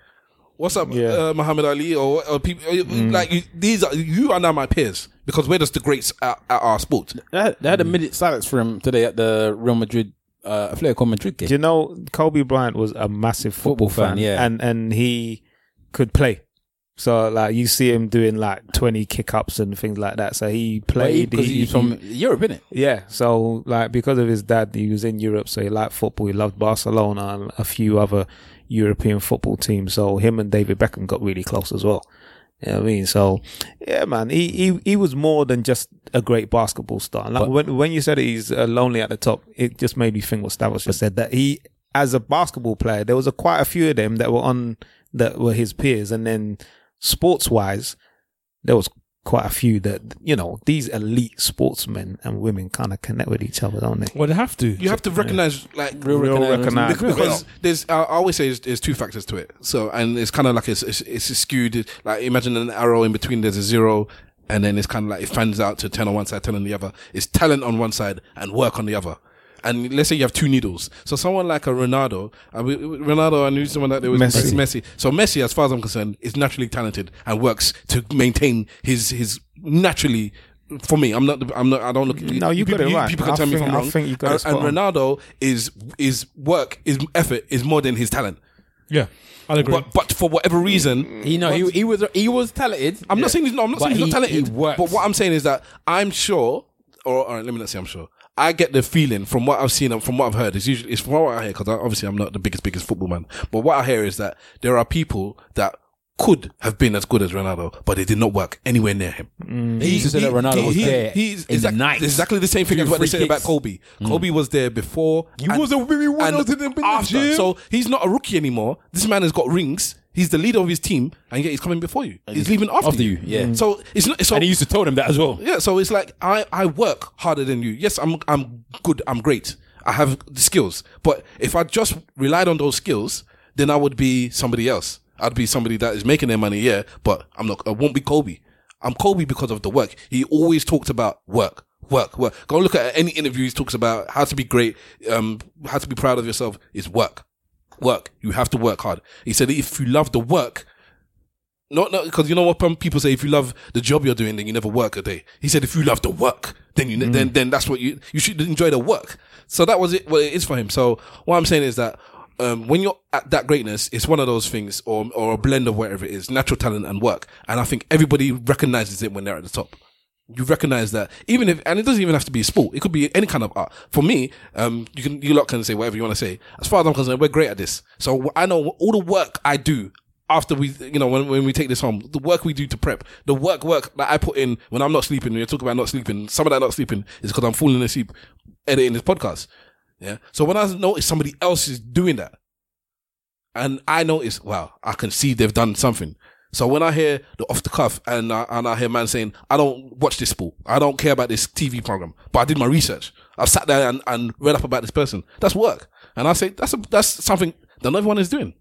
[SPEAKER 3] What's up, uh, Muhammad Ali? Or, or people like you, these are you are now my peers because we're just the greats at, at our sport.
[SPEAKER 1] they, had, Uh, they had a minute silence for him today at the Real Madrid, uh, Atletico Madrid game.
[SPEAKER 2] Do you know Kobe Bryant was a massive football,
[SPEAKER 1] Football fan,
[SPEAKER 2] fan,
[SPEAKER 1] yeah.
[SPEAKER 2] and and he could play. So like you see him doing like twenty kick ups and things like that. So he played.
[SPEAKER 1] because
[SPEAKER 2] he-
[SPEAKER 1] he's from Europe, innit?
[SPEAKER 2] yeah. So like because of his dad, he was in Europe. So he liked football. He loved Barcelona and a few other European football teams. So him and David Beckham got really close as well. You know what I mean? So yeah, man, he, he, he was more than just a great basketball star. Like when when you said he's uh, lonely at the top, it just made me think what Stavros just said that he as a basketball player, there was a quite a few of them that were on that were his peers, and then sports wise, there was quite a few that you know these elite sportsmen and women kind of connect with each other, don't they?
[SPEAKER 5] Well, they have to.
[SPEAKER 3] You have to recognize like
[SPEAKER 2] Real recognize.
[SPEAKER 3] Bec- because there's I I always say there's, there's two factors to it. So and it's kind of like it's, it's it's skewed. Like imagine an arrow in between. There's a zero, and then it's kind of like it fans out to ten on one side, ten on the other. It's talent on one side and work on the other. And let's say you have two needles. So someone like a Ronaldo, I mean, Ronaldo, I knew someone that there was
[SPEAKER 2] Messi.
[SPEAKER 3] Messi. So Messi, as far as I'm concerned, is naturally talented and works to maintain his his naturally. For me, I'm not. the- I'm not. I don't look.
[SPEAKER 2] No, you got it right.
[SPEAKER 3] People can
[SPEAKER 2] I
[SPEAKER 3] tell me if
[SPEAKER 2] think-
[SPEAKER 3] I'm
[SPEAKER 2] I
[SPEAKER 3] wrong.
[SPEAKER 2] think you got it
[SPEAKER 3] And-
[SPEAKER 2] spot on.
[SPEAKER 3] and Ronaldo is is work, his effort is more than his talent.
[SPEAKER 5] Yeah, I agree.
[SPEAKER 3] But but for whatever reason,
[SPEAKER 1] You know, he, he was he was talented.
[SPEAKER 3] I'm not saying he's not. I'm not
[SPEAKER 1] But
[SPEAKER 3] saying he's
[SPEAKER 1] he- he
[SPEAKER 3] not talented.
[SPEAKER 1] works.
[SPEAKER 3] But what I'm saying is that I'm sure, or all right, let me not say I'm sure. I get the feeling from what I've seen and from what I've heard. It's usually it's from what I hear because obviously I'm not the biggest biggest football man, but what I hear is that there are people that could have been as good as Ronaldo, but they did not work anywhere near him.
[SPEAKER 1] They used to say that Ronaldo was there
[SPEAKER 3] he's
[SPEAKER 1] in the
[SPEAKER 3] exact-
[SPEAKER 1] night.
[SPEAKER 3] Exactly the same thing as what they
[SPEAKER 1] free
[SPEAKER 3] say about
[SPEAKER 1] kicks.
[SPEAKER 3] Kobe. Kobe was there before. He
[SPEAKER 5] was a very one out in the- in the gym.
[SPEAKER 3] So he's not a rookie anymore. This man has got rings. He's the leader of his team, and yet he's coming before you. He's leaving after,
[SPEAKER 1] after you, yeah. Mm.
[SPEAKER 3] So it's not. So
[SPEAKER 1] and he used to tell them that as well.
[SPEAKER 3] yeah, so it's like I I work harder than you. Yes, I'm I'm good. I'm great. I have the skills. But if I just relied on those skills, then I would be somebody else. I'd be somebody that is making their money, yeah, but I'm not I won't be Kobe. I'm Kobe because of the work. He always talked about work. Work, work. Go look at any interview he talks about how to be great, um, how to be proud of yourself is work. Work. You have to work hard. He said if you love the work, no, no, because you know what um, people say. If you love the job you're doing, then you never work a day. He said, if you love the work, then you ne- then then that's what you you should enjoy the work. So that was it. What it is for him. So what I'm saying is that um, when you're at that greatness, it's one of those things, or or a blend of whatever it is, natural talent and work. And I think everybody recognizes it when they're at the top. You recognize that, even if, and it doesn't even have to be a sport. It could be any kind of art. For me, um, you can you lot can say whatever you want to say. As far as I'm concerned, we're great at this. So I know all the work I do after we, you know, when, when we take this home, the work we do to prep, the work, work that I put in when I'm not sleeping, when you're talking about not sleeping, some of that not sleeping is because I'm falling asleep editing this podcast. Yeah. So when I notice somebody else is doing that and I notice, wow, I can see they've done something. So when I hear the off the cuff and I, and I hear man saying, I don't watch this sport. I don't care about this TV program, but I did my research. I've sat there and, and read up about this person. That's work. And I say, that's a, that's something that not everyone is doing.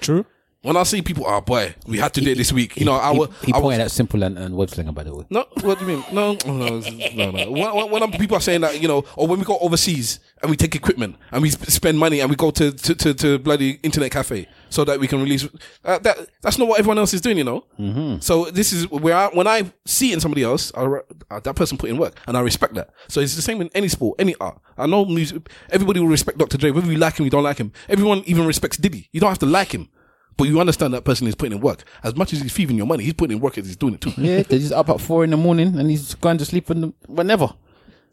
[SPEAKER 5] True.
[SPEAKER 3] When I see people, oh boy, we had to do it this week. You know, I
[SPEAKER 1] He,
[SPEAKER 3] will.
[SPEAKER 1] he
[SPEAKER 3] I will-
[SPEAKER 1] pointed at Simple and, and Web Slinger, by the way.
[SPEAKER 3] No, what do you mean? No, no, no. no. When, when, when I'm- people are saying that, you know, or when we go overseas and we take equipment and we sp- spend money and we go to to, to, to bloody internet cafe so that we can release uh, that. That's not what everyone else is doing, you know. Mm-hmm. So this is where I, when I see it in somebody else, I, re- uh, that person put in work and I respect that. So it's the same in any sport, any art. I know music. Everybody will respect Dr. Dre, whether you like him, you don't like him. Everyone even respects Diddy. You don't have to like him. But you understand that person is putting in work. As much as he's thieving your money, he's putting in work as he's doing it too.
[SPEAKER 1] Yeah, they're just up at four in the morning and he's going to sleep in the, whenever.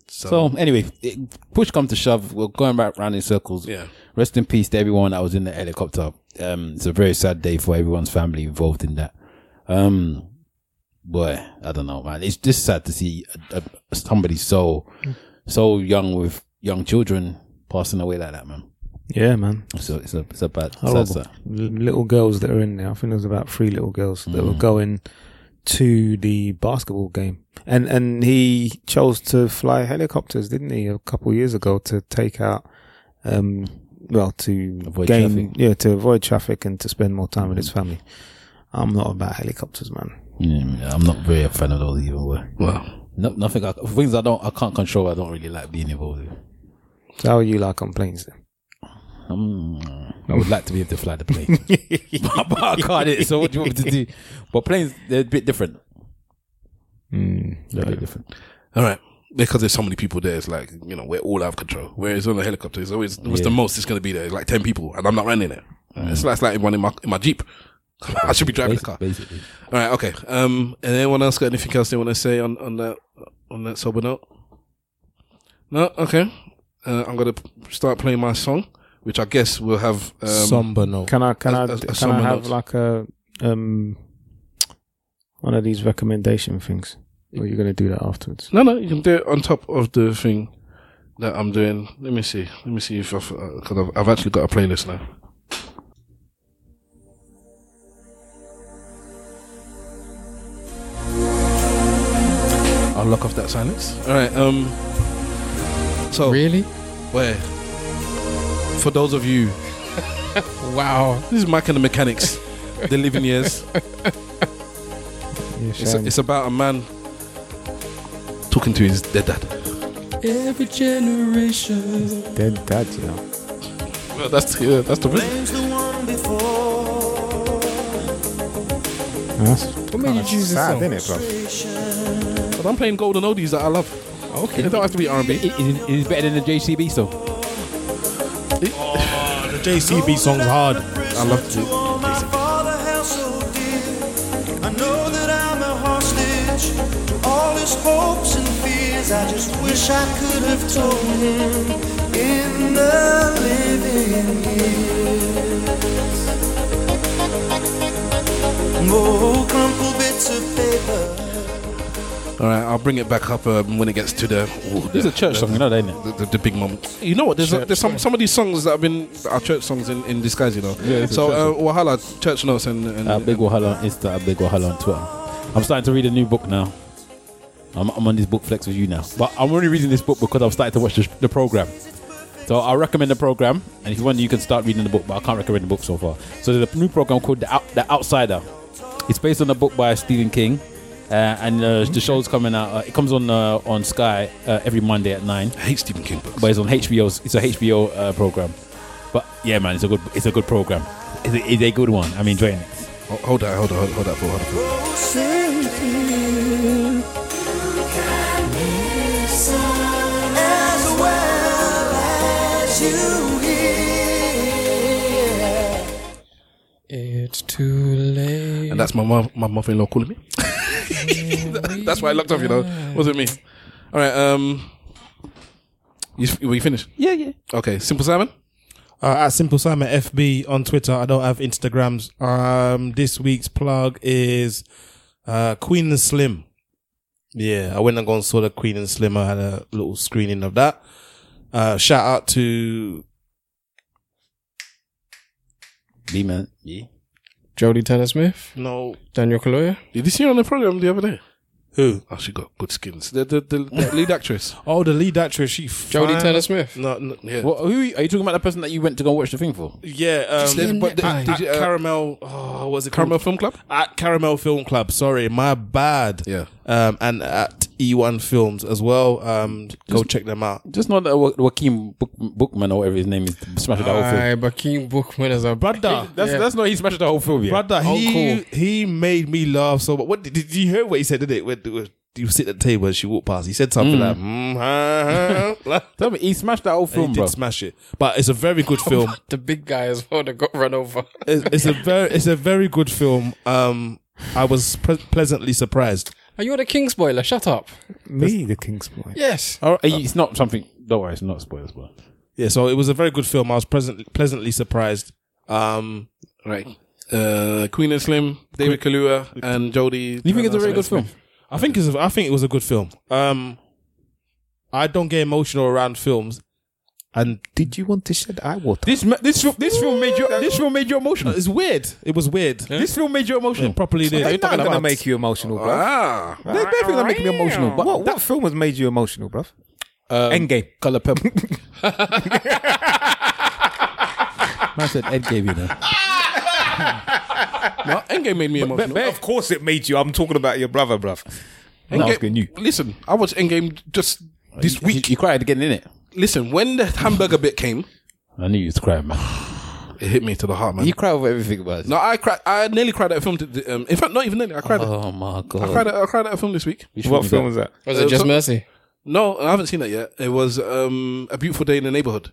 [SPEAKER 1] So, anyway, it, push come to shove, we're going back round in circles.
[SPEAKER 3] Yeah.
[SPEAKER 1] Rest in peace to everyone that was in the helicopter. Um, it's a very sad day for everyone's family involved in that. Um, boy, I don't know, man. It's just sad to see a, a, somebody so so young with young children passing away like that, man.
[SPEAKER 2] Yeah, man.
[SPEAKER 1] So it's a it's a bad sad,
[SPEAKER 2] Horrible.
[SPEAKER 1] sad.
[SPEAKER 2] L- little girls that are in there. I think there's about three little girls that were
[SPEAKER 1] Mm.
[SPEAKER 2] going to the basketball game, and and he chose to fly helicopters, didn't he, a couple of years ago to take out, um, well, to
[SPEAKER 1] Avoid
[SPEAKER 2] gain,
[SPEAKER 1] traffic. Mm.
[SPEAKER 2] yeah, to avoid traffic and to spend more time with his family. I'm not about helicopters, man.
[SPEAKER 1] Yeah, I'm not very a fan of those even. Boy.
[SPEAKER 3] Wow.
[SPEAKER 1] No, nothing. I, things I don't, I can't control. I don't really like being involved. in.
[SPEAKER 2] So how are you like on planes? Then?
[SPEAKER 1] Mm. I would like to be able to fly the plane, but, but I can't. It, so what do you want me to do? But planes, they're a bit different. Hmm, they're a bit different.
[SPEAKER 3] All right. Because there's so many people there, it's like, you know, we're all out of control. Whereas on a helicopter, it's always, what's the most it's going to be there? It's like 10 people, and I'm not running it. It's like, it's like everyone in my, in my Jeep. I should be driving the car.
[SPEAKER 1] Basically,
[SPEAKER 3] All right, okay. Um, and anyone else got anything else they want to say on, on that, on that sober note? No? Okay. Uh, I'm going to start playing my song, which I guess will have, um,
[SPEAKER 5] Somber note.
[SPEAKER 2] Can I can
[SPEAKER 3] as-
[SPEAKER 2] I
[SPEAKER 3] as- as
[SPEAKER 2] can I
[SPEAKER 3] someone
[SPEAKER 2] have
[SPEAKER 3] else.
[SPEAKER 2] like a um one of these recommendation things? Or are you gonna do that afterwards?
[SPEAKER 3] no, no, you can do it on top of the thing that I'm doing. Let me see. Let me see if I've, uh, cause I've, I've actually got a playlist now. I'll lock off that silence. All right. Um. So
[SPEAKER 4] Really?
[SPEAKER 3] where? For those of you,
[SPEAKER 4] Wow.
[SPEAKER 3] this is Mike and the Mechanics, the Living Years.
[SPEAKER 2] Yeah,
[SPEAKER 3] It's, it's about a man talking to his dead dad.
[SPEAKER 4] Every generation.
[SPEAKER 2] dead dad, you know.
[SPEAKER 3] Well, that's yeah, that's the thing.
[SPEAKER 8] Blames the one before.
[SPEAKER 2] That's
[SPEAKER 4] What made you choose this
[SPEAKER 2] sad, isn't
[SPEAKER 4] song?
[SPEAKER 2] it, bro?
[SPEAKER 3] But I'm playing golden oldies that I love. Okay. They don't have to be R&B.
[SPEAKER 1] it, it- it's better than the JCB. So
[SPEAKER 5] The JCB song's hard.
[SPEAKER 3] I love
[SPEAKER 8] To all my father held so dear. I know that I'm a hostage to all his hopes and fears.
[SPEAKER 11] things I just wish I could have told him in the living years. More crumpled bits of paper.
[SPEAKER 3] All right, I'll bring it back up um, when it gets to the. ooh, the
[SPEAKER 1] It's a church
[SPEAKER 3] the-
[SPEAKER 1] song, you know that, innit?
[SPEAKER 3] The, the, the big moments. You know what? There's, a, there's some some of these songs that have been our church songs in, in disguise. You know.
[SPEAKER 1] Yeah, it's a
[SPEAKER 3] so
[SPEAKER 1] church Uh,
[SPEAKER 3] uh, Wahala church notes and, and
[SPEAKER 1] At Big Wahala on Insta, at Big Wahala on Twitter. I'm starting to read a new book now. I'm, I'm on this book flex with you now. But I'm only reading this book because I've started to watch the, the program. So I'll recommend the program. And if you want, you can start reading the book, but I can't recommend the book so far. So there's a new program called The, Out, the Outsider. It's based on a book by Stephen King. Uh, and uh, the show's coming out. Uh, it comes on uh, on Sky uh, every Monday at 9
[SPEAKER 3] I hate Stephen King books.
[SPEAKER 1] but it's on HBO's. It's a HBO uh, program. But yeah, man, it's a good. It's a good program. It's a, it's a good one. I'm enjoying it.
[SPEAKER 3] Ho- Hold that, hold that, hold- hold that for, hold that for.
[SPEAKER 11] As well as you hear.
[SPEAKER 4] It's too late.
[SPEAKER 3] And that's my mom, my mother-in-law calling me. that's why I locked off. You know, wasn't me. All right. Um, you f- we finished?
[SPEAKER 1] Yeah, yeah.
[SPEAKER 3] Okay. Simple Simon.
[SPEAKER 5] Uh, at Simple Simon FB on Twitter. I don't have Instagrams. Um, this week's plug is uh, Queen and Slim. Yeah, I went and gone and saw the Queen and Slim. I had a little screening of that. Uh, shout out to
[SPEAKER 1] B man. Yeah.
[SPEAKER 4] Jody Turner Smith,
[SPEAKER 3] No.
[SPEAKER 4] Daniel Kaluuya.
[SPEAKER 3] Did you see her on the program the other day?
[SPEAKER 5] who?
[SPEAKER 3] Oh, she got good skins. The the, the, the lead actress.
[SPEAKER 5] Oh, the lead actress. She fine.
[SPEAKER 4] Jodie Turner Smith.
[SPEAKER 5] No, no, yeah.
[SPEAKER 1] What, who are you, are you talking about? The person that you went to go watch the thing for?
[SPEAKER 5] Yeah, um,
[SPEAKER 3] Slim
[SPEAKER 5] but the,
[SPEAKER 3] necktie.
[SPEAKER 5] at
[SPEAKER 3] Did you, uh,
[SPEAKER 5] Caramel. Oh, was it
[SPEAKER 3] Caramel
[SPEAKER 5] called?
[SPEAKER 3] Film Club.
[SPEAKER 5] at Caramel Film Club. Sorry, my bad.
[SPEAKER 3] Yeah.
[SPEAKER 5] Um, and at E1 Films as well. Um, go check them out.
[SPEAKER 1] Just know that Wa- Joaquin Book, Bookman or whatever his name is smashed the whole film. Ah,
[SPEAKER 4] Aye, but King Bookman is a
[SPEAKER 5] Brother,
[SPEAKER 1] That's
[SPEAKER 4] Yeah.
[SPEAKER 1] that's not he smashed the whole film. Yeah.
[SPEAKER 5] brother,
[SPEAKER 3] Oh,
[SPEAKER 5] he
[SPEAKER 4] Uncle.
[SPEAKER 5] he made me laugh so much. What did, did you hear? What he said? Did it? When, when you sit at the table and she walked past. He said something like,
[SPEAKER 3] Hmm.
[SPEAKER 5] mm, huh, huh," like, "Mm-hmm."
[SPEAKER 1] Tell me, he smashed that whole
[SPEAKER 5] he
[SPEAKER 1] film, bro.
[SPEAKER 5] did smash it. But it's a very good film.
[SPEAKER 4] the big guy as well that got run over.
[SPEAKER 5] it's, it's a very it's a very good film. Um, I was pre- pleasantly surprised.
[SPEAKER 4] Are you on a King spoiler? Shut up.
[SPEAKER 2] Me, the King's Boy.
[SPEAKER 4] Yes.
[SPEAKER 1] All right, it's not something. Don't worry, it's not spoilers, bro.
[SPEAKER 5] Yeah, so it was a very good film. I was present, pleasantly surprised. Um,
[SPEAKER 3] Right. Uh, Queen and Slim, David Kalua, and Jodie.
[SPEAKER 1] Do you think it's a very good film?
[SPEAKER 5] I think it's. a- I think it was a good film. Um, I don't get emotional around films, and
[SPEAKER 2] Did you want to shed eye water?
[SPEAKER 1] This ma- this film this film made you this film made you emotional.
[SPEAKER 5] it's weird. It was weird. This
[SPEAKER 1] This film made you emotional.
[SPEAKER 5] properly did.
[SPEAKER 2] They're not going to make you emotional, bro.
[SPEAKER 3] Ah,
[SPEAKER 1] They're definitely gonna make me emotional. But
[SPEAKER 2] what, what film has made you emotional, bro? Endgame.
[SPEAKER 1] Color purple. Man said Ed gave you that.
[SPEAKER 3] no, Endgame made me emotional.
[SPEAKER 2] Of course it made you. I'm talking about your brother, bruv.
[SPEAKER 1] I'm
[SPEAKER 3] Endgame-
[SPEAKER 1] asking you.
[SPEAKER 3] Listen, I watched Endgame just this
[SPEAKER 1] You,
[SPEAKER 3] week.
[SPEAKER 1] you cried again, innit?
[SPEAKER 3] Listen, when the hamburger bit came,
[SPEAKER 1] I knew you was crying, man.
[SPEAKER 3] it hit me to the heart, man.
[SPEAKER 1] You cry over everything, but
[SPEAKER 3] no, I cried. I nearly cried at a film. th- um, in fact, not even nearly. I cried.
[SPEAKER 1] oh my
[SPEAKER 3] I cried.
[SPEAKER 1] god.
[SPEAKER 3] At, I cried at a film this week.
[SPEAKER 2] What film was that?
[SPEAKER 4] Was it
[SPEAKER 3] Uh,
[SPEAKER 4] just
[SPEAKER 3] so-
[SPEAKER 4] Mercy?
[SPEAKER 3] No, I haven't seen that yet. It was um, a beautiful day in the neighborhood.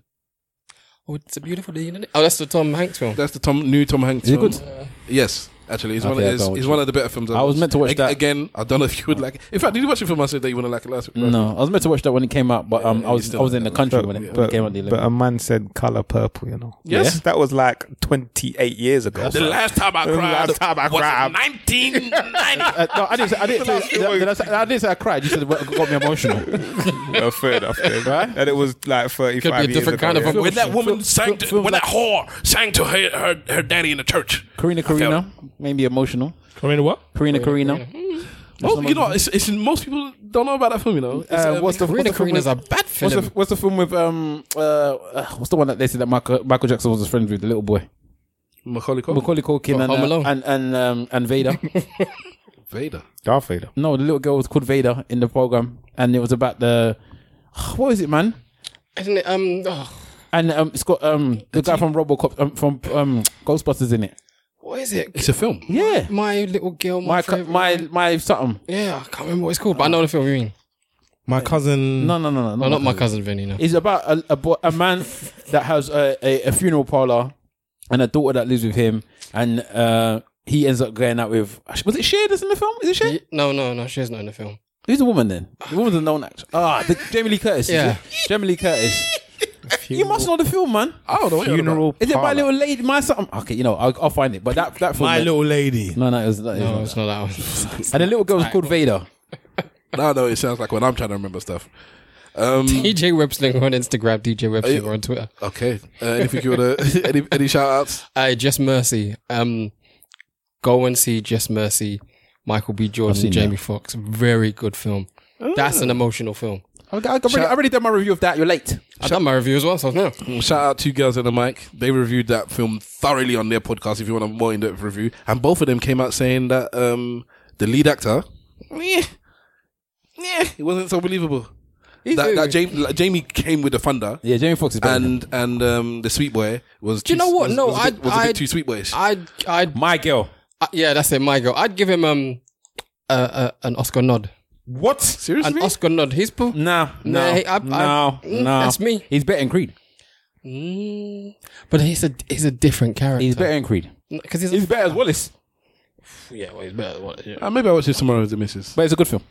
[SPEAKER 4] Oh, it's a beautiful day, isn't it? Oh, that's the Tom Hanks film.
[SPEAKER 3] That's the Tom new Tom Hanks.
[SPEAKER 1] Is it
[SPEAKER 3] film.
[SPEAKER 1] good?
[SPEAKER 3] Yes, actually, it's one. Of,
[SPEAKER 1] Okay, I
[SPEAKER 3] it's,
[SPEAKER 1] can't
[SPEAKER 3] it's
[SPEAKER 1] watch
[SPEAKER 3] one
[SPEAKER 1] it.
[SPEAKER 3] of the better films. I've
[SPEAKER 1] I was
[SPEAKER 3] watched.
[SPEAKER 1] meant to watch
[SPEAKER 3] Ag-
[SPEAKER 1] that.
[SPEAKER 3] again. I don't know if you would like it. In fact, did you watch the film I said that you want to like it last week?
[SPEAKER 1] No, I was meant to watch that when it came out, but um, I was I was in the country when it, when it
[SPEAKER 2] But,
[SPEAKER 1] came out. The
[SPEAKER 2] but
[SPEAKER 1] 11th.
[SPEAKER 2] a man said color purple, you know.
[SPEAKER 3] Yes.
[SPEAKER 2] That was like 28 years ago.
[SPEAKER 3] The last time I
[SPEAKER 2] The
[SPEAKER 3] cried
[SPEAKER 2] last time I
[SPEAKER 3] was
[SPEAKER 2] cried.
[SPEAKER 3] 1990.
[SPEAKER 1] Uh, no, I didn't. Say, I didn't. Say, did I- did I, say, I didn't say I cried. You said what got me emotional.
[SPEAKER 2] Well, fair enough. Then.
[SPEAKER 1] Right?
[SPEAKER 2] And it was like 35
[SPEAKER 4] Could be a
[SPEAKER 2] years
[SPEAKER 4] different
[SPEAKER 2] ago,
[SPEAKER 4] kind of
[SPEAKER 2] yeah.
[SPEAKER 4] a-
[SPEAKER 3] when that woman sang, to,
[SPEAKER 1] film
[SPEAKER 3] when that whore sang to her, her, her daddy in the church.
[SPEAKER 1] Karina Karina made me emotional.
[SPEAKER 5] I mean, what?
[SPEAKER 1] Karina Karina.
[SPEAKER 3] Oh, you know, it's, it's most people don't know about that film. You know, It's,
[SPEAKER 1] Uh,
[SPEAKER 3] um,
[SPEAKER 1] what's the
[SPEAKER 4] Karina
[SPEAKER 1] what's the film
[SPEAKER 4] Karina's
[SPEAKER 1] with-
[SPEAKER 4] a bad
[SPEAKER 1] What's the,
[SPEAKER 4] film.
[SPEAKER 1] what's the film with um uh, uh what's the one that they said that Michael, Michael Jackson was friends with the little boy
[SPEAKER 3] Macaulay Culkin.
[SPEAKER 1] Macaulay Culkin
[SPEAKER 4] Home
[SPEAKER 1] and, uh,
[SPEAKER 4] Alone.
[SPEAKER 1] and and um and Vader
[SPEAKER 3] Vader.
[SPEAKER 2] Darth Vader.
[SPEAKER 1] no the little girl was called Vader in the program and it was about the what is it man
[SPEAKER 4] Isn't it? Um, oh,
[SPEAKER 1] and um it's got um the guy from RoboCop um, from um Ghostbusters in it
[SPEAKER 4] what is it?
[SPEAKER 3] It's a film.
[SPEAKER 1] yeah
[SPEAKER 4] My little girl. My,
[SPEAKER 1] my cu-
[SPEAKER 4] favorite-
[SPEAKER 1] my my something
[SPEAKER 4] Yeah, I can't remember what it's called, but I know the film you mean.
[SPEAKER 5] My cousin.
[SPEAKER 1] no no no no
[SPEAKER 4] No, Oh, not my cousin Vinny. No.
[SPEAKER 1] It's about a a, boy, a man that has a, a, a funeral parlor and a daughter that lives with him, and uh, he ends up going out with. Was it Cher that's in the film? Is it Cher?
[SPEAKER 4] Ye- No, no, no. She's not in the film.
[SPEAKER 1] Who's the woman then? The woman's a known actor. Ah, the, Jamie Lee Curtis. is
[SPEAKER 4] Yeah.
[SPEAKER 1] it? Jamie Lee Curtis. you must know the film, man. I don't know. What
[SPEAKER 2] Funeral
[SPEAKER 1] Is it My
[SPEAKER 2] Parlour.
[SPEAKER 1] Little Lady? My something. Okay, you know, I'll, I'll find it. But that that film.
[SPEAKER 5] My
[SPEAKER 1] man-
[SPEAKER 5] little lady.
[SPEAKER 1] No, no, it was, that is
[SPEAKER 4] No,
[SPEAKER 1] not
[SPEAKER 4] it's not that one.
[SPEAKER 1] that. And the little girl was called Vader.
[SPEAKER 3] Now I know it sounds like when I'm trying to remember stuff. Um,
[SPEAKER 4] DJ Webslinger on Instagram, DJ Webslinger on Twitter.
[SPEAKER 3] okay. Uh, anything you wanna any any shout outs?
[SPEAKER 4] Uh, Just Mercy. Um, go and see Just Mercy. Michael B. Jordan,
[SPEAKER 1] seen that. Oh.
[SPEAKER 4] Jamie Foxx. Very good film. That's an emotional film.
[SPEAKER 1] I've, I've, already, I've already done my review of that. You're late.
[SPEAKER 4] I've done my review as well, so yeah.
[SPEAKER 3] Shout out to girls in the mic. They reviewed that film thoroughly on their podcast. If you want a more in depth review, and both of them came out saying that um, the lead actor, yeah, yeah, it wasn't so believable. That, that Jamie, like, Jamie came with the thunder,
[SPEAKER 1] Yeah, Jamie Foxx is better. than-
[SPEAKER 3] and and um, the sweet boy was.
[SPEAKER 4] Do you
[SPEAKER 3] too-
[SPEAKER 4] know what?
[SPEAKER 3] was-
[SPEAKER 4] No,
[SPEAKER 3] was a bit-
[SPEAKER 4] I'd-
[SPEAKER 3] was a
[SPEAKER 4] I'd-
[SPEAKER 3] bit too sweet boyish.
[SPEAKER 4] I'd, I'd,
[SPEAKER 1] my girl.
[SPEAKER 4] uh, yeah, that's it, my girl. I'd give him um, uh, uh, an Oscar nod.
[SPEAKER 1] What?
[SPEAKER 4] An Oscar nod. He's po-
[SPEAKER 1] No, no,
[SPEAKER 4] Nah, I- I-
[SPEAKER 1] no,
[SPEAKER 4] mm,
[SPEAKER 1] no.
[SPEAKER 4] that's me.
[SPEAKER 1] He's better in Creed.
[SPEAKER 4] Mm, but he's a he's a different character.
[SPEAKER 1] He's better in Creed.
[SPEAKER 4] because he's,
[SPEAKER 1] He's better as Wallace.
[SPEAKER 4] yeah, well, he's better. than What, yeah.
[SPEAKER 3] Uh, maybe I watch this tomorrow with the missus.
[SPEAKER 1] But it's a good film.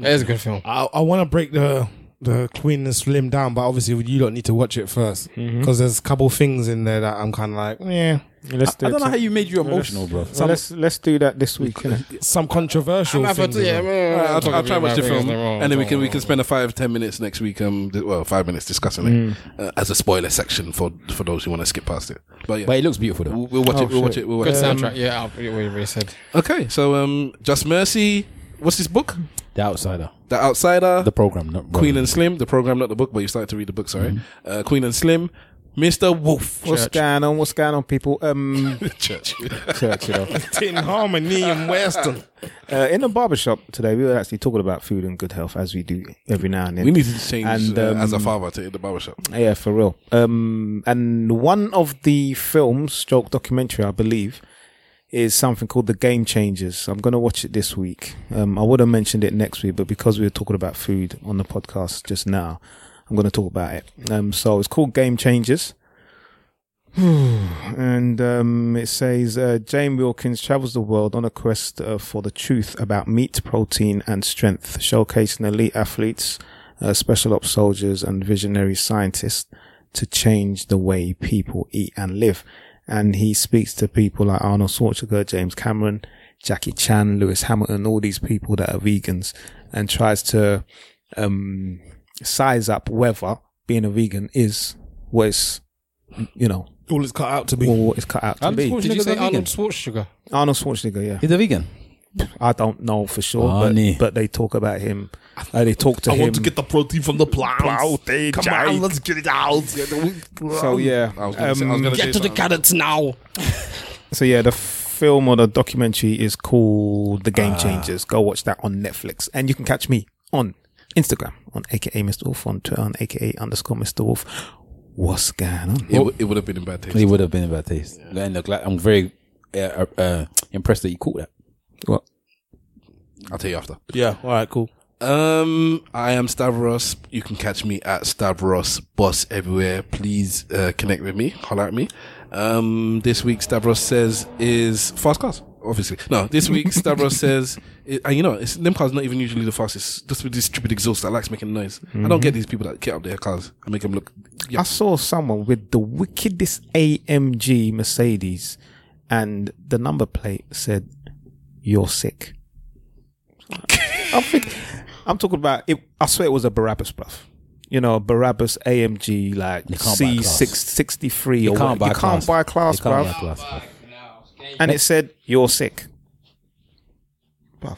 [SPEAKER 4] It is a good film.
[SPEAKER 5] I, I want to break the the Queen and Slim down, but obviously you don't need to watch it first because there's a couple things in there that I'm kind of like, yeah, Uh,
[SPEAKER 2] Let's do
[SPEAKER 1] I
[SPEAKER 2] it
[SPEAKER 1] don't know
[SPEAKER 2] some-
[SPEAKER 1] how you made you emotional, bro.
[SPEAKER 2] So let's let's do that this week. innit?
[SPEAKER 5] uh, some controversial
[SPEAKER 4] I'm
[SPEAKER 5] things.
[SPEAKER 4] happy to- yeah,
[SPEAKER 5] in there.
[SPEAKER 4] well,
[SPEAKER 3] I'll,
[SPEAKER 4] talk
[SPEAKER 3] I'll
[SPEAKER 4] about
[SPEAKER 3] try and watch
[SPEAKER 4] it,
[SPEAKER 3] the film,
[SPEAKER 4] there's nothing wrong,
[SPEAKER 3] and then we
[SPEAKER 4] there's
[SPEAKER 3] can we
[SPEAKER 4] nothing
[SPEAKER 3] can spend a five ten minutes next week. Um, di- well, five minutes discussing
[SPEAKER 4] Mm.
[SPEAKER 3] it uh, as a spoiler section for for those who want to skip past it. But yeah,
[SPEAKER 1] But it looks beautiful though.
[SPEAKER 3] we'll, we'll watch it. We'll watch it. We'll watch
[SPEAKER 4] wrong.
[SPEAKER 3] it.
[SPEAKER 4] Oh,
[SPEAKER 3] Um,
[SPEAKER 4] Good soundtrack. Yeah, I'll, we already said.
[SPEAKER 3] Okay, so um, Just Mercy. What's this book?
[SPEAKER 1] The Outsider,
[SPEAKER 3] The Outsider,
[SPEAKER 1] the program, not Mm-hmm.
[SPEAKER 3] Queen and Slim. The program, not the book, but you started to read the book. Sorry, uh, Queen and Slim, Mister Wolf.
[SPEAKER 2] What's going on? What's going on, people? Um,
[SPEAKER 3] Church.
[SPEAKER 2] church, you know.
[SPEAKER 5] Tin Harmony and Western.
[SPEAKER 2] Uh, in the barbershop today, we were actually talking about food and good health as we do every now and then.
[SPEAKER 3] We need to change
[SPEAKER 2] And,
[SPEAKER 3] uh,
[SPEAKER 2] um,
[SPEAKER 3] as a father to the barbershop.
[SPEAKER 2] Yeah, for real. Um, and one of the films, stroke documentary, I believe, is something called The Game Changers. I'm going to watch it this week. Um, I would have mentioned it next week, but because we were talking about food on the podcast just now, I'm going to talk about it. Um, so it's called Game Changers. and um, it says uh, Jane Wilkins travels the world on a quest uh, for the truth about meat, protein, and strength, showcasing elite athletes, uh, special ops soldiers, and visionary scientists to change the way people eat and live. And he speaks to people like Arnold Schwarzenegger, James Cameron, Jackie Chan, Lewis Hamilton, all these people that are vegans, and tries to um, size up whether being a vegan is what it's, you know,
[SPEAKER 5] All it's cut out to be.
[SPEAKER 2] or what it's cut out to be.
[SPEAKER 4] Did you say Arnold Schwarzenegger?
[SPEAKER 2] Arnold Schwarzenegger, yeah.
[SPEAKER 1] He's a vegan.
[SPEAKER 2] I don't know for sure, but,
[SPEAKER 1] Arnie.
[SPEAKER 2] but they talk about him. Uh, they talk to
[SPEAKER 5] I
[SPEAKER 2] him.
[SPEAKER 5] want to get the protein from the plants. Come on, let's get it out.
[SPEAKER 2] so yeah,
[SPEAKER 3] I was gonna say- I was
[SPEAKER 2] um,
[SPEAKER 3] gonna say
[SPEAKER 4] Get to the
[SPEAKER 3] something.
[SPEAKER 4] carrots now.
[SPEAKER 2] so yeah, the film or the documentary is called The Game Changers. Go watch that on Netflix, and you can catch me on Instagram on AKA Mr Wolf on Twitter on AKA underscore Mr Wolf. What's going on?
[SPEAKER 3] It, w- it would have been in bad
[SPEAKER 1] He
[SPEAKER 3] taste.
[SPEAKER 1] would have been in bad taste. And the gla- I'm very uh, uh, uh, impressed that you caught that.
[SPEAKER 2] What?
[SPEAKER 3] I'll tell you after.
[SPEAKER 5] Yeah, all right, cool.
[SPEAKER 3] Um, I am Stavros. You can catch me at Stavros Boss everywhere. Please uh, connect with me, holler at me. Um, this week Stavros says is fast cars, obviously. No, this week Stavros says, it, and you know, it's, them cars not even usually the fastest. Just with this stupid exhaust that likes making noise. I
[SPEAKER 5] Mhm.
[SPEAKER 3] don't get these people that get up their cars and make them look.
[SPEAKER 2] I
[SPEAKER 3] Yeah,
[SPEAKER 2] saw someone with the wickedest AMG Mercedes, and the number plate said, "You're sick." I think, I'm talking about it. I swear it was a Barabbas, bruv. You know, Barabbas AMG like
[SPEAKER 1] can't buy a
[SPEAKER 2] C
[SPEAKER 1] class.
[SPEAKER 2] six sixty three or
[SPEAKER 1] can't
[SPEAKER 2] what-
[SPEAKER 1] buy
[SPEAKER 2] you
[SPEAKER 1] a
[SPEAKER 2] can't
[SPEAKER 1] class.
[SPEAKER 2] buy a class,
[SPEAKER 1] You can't
[SPEAKER 2] bruv.
[SPEAKER 1] buy class, bruv.
[SPEAKER 2] And it said, "You're sick." Bruv,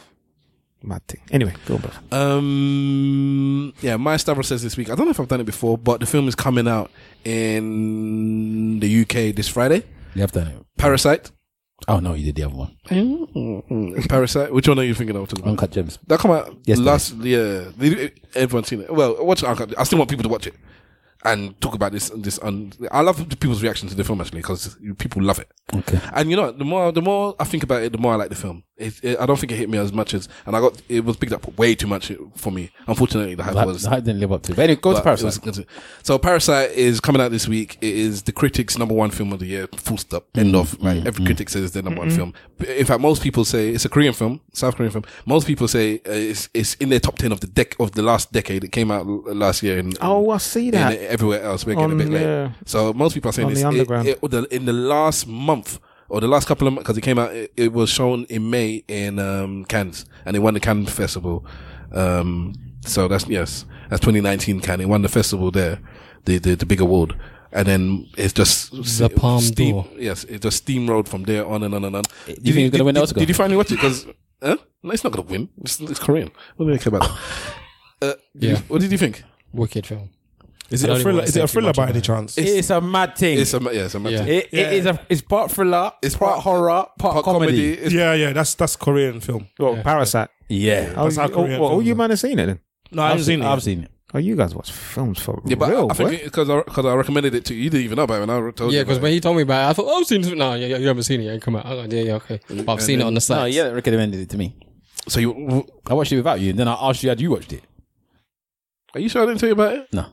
[SPEAKER 2] mad thing. Anyway, go on, bruv.
[SPEAKER 3] um, yeah. My Stavros says this week. I don't know if I've done it before, but the film is coming out in the UK this Friday.
[SPEAKER 1] You have done it.
[SPEAKER 3] Parasite.
[SPEAKER 1] Oh no, you did the other one.
[SPEAKER 3] Parasite. Which one are you thinking of?
[SPEAKER 1] Uncut Gems.
[SPEAKER 3] That come out
[SPEAKER 1] Yes,
[SPEAKER 3] last year. Did- Everyone's seen it. Well, watch Uncut. I still want people to watch it and talk about this. This un- I love the people's reaction to the film actually because people love it.
[SPEAKER 1] Okay.
[SPEAKER 3] And you know, the more the more I think about it, the more I like the film. It, it, I don't think it hit me as much as, and I got it was picked up way too much for me. Unfortunately, the hype
[SPEAKER 1] That,
[SPEAKER 3] was
[SPEAKER 1] that didn't live up to. But anyway, go to
[SPEAKER 3] but it
[SPEAKER 1] Parasite.
[SPEAKER 3] was expensive. so Parasite is coming out this week. It is the critics' number one film of the year. Full stop.
[SPEAKER 1] Mm.
[SPEAKER 3] End of. Like every critic says it's their number one film. B- In fact, most people say it's a Korean film, South Korean film. Most people say uh, it's it's in their top ten of the dec of the last decade. It came out l- last year. And,
[SPEAKER 2] Oh, I see that.
[SPEAKER 3] And everywhere else, we're getting a bit
[SPEAKER 2] On,
[SPEAKER 3] late.
[SPEAKER 2] yeah.
[SPEAKER 3] So most people are saying
[SPEAKER 2] On
[SPEAKER 3] this
[SPEAKER 2] the underground.
[SPEAKER 3] It, it, the- in the last month. Or the last couple of months, because it came out, it, it was shown in May in um, Cannes, and it won the Cannes Festival. Um, so that's yes, that's 2019 Cannes. It won the festival there, the the, the big award, and then it's just
[SPEAKER 4] The Palme
[SPEAKER 3] steam,
[SPEAKER 4] d'Or.
[SPEAKER 3] Yes, it just steamrolled from there on and on and on. Do
[SPEAKER 1] think it's gonna win the
[SPEAKER 3] did,
[SPEAKER 1] Oscar?
[SPEAKER 3] Did you finally watch it? Because huh? no, it's not gonna win. It's, it's Korean. What do they care about? uh, yeah.
[SPEAKER 4] Yeah.
[SPEAKER 3] what did you think?
[SPEAKER 4] Wicked film.
[SPEAKER 5] Is it
[SPEAKER 4] I
[SPEAKER 5] a
[SPEAKER 4] don't even
[SPEAKER 5] thriller?
[SPEAKER 4] wanna
[SPEAKER 5] Is it
[SPEAKER 4] say
[SPEAKER 5] a
[SPEAKER 4] too
[SPEAKER 5] thriller
[SPEAKER 4] much
[SPEAKER 5] by
[SPEAKER 4] about
[SPEAKER 5] any
[SPEAKER 4] it.
[SPEAKER 5] chance?
[SPEAKER 1] It's, a mad thing.
[SPEAKER 3] It's a ma- yeah, it's a
[SPEAKER 4] Yeah.
[SPEAKER 3] yeah.
[SPEAKER 1] it, it is a. It's part thriller.
[SPEAKER 3] It's
[SPEAKER 1] part,
[SPEAKER 3] part-
[SPEAKER 1] horror. Part, comedy.
[SPEAKER 3] It's
[SPEAKER 5] yeah, yeah. That's that's Korean film.
[SPEAKER 2] Well, Parasite.
[SPEAKER 1] Yeah.
[SPEAKER 2] Oh,
[SPEAKER 5] That's how
[SPEAKER 2] you- oh,
[SPEAKER 5] Korean
[SPEAKER 2] well, oh,
[SPEAKER 5] films
[SPEAKER 2] you
[SPEAKER 5] are.
[SPEAKER 2] man have seen it then?
[SPEAKER 5] No, I've, seen,
[SPEAKER 1] I've
[SPEAKER 5] it.
[SPEAKER 1] seen it.
[SPEAKER 2] Oh, you guys watch films for
[SPEAKER 3] Yeah, but
[SPEAKER 2] real?
[SPEAKER 3] I think
[SPEAKER 2] boy?
[SPEAKER 3] because I, cause I recommended it to you. You didn't even know about it when I told
[SPEAKER 4] Yeah,
[SPEAKER 3] you.
[SPEAKER 4] because
[SPEAKER 3] about
[SPEAKER 4] when
[SPEAKER 3] it.
[SPEAKER 4] he told me about it, I thought, oh, I've seen it. No, yeah, yeah, you haven't seen it. yet. Come out. Oh, yeah, yeah, okay. But I've seen it on the
[SPEAKER 1] No,
[SPEAKER 4] site.
[SPEAKER 1] yeah, that recommended it to me.
[SPEAKER 3] so you
[SPEAKER 1] I watched it without you, and then I asked you, had you watched it?
[SPEAKER 3] are you sure I didn't tell you about it?
[SPEAKER 1] No.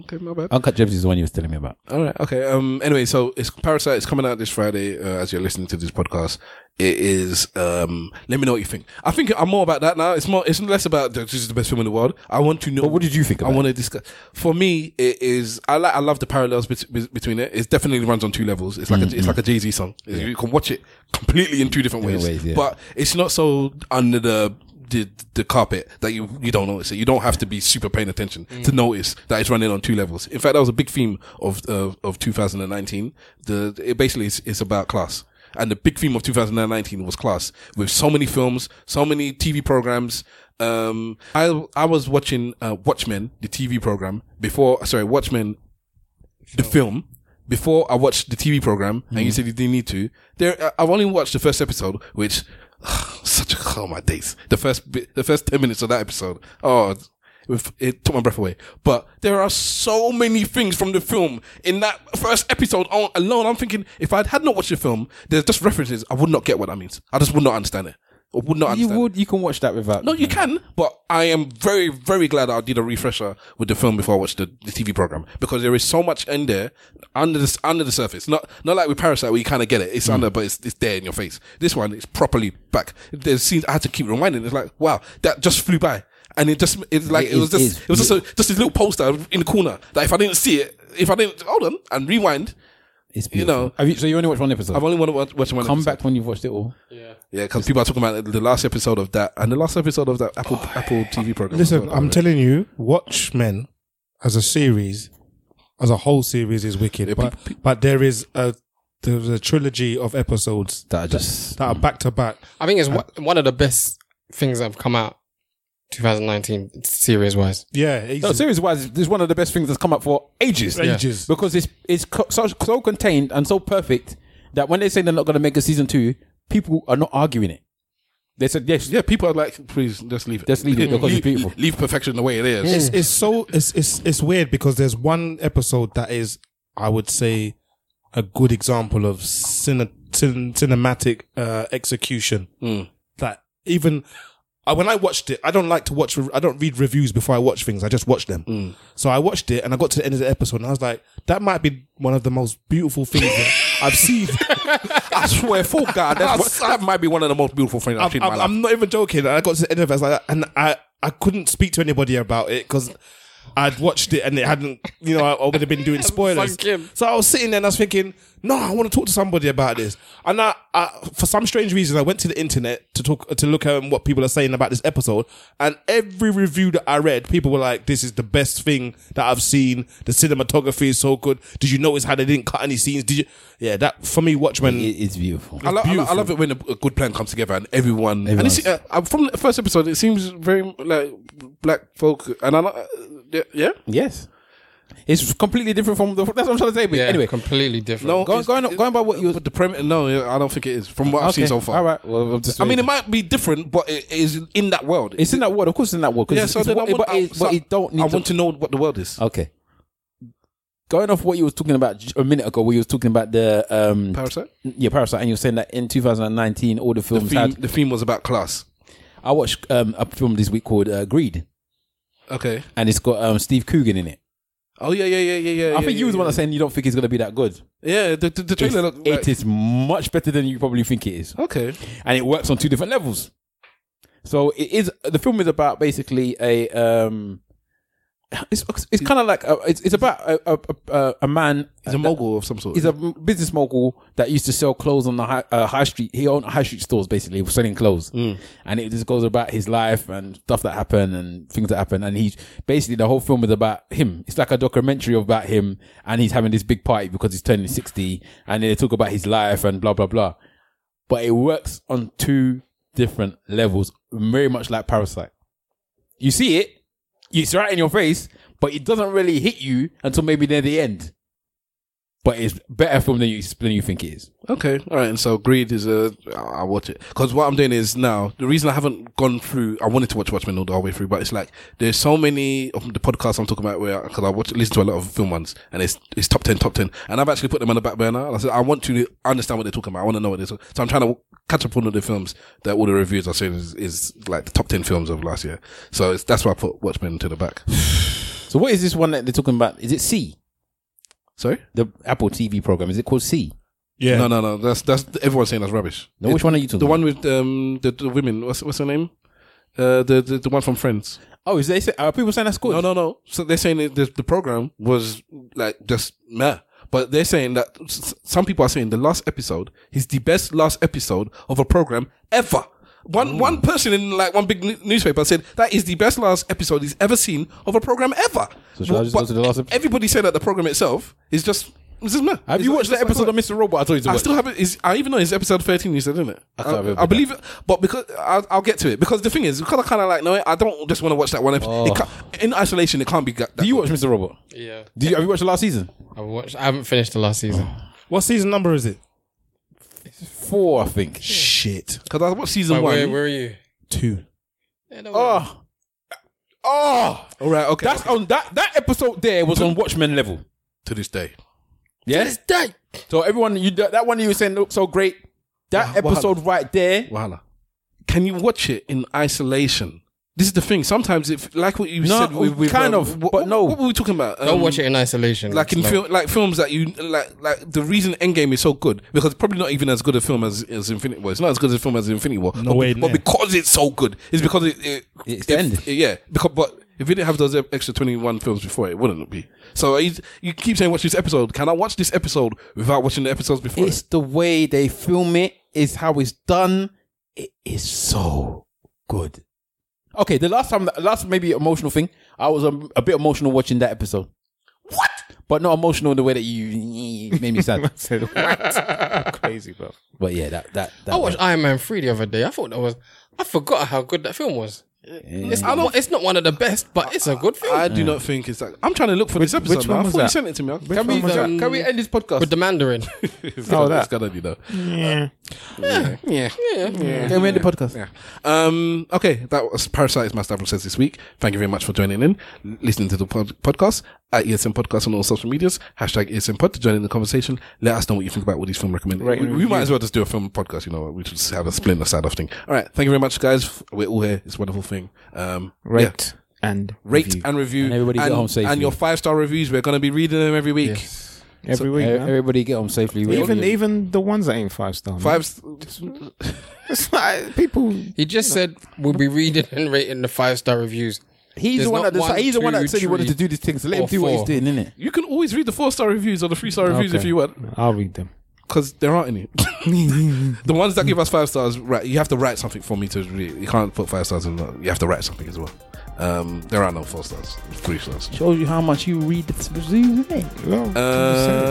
[SPEAKER 3] Okay, my bad.
[SPEAKER 1] Uncut Gems is the one you was telling me about.
[SPEAKER 3] All right. Okay. Um. Anyway, so it's Parasite. It's coming out this Friday. Uh, as you're listening to this podcast, it is. Um. Let me know what you think. I think I'm more about that now. It's more. It's less about the- this is the best film in the world. I want to know.
[SPEAKER 1] But what did you think
[SPEAKER 3] I
[SPEAKER 1] about
[SPEAKER 3] want to discuss. For me, it is. I like. I love the parallels bet- bet- between it. It definitely runs on two levels. It's like
[SPEAKER 1] Mm,
[SPEAKER 3] a. It's like a Jay Z song. You can watch it completely in two different ways.
[SPEAKER 1] ways, yeah.
[SPEAKER 3] But it's not so under the. The, the carpet that you you don't notice it. You don't have to be super paying attention to notice that it's running on two levels. In fact, that was a big theme of of, of 2019. The it basically is it's about class, and the big theme of 2019 was class. With so many films, so many TV programs, um i i was watching uh watchmen the tv program before sorry watchmen the film before i watched the tv program and you said you didn't need to there I- i've only watched the first episode which such a oh my days the first bit the first 10 minutes of that episode oh it- it took my breath away but there are so many things from the film in that first episode al- alone i'm thinking if i had not watched the film there's just references i would not get what that means i just would not understand it or would not
[SPEAKER 1] You
[SPEAKER 3] understand it.
[SPEAKER 1] would, you can watch that without.
[SPEAKER 3] No, you can, Mm. but I am very, very glad I did a refresher with the film before I watched the, the TV program because there is so much in there under the under the surface. Not not like with Parasite where you kind of get it.
[SPEAKER 1] Mm.
[SPEAKER 3] It's under, but it's it's there in your face. This one is properly back. There's scenes I had to keep reminding. It's like wow, that just flew by, and it just it's like it,
[SPEAKER 1] It
[SPEAKER 3] was
[SPEAKER 1] is-
[SPEAKER 3] just
[SPEAKER 1] is
[SPEAKER 3] it was just a, just this little poster in the corner that if I didn't see it, if I didn't hold on and rewind,
[SPEAKER 1] It's
[SPEAKER 3] you
[SPEAKER 1] beautiful.
[SPEAKER 3] know.
[SPEAKER 1] Have you, so you only watched one episode.
[SPEAKER 3] I've only want to watch, watch one.
[SPEAKER 1] Come
[SPEAKER 3] episode.
[SPEAKER 1] back when you've watched it all.
[SPEAKER 3] yeah, because people are talking about the last episode of that and the last episode of that Apple
[SPEAKER 1] Oh,
[SPEAKER 3] Apple TV program. uh, as
[SPEAKER 5] Listen,
[SPEAKER 3] well.
[SPEAKER 5] I'm telling you, Watchmen as a series, as a whole series, is wicked. But but there is a there's a trilogy of episodes
[SPEAKER 1] That I just.
[SPEAKER 5] that are back to back.
[SPEAKER 4] I think it's one- one of the best things that have come out 2019 series wise.
[SPEAKER 5] Yeah, easy.
[SPEAKER 1] No, series wise, this is one of the best things that's come up for ages.
[SPEAKER 5] Ages.
[SPEAKER 1] Because it's it's co- so, so contained and so perfect that when they say they're not going to make a season two, people are not arguing it. They said, yes,
[SPEAKER 3] Yeah, people are like, please just leave it.
[SPEAKER 1] Just leave it because it's
[SPEAKER 3] leave,
[SPEAKER 1] beautiful.
[SPEAKER 3] Leave perfection the way it is.
[SPEAKER 5] it's, it's so it's, it's it's weird because there's one episode that is I would say a good example of cine, cin, cinematic uh, execution that even I, when I watched it I don't like to watch re- I don't read reviews before I watch things I just watch them so I watched it and I got to the end of the episode and I was like that might be one of the most beautiful things that I've seen
[SPEAKER 3] I swear, for God, that's what, that might be one of the most beautiful things I've seen
[SPEAKER 5] I'm,
[SPEAKER 3] in my
[SPEAKER 5] I'm,
[SPEAKER 3] life.
[SPEAKER 5] I'm not even joking. And I got to the end of it, I was like, and I, I couldn't speak to anybody about it because I'd watched it and it hadn't, you know, I, I would have been doing spoilers.
[SPEAKER 4] Fuck him.
[SPEAKER 5] So I was sitting there and I was thinking, no, I want to talk to somebody about this. And I, I for some strange reason, I went to the internet to talk to look at what people are saying about this episode. And every review that I read, people were like, "This is the best thing that I've seen. The cinematography is so good. Did you notice how they didn't cut any scenes? Did you? Yeah, that for me, Watchmen.
[SPEAKER 1] it, it's beautiful.
[SPEAKER 3] I, lo- I, lo- I
[SPEAKER 5] beautiful.
[SPEAKER 3] love it when a, a good plan comes together and everyone. And it's, uh, uh, from the first episode, it seems very like black folk. And I, uh, yeah, yeah.
[SPEAKER 1] Yes. It's completely different from the. That's what I'm trying to say. But
[SPEAKER 4] Yeah,
[SPEAKER 1] anyway,
[SPEAKER 4] completely different.
[SPEAKER 3] No,
[SPEAKER 1] Go-
[SPEAKER 3] it's-
[SPEAKER 1] going on- going by what you-
[SPEAKER 3] But the premise, no, yeah, I don't think it is. From what I've seen
[SPEAKER 1] Okay.
[SPEAKER 3] so far,
[SPEAKER 1] All right. Well, I'm just
[SPEAKER 3] I mean, it might be different, but it is in that world.
[SPEAKER 1] It's in that world. Of course, it's in that world. 'cause
[SPEAKER 3] yeah.
[SPEAKER 1] it's-
[SPEAKER 3] So
[SPEAKER 1] it's
[SPEAKER 3] then I
[SPEAKER 1] what-
[SPEAKER 3] want,
[SPEAKER 1] but,
[SPEAKER 3] I,
[SPEAKER 1] it,
[SPEAKER 3] so
[SPEAKER 1] but it don't need
[SPEAKER 3] I
[SPEAKER 1] to.
[SPEAKER 3] want to know what the world is.
[SPEAKER 1] okay. Going off what you were talking about j- a minute ago, where you were talking about the um,
[SPEAKER 3] Parasite?
[SPEAKER 1] yeah, Parasite, and you were saying that in 2019, all the
[SPEAKER 3] The
[SPEAKER 1] films
[SPEAKER 3] theme,
[SPEAKER 1] had.
[SPEAKER 3] the theme was about class.
[SPEAKER 1] I watched um, a film this week called uh, Greed,
[SPEAKER 3] Okay.
[SPEAKER 1] and it's got um, Steve Coogan in it.
[SPEAKER 3] Oh yeah, yeah, yeah, yeah, yeah.
[SPEAKER 1] I think
[SPEAKER 3] yeah,
[SPEAKER 1] you was the
[SPEAKER 3] yeah,
[SPEAKER 1] one that's saying you don't think it's gonna be that good.
[SPEAKER 3] Yeah, the, the, the
[SPEAKER 1] It's,
[SPEAKER 3] trailer looked.
[SPEAKER 1] it
[SPEAKER 3] Like,
[SPEAKER 1] is much better than you probably think it is.
[SPEAKER 3] okay.
[SPEAKER 1] and it works on two different levels. So it is the film is about basically a um, it's it's kind of like a, it's it's about a a, a, a man
[SPEAKER 3] He's a mogul of some sort.
[SPEAKER 1] He's a business mogul that used to sell clothes on the high, uh, high street. He owned high street stores basically, selling clothes, and it just goes about his life and stuff that happened and things that happened. And he basically the whole film is about him. It's like a documentary about him, and he's having this big party because he's turning sixty, and they talk about his life and blah blah blah. But it works on two different levels, very much like Parasite. You see it, it's right in your face, but it doesn't really hit you until maybe near the end but it's better film than you than you think it is.
[SPEAKER 3] Okay, all right. And so Greed is a. I- I'll watch it because what I'm doing is now the reason I haven't gone through. I wanted to watch Watchmen all the way through, but it's like there's so many of the podcasts I'm talking about where because I watch listen to a lot of film ones and it's it's top ten, top ten, and I've actually put them on the back burner. And I said I want to understand what they're talking about. I want to know what they're talking. So I'm trying to catch up on all the films that all the reviews are saying is, is like the top ten films of last year. So it's, that's why I put Watchmen to the back.
[SPEAKER 1] So what is this one that they're talking about? Is it C?
[SPEAKER 3] Sorry.
[SPEAKER 1] The Apple TV program is it called C?
[SPEAKER 5] Yeah.
[SPEAKER 3] No, no, no. That's that's everyone's saying that's rubbish.
[SPEAKER 1] No, which one are you talking?
[SPEAKER 3] The one with um the, the women. What's what's her name? Uh, the, the the one from Friends.
[SPEAKER 1] Oh, is they say, are people saying that's good?
[SPEAKER 3] No, no, no. So they're saying that the, the program was like just meh. But they're saying that s- s- some people are saying the last episode is the best last episode of a program ever. One
[SPEAKER 1] Mm.
[SPEAKER 3] one person in like one big n- newspaper said that is the best last episode he's ever seen of a program ever.
[SPEAKER 1] So should I just go to the last episode?
[SPEAKER 3] Everybody said that the program itself is just. It's just meh.
[SPEAKER 1] Have
[SPEAKER 3] It's
[SPEAKER 1] you
[SPEAKER 3] not-
[SPEAKER 1] watched
[SPEAKER 3] it's
[SPEAKER 1] that
[SPEAKER 3] just
[SPEAKER 1] episode
[SPEAKER 3] like-
[SPEAKER 1] of Mr. Robot? I told you to
[SPEAKER 3] I
[SPEAKER 1] watch.
[SPEAKER 3] still haven't. Is I even know it's episode thirteen. You said, isn't it? I,
[SPEAKER 1] can't remember
[SPEAKER 3] I believe it, but because I, I'll get to it. Because the thing is, because I kind of like know it, I don't just want to watch that one episode. It can't- in isolation, it can't be. That,
[SPEAKER 1] Do Oh. you watch Mr. Robot?
[SPEAKER 4] Yeah,
[SPEAKER 1] Do you, have you watched the last season?
[SPEAKER 4] I watched. I haven't finished the last season.
[SPEAKER 5] What season number is it?
[SPEAKER 1] Four, I think.
[SPEAKER 5] Shit.
[SPEAKER 3] Because I watched season
[SPEAKER 4] Wait,
[SPEAKER 3] one.
[SPEAKER 4] where, where are you?
[SPEAKER 5] Two.
[SPEAKER 4] Yeah, don't worry.
[SPEAKER 1] Oh, oh,
[SPEAKER 3] All right, okay.
[SPEAKER 1] that's on that that episode there was on Watchmen level.
[SPEAKER 3] to this day.
[SPEAKER 1] Yeah.
[SPEAKER 4] Dang.
[SPEAKER 1] So everyone, you that one you were saying looked so great. That
[SPEAKER 3] Wah-
[SPEAKER 1] episode right there.
[SPEAKER 3] Wahala. Can you watch it in isolation? This is the thing. Sometimes, if like what you
[SPEAKER 1] No,
[SPEAKER 3] said, with, with,
[SPEAKER 1] kind of,
[SPEAKER 3] what,
[SPEAKER 1] but no.
[SPEAKER 3] What were we talking about?
[SPEAKER 4] Don't
[SPEAKER 3] Um,
[SPEAKER 4] watch it in isolation.
[SPEAKER 3] like in
[SPEAKER 4] It's
[SPEAKER 3] fil- like films that you like like the reason Endgame is so good because it's probably not even as good a film as, as Infinity War. It's not as good a film as Infinity War. No but,
[SPEAKER 5] way,
[SPEAKER 3] But
[SPEAKER 5] nah.
[SPEAKER 3] because it's so good, it's because it, it
[SPEAKER 1] It's
[SPEAKER 3] if-
[SPEAKER 1] the end.
[SPEAKER 3] Yeah, because but if you didn't have those extra twenty one films before, it wouldn't be. So I, you keep saying watch this episode. Can I watch this episode without watching the episodes before?
[SPEAKER 1] It's the way they film it. It's how it's done. It is so good. Okay, the last time, last maybe emotional thing, I was um, a bit emotional watching that episode. What? But not emotional in the way that you made me sad.
[SPEAKER 2] said, what? Crazy, bro.
[SPEAKER 1] but yeah, that that. that
[SPEAKER 4] I watched Iron Man three the other day. I thought that was. I forgot how good that film was. It's, not, it's not one of the best, but it's a good film.
[SPEAKER 3] I do not think it's that. I'm trying to look for this episode.
[SPEAKER 2] which
[SPEAKER 3] now.
[SPEAKER 2] one
[SPEAKER 3] I
[SPEAKER 2] was
[SPEAKER 3] thought you
[SPEAKER 2] that?
[SPEAKER 3] sent it to me. I-
[SPEAKER 1] Can we,
[SPEAKER 4] was that?
[SPEAKER 1] can we end this podcast?
[SPEAKER 4] With the Mandarin.
[SPEAKER 3] It's gotta-
[SPEAKER 2] that.
[SPEAKER 3] it's gotta be though. Uh,
[SPEAKER 4] yeah. yeah.
[SPEAKER 1] Can we end the podcast?
[SPEAKER 3] Um, okay, that was Parasite is my Stavros says this week. Thank you very much for joining in, listening to the pod- podcast at ESM Podcast on all social medias. Hashtag ESM Pod to join in the conversation. Let us know what you think about all these film recommendations. We, we might as well just do a film podcast, you know, we should just have a splinter side off thing. All right. Thank you very much, guys. We're all here. It's a wonderful thing. Um,
[SPEAKER 2] Rate
[SPEAKER 3] yeah.
[SPEAKER 2] and
[SPEAKER 3] Rate
[SPEAKER 2] review.
[SPEAKER 3] and review,
[SPEAKER 1] And everybody get
[SPEAKER 3] and,
[SPEAKER 1] home safely.
[SPEAKER 3] and your five star reviews. We're going to be reading them every week.
[SPEAKER 2] every week,
[SPEAKER 1] E-
[SPEAKER 2] man.
[SPEAKER 1] Everybody get home safely. We
[SPEAKER 2] even
[SPEAKER 1] all-
[SPEAKER 2] even the ones that ain't five star. man.
[SPEAKER 3] Five. s-
[SPEAKER 2] It's like people.
[SPEAKER 4] He just said we'll be reading and rating the five star reviews.
[SPEAKER 1] he's the
[SPEAKER 4] There's
[SPEAKER 1] one
[SPEAKER 4] not
[SPEAKER 1] that decided,
[SPEAKER 4] one,
[SPEAKER 1] he's the one that
[SPEAKER 4] two,
[SPEAKER 1] said he wanted
[SPEAKER 4] three,
[SPEAKER 1] to do this thing. So let him
[SPEAKER 4] or
[SPEAKER 1] do what he's
[SPEAKER 4] four.
[SPEAKER 1] doing, innit?
[SPEAKER 3] You can always read the four star reviews or the three star reviews
[SPEAKER 2] Okay.
[SPEAKER 3] if you want.
[SPEAKER 2] I'll read them.
[SPEAKER 3] Because there aren't any. the ones that give us five stars, right? You have to write something for me to read. You can't put five stars in. that. You have to write something as well. Um, there are no four stars, three stars.
[SPEAKER 1] Shows you how much you read the reviews, innit?
[SPEAKER 2] Well,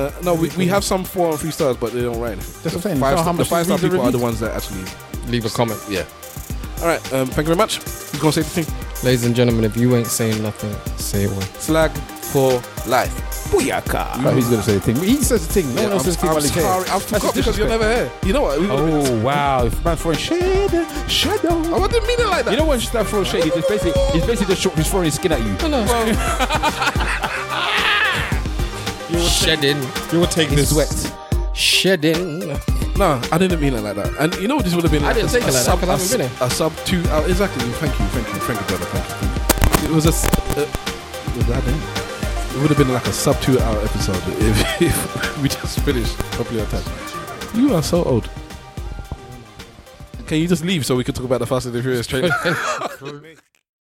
[SPEAKER 3] Uh, no, we, we have some four and three stars, but they don't write.
[SPEAKER 1] That's what I'm
[SPEAKER 3] the
[SPEAKER 1] saying.
[SPEAKER 3] Five
[SPEAKER 1] So how
[SPEAKER 3] star, the
[SPEAKER 1] much
[SPEAKER 3] five
[SPEAKER 1] you
[SPEAKER 3] star
[SPEAKER 1] read the
[SPEAKER 3] people are the
[SPEAKER 1] reviews?
[SPEAKER 3] ones that actually.
[SPEAKER 4] Leave a comment.
[SPEAKER 3] Yeah. All right. Um, thank you very much. You gonna say the thing?
[SPEAKER 4] Ladies and gentlemen, if you ain't saying nothing, say it one.
[SPEAKER 3] Slag for life.
[SPEAKER 1] Booyaka. Right, he's going to say the thing. He says the thing. No one else
[SPEAKER 3] I'm,
[SPEAKER 1] says the thing
[SPEAKER 3] I'm
[SPEAKER 1] while he cares.
[SPEAKER 3] sorry. I forgot because you're
[SPEAKER 1] disrespect.
[SPEAKER 3] never here. You know what? We-
[SPEAKER 1] Oh wow! If man throwing shade, shadow.
[SPEAKER 3] I didn't mean it like that.
[SPEAKER 1] You know when that throwing shade, it's basically it's basically just short, he's throwing his skin at you.
[SPEAKER 3] Well-
[SPEAKER 4] Shedding.
[SPEAKER 5] You will take
[SPEAKER 4] His
[SPEAKER 5] this.
[SPEAKER 4] sweat. Shedding.
[SPEAKER 3] No, I didn't mean it like that. And you know what this would have been?
[SPEAKER 4] I
[SPEAKER 3] Like
[SPEAKER 4] didn't
[SPEAKER 3] a,
[SPEAKER 4] take it like
[SPEAKER 3] a
[SPEAKER 4] that,
[SPEAKER 3] sub,
[SPEAKER 4] 'cause I haven't
[SPEAKER 3] a
[SPEAKER 4] been
[SPEAKER 3] s- A sub two. Uh, exactly. Thank you. Thank you. Thank you, brother. Thank you. Thank you. It was a. s- Uh, was that it? It would have been like a sub two hour episode if, if we just finished properly on time. You are so old. Can you just leave so we can talk about the Fast and the Furious trailer?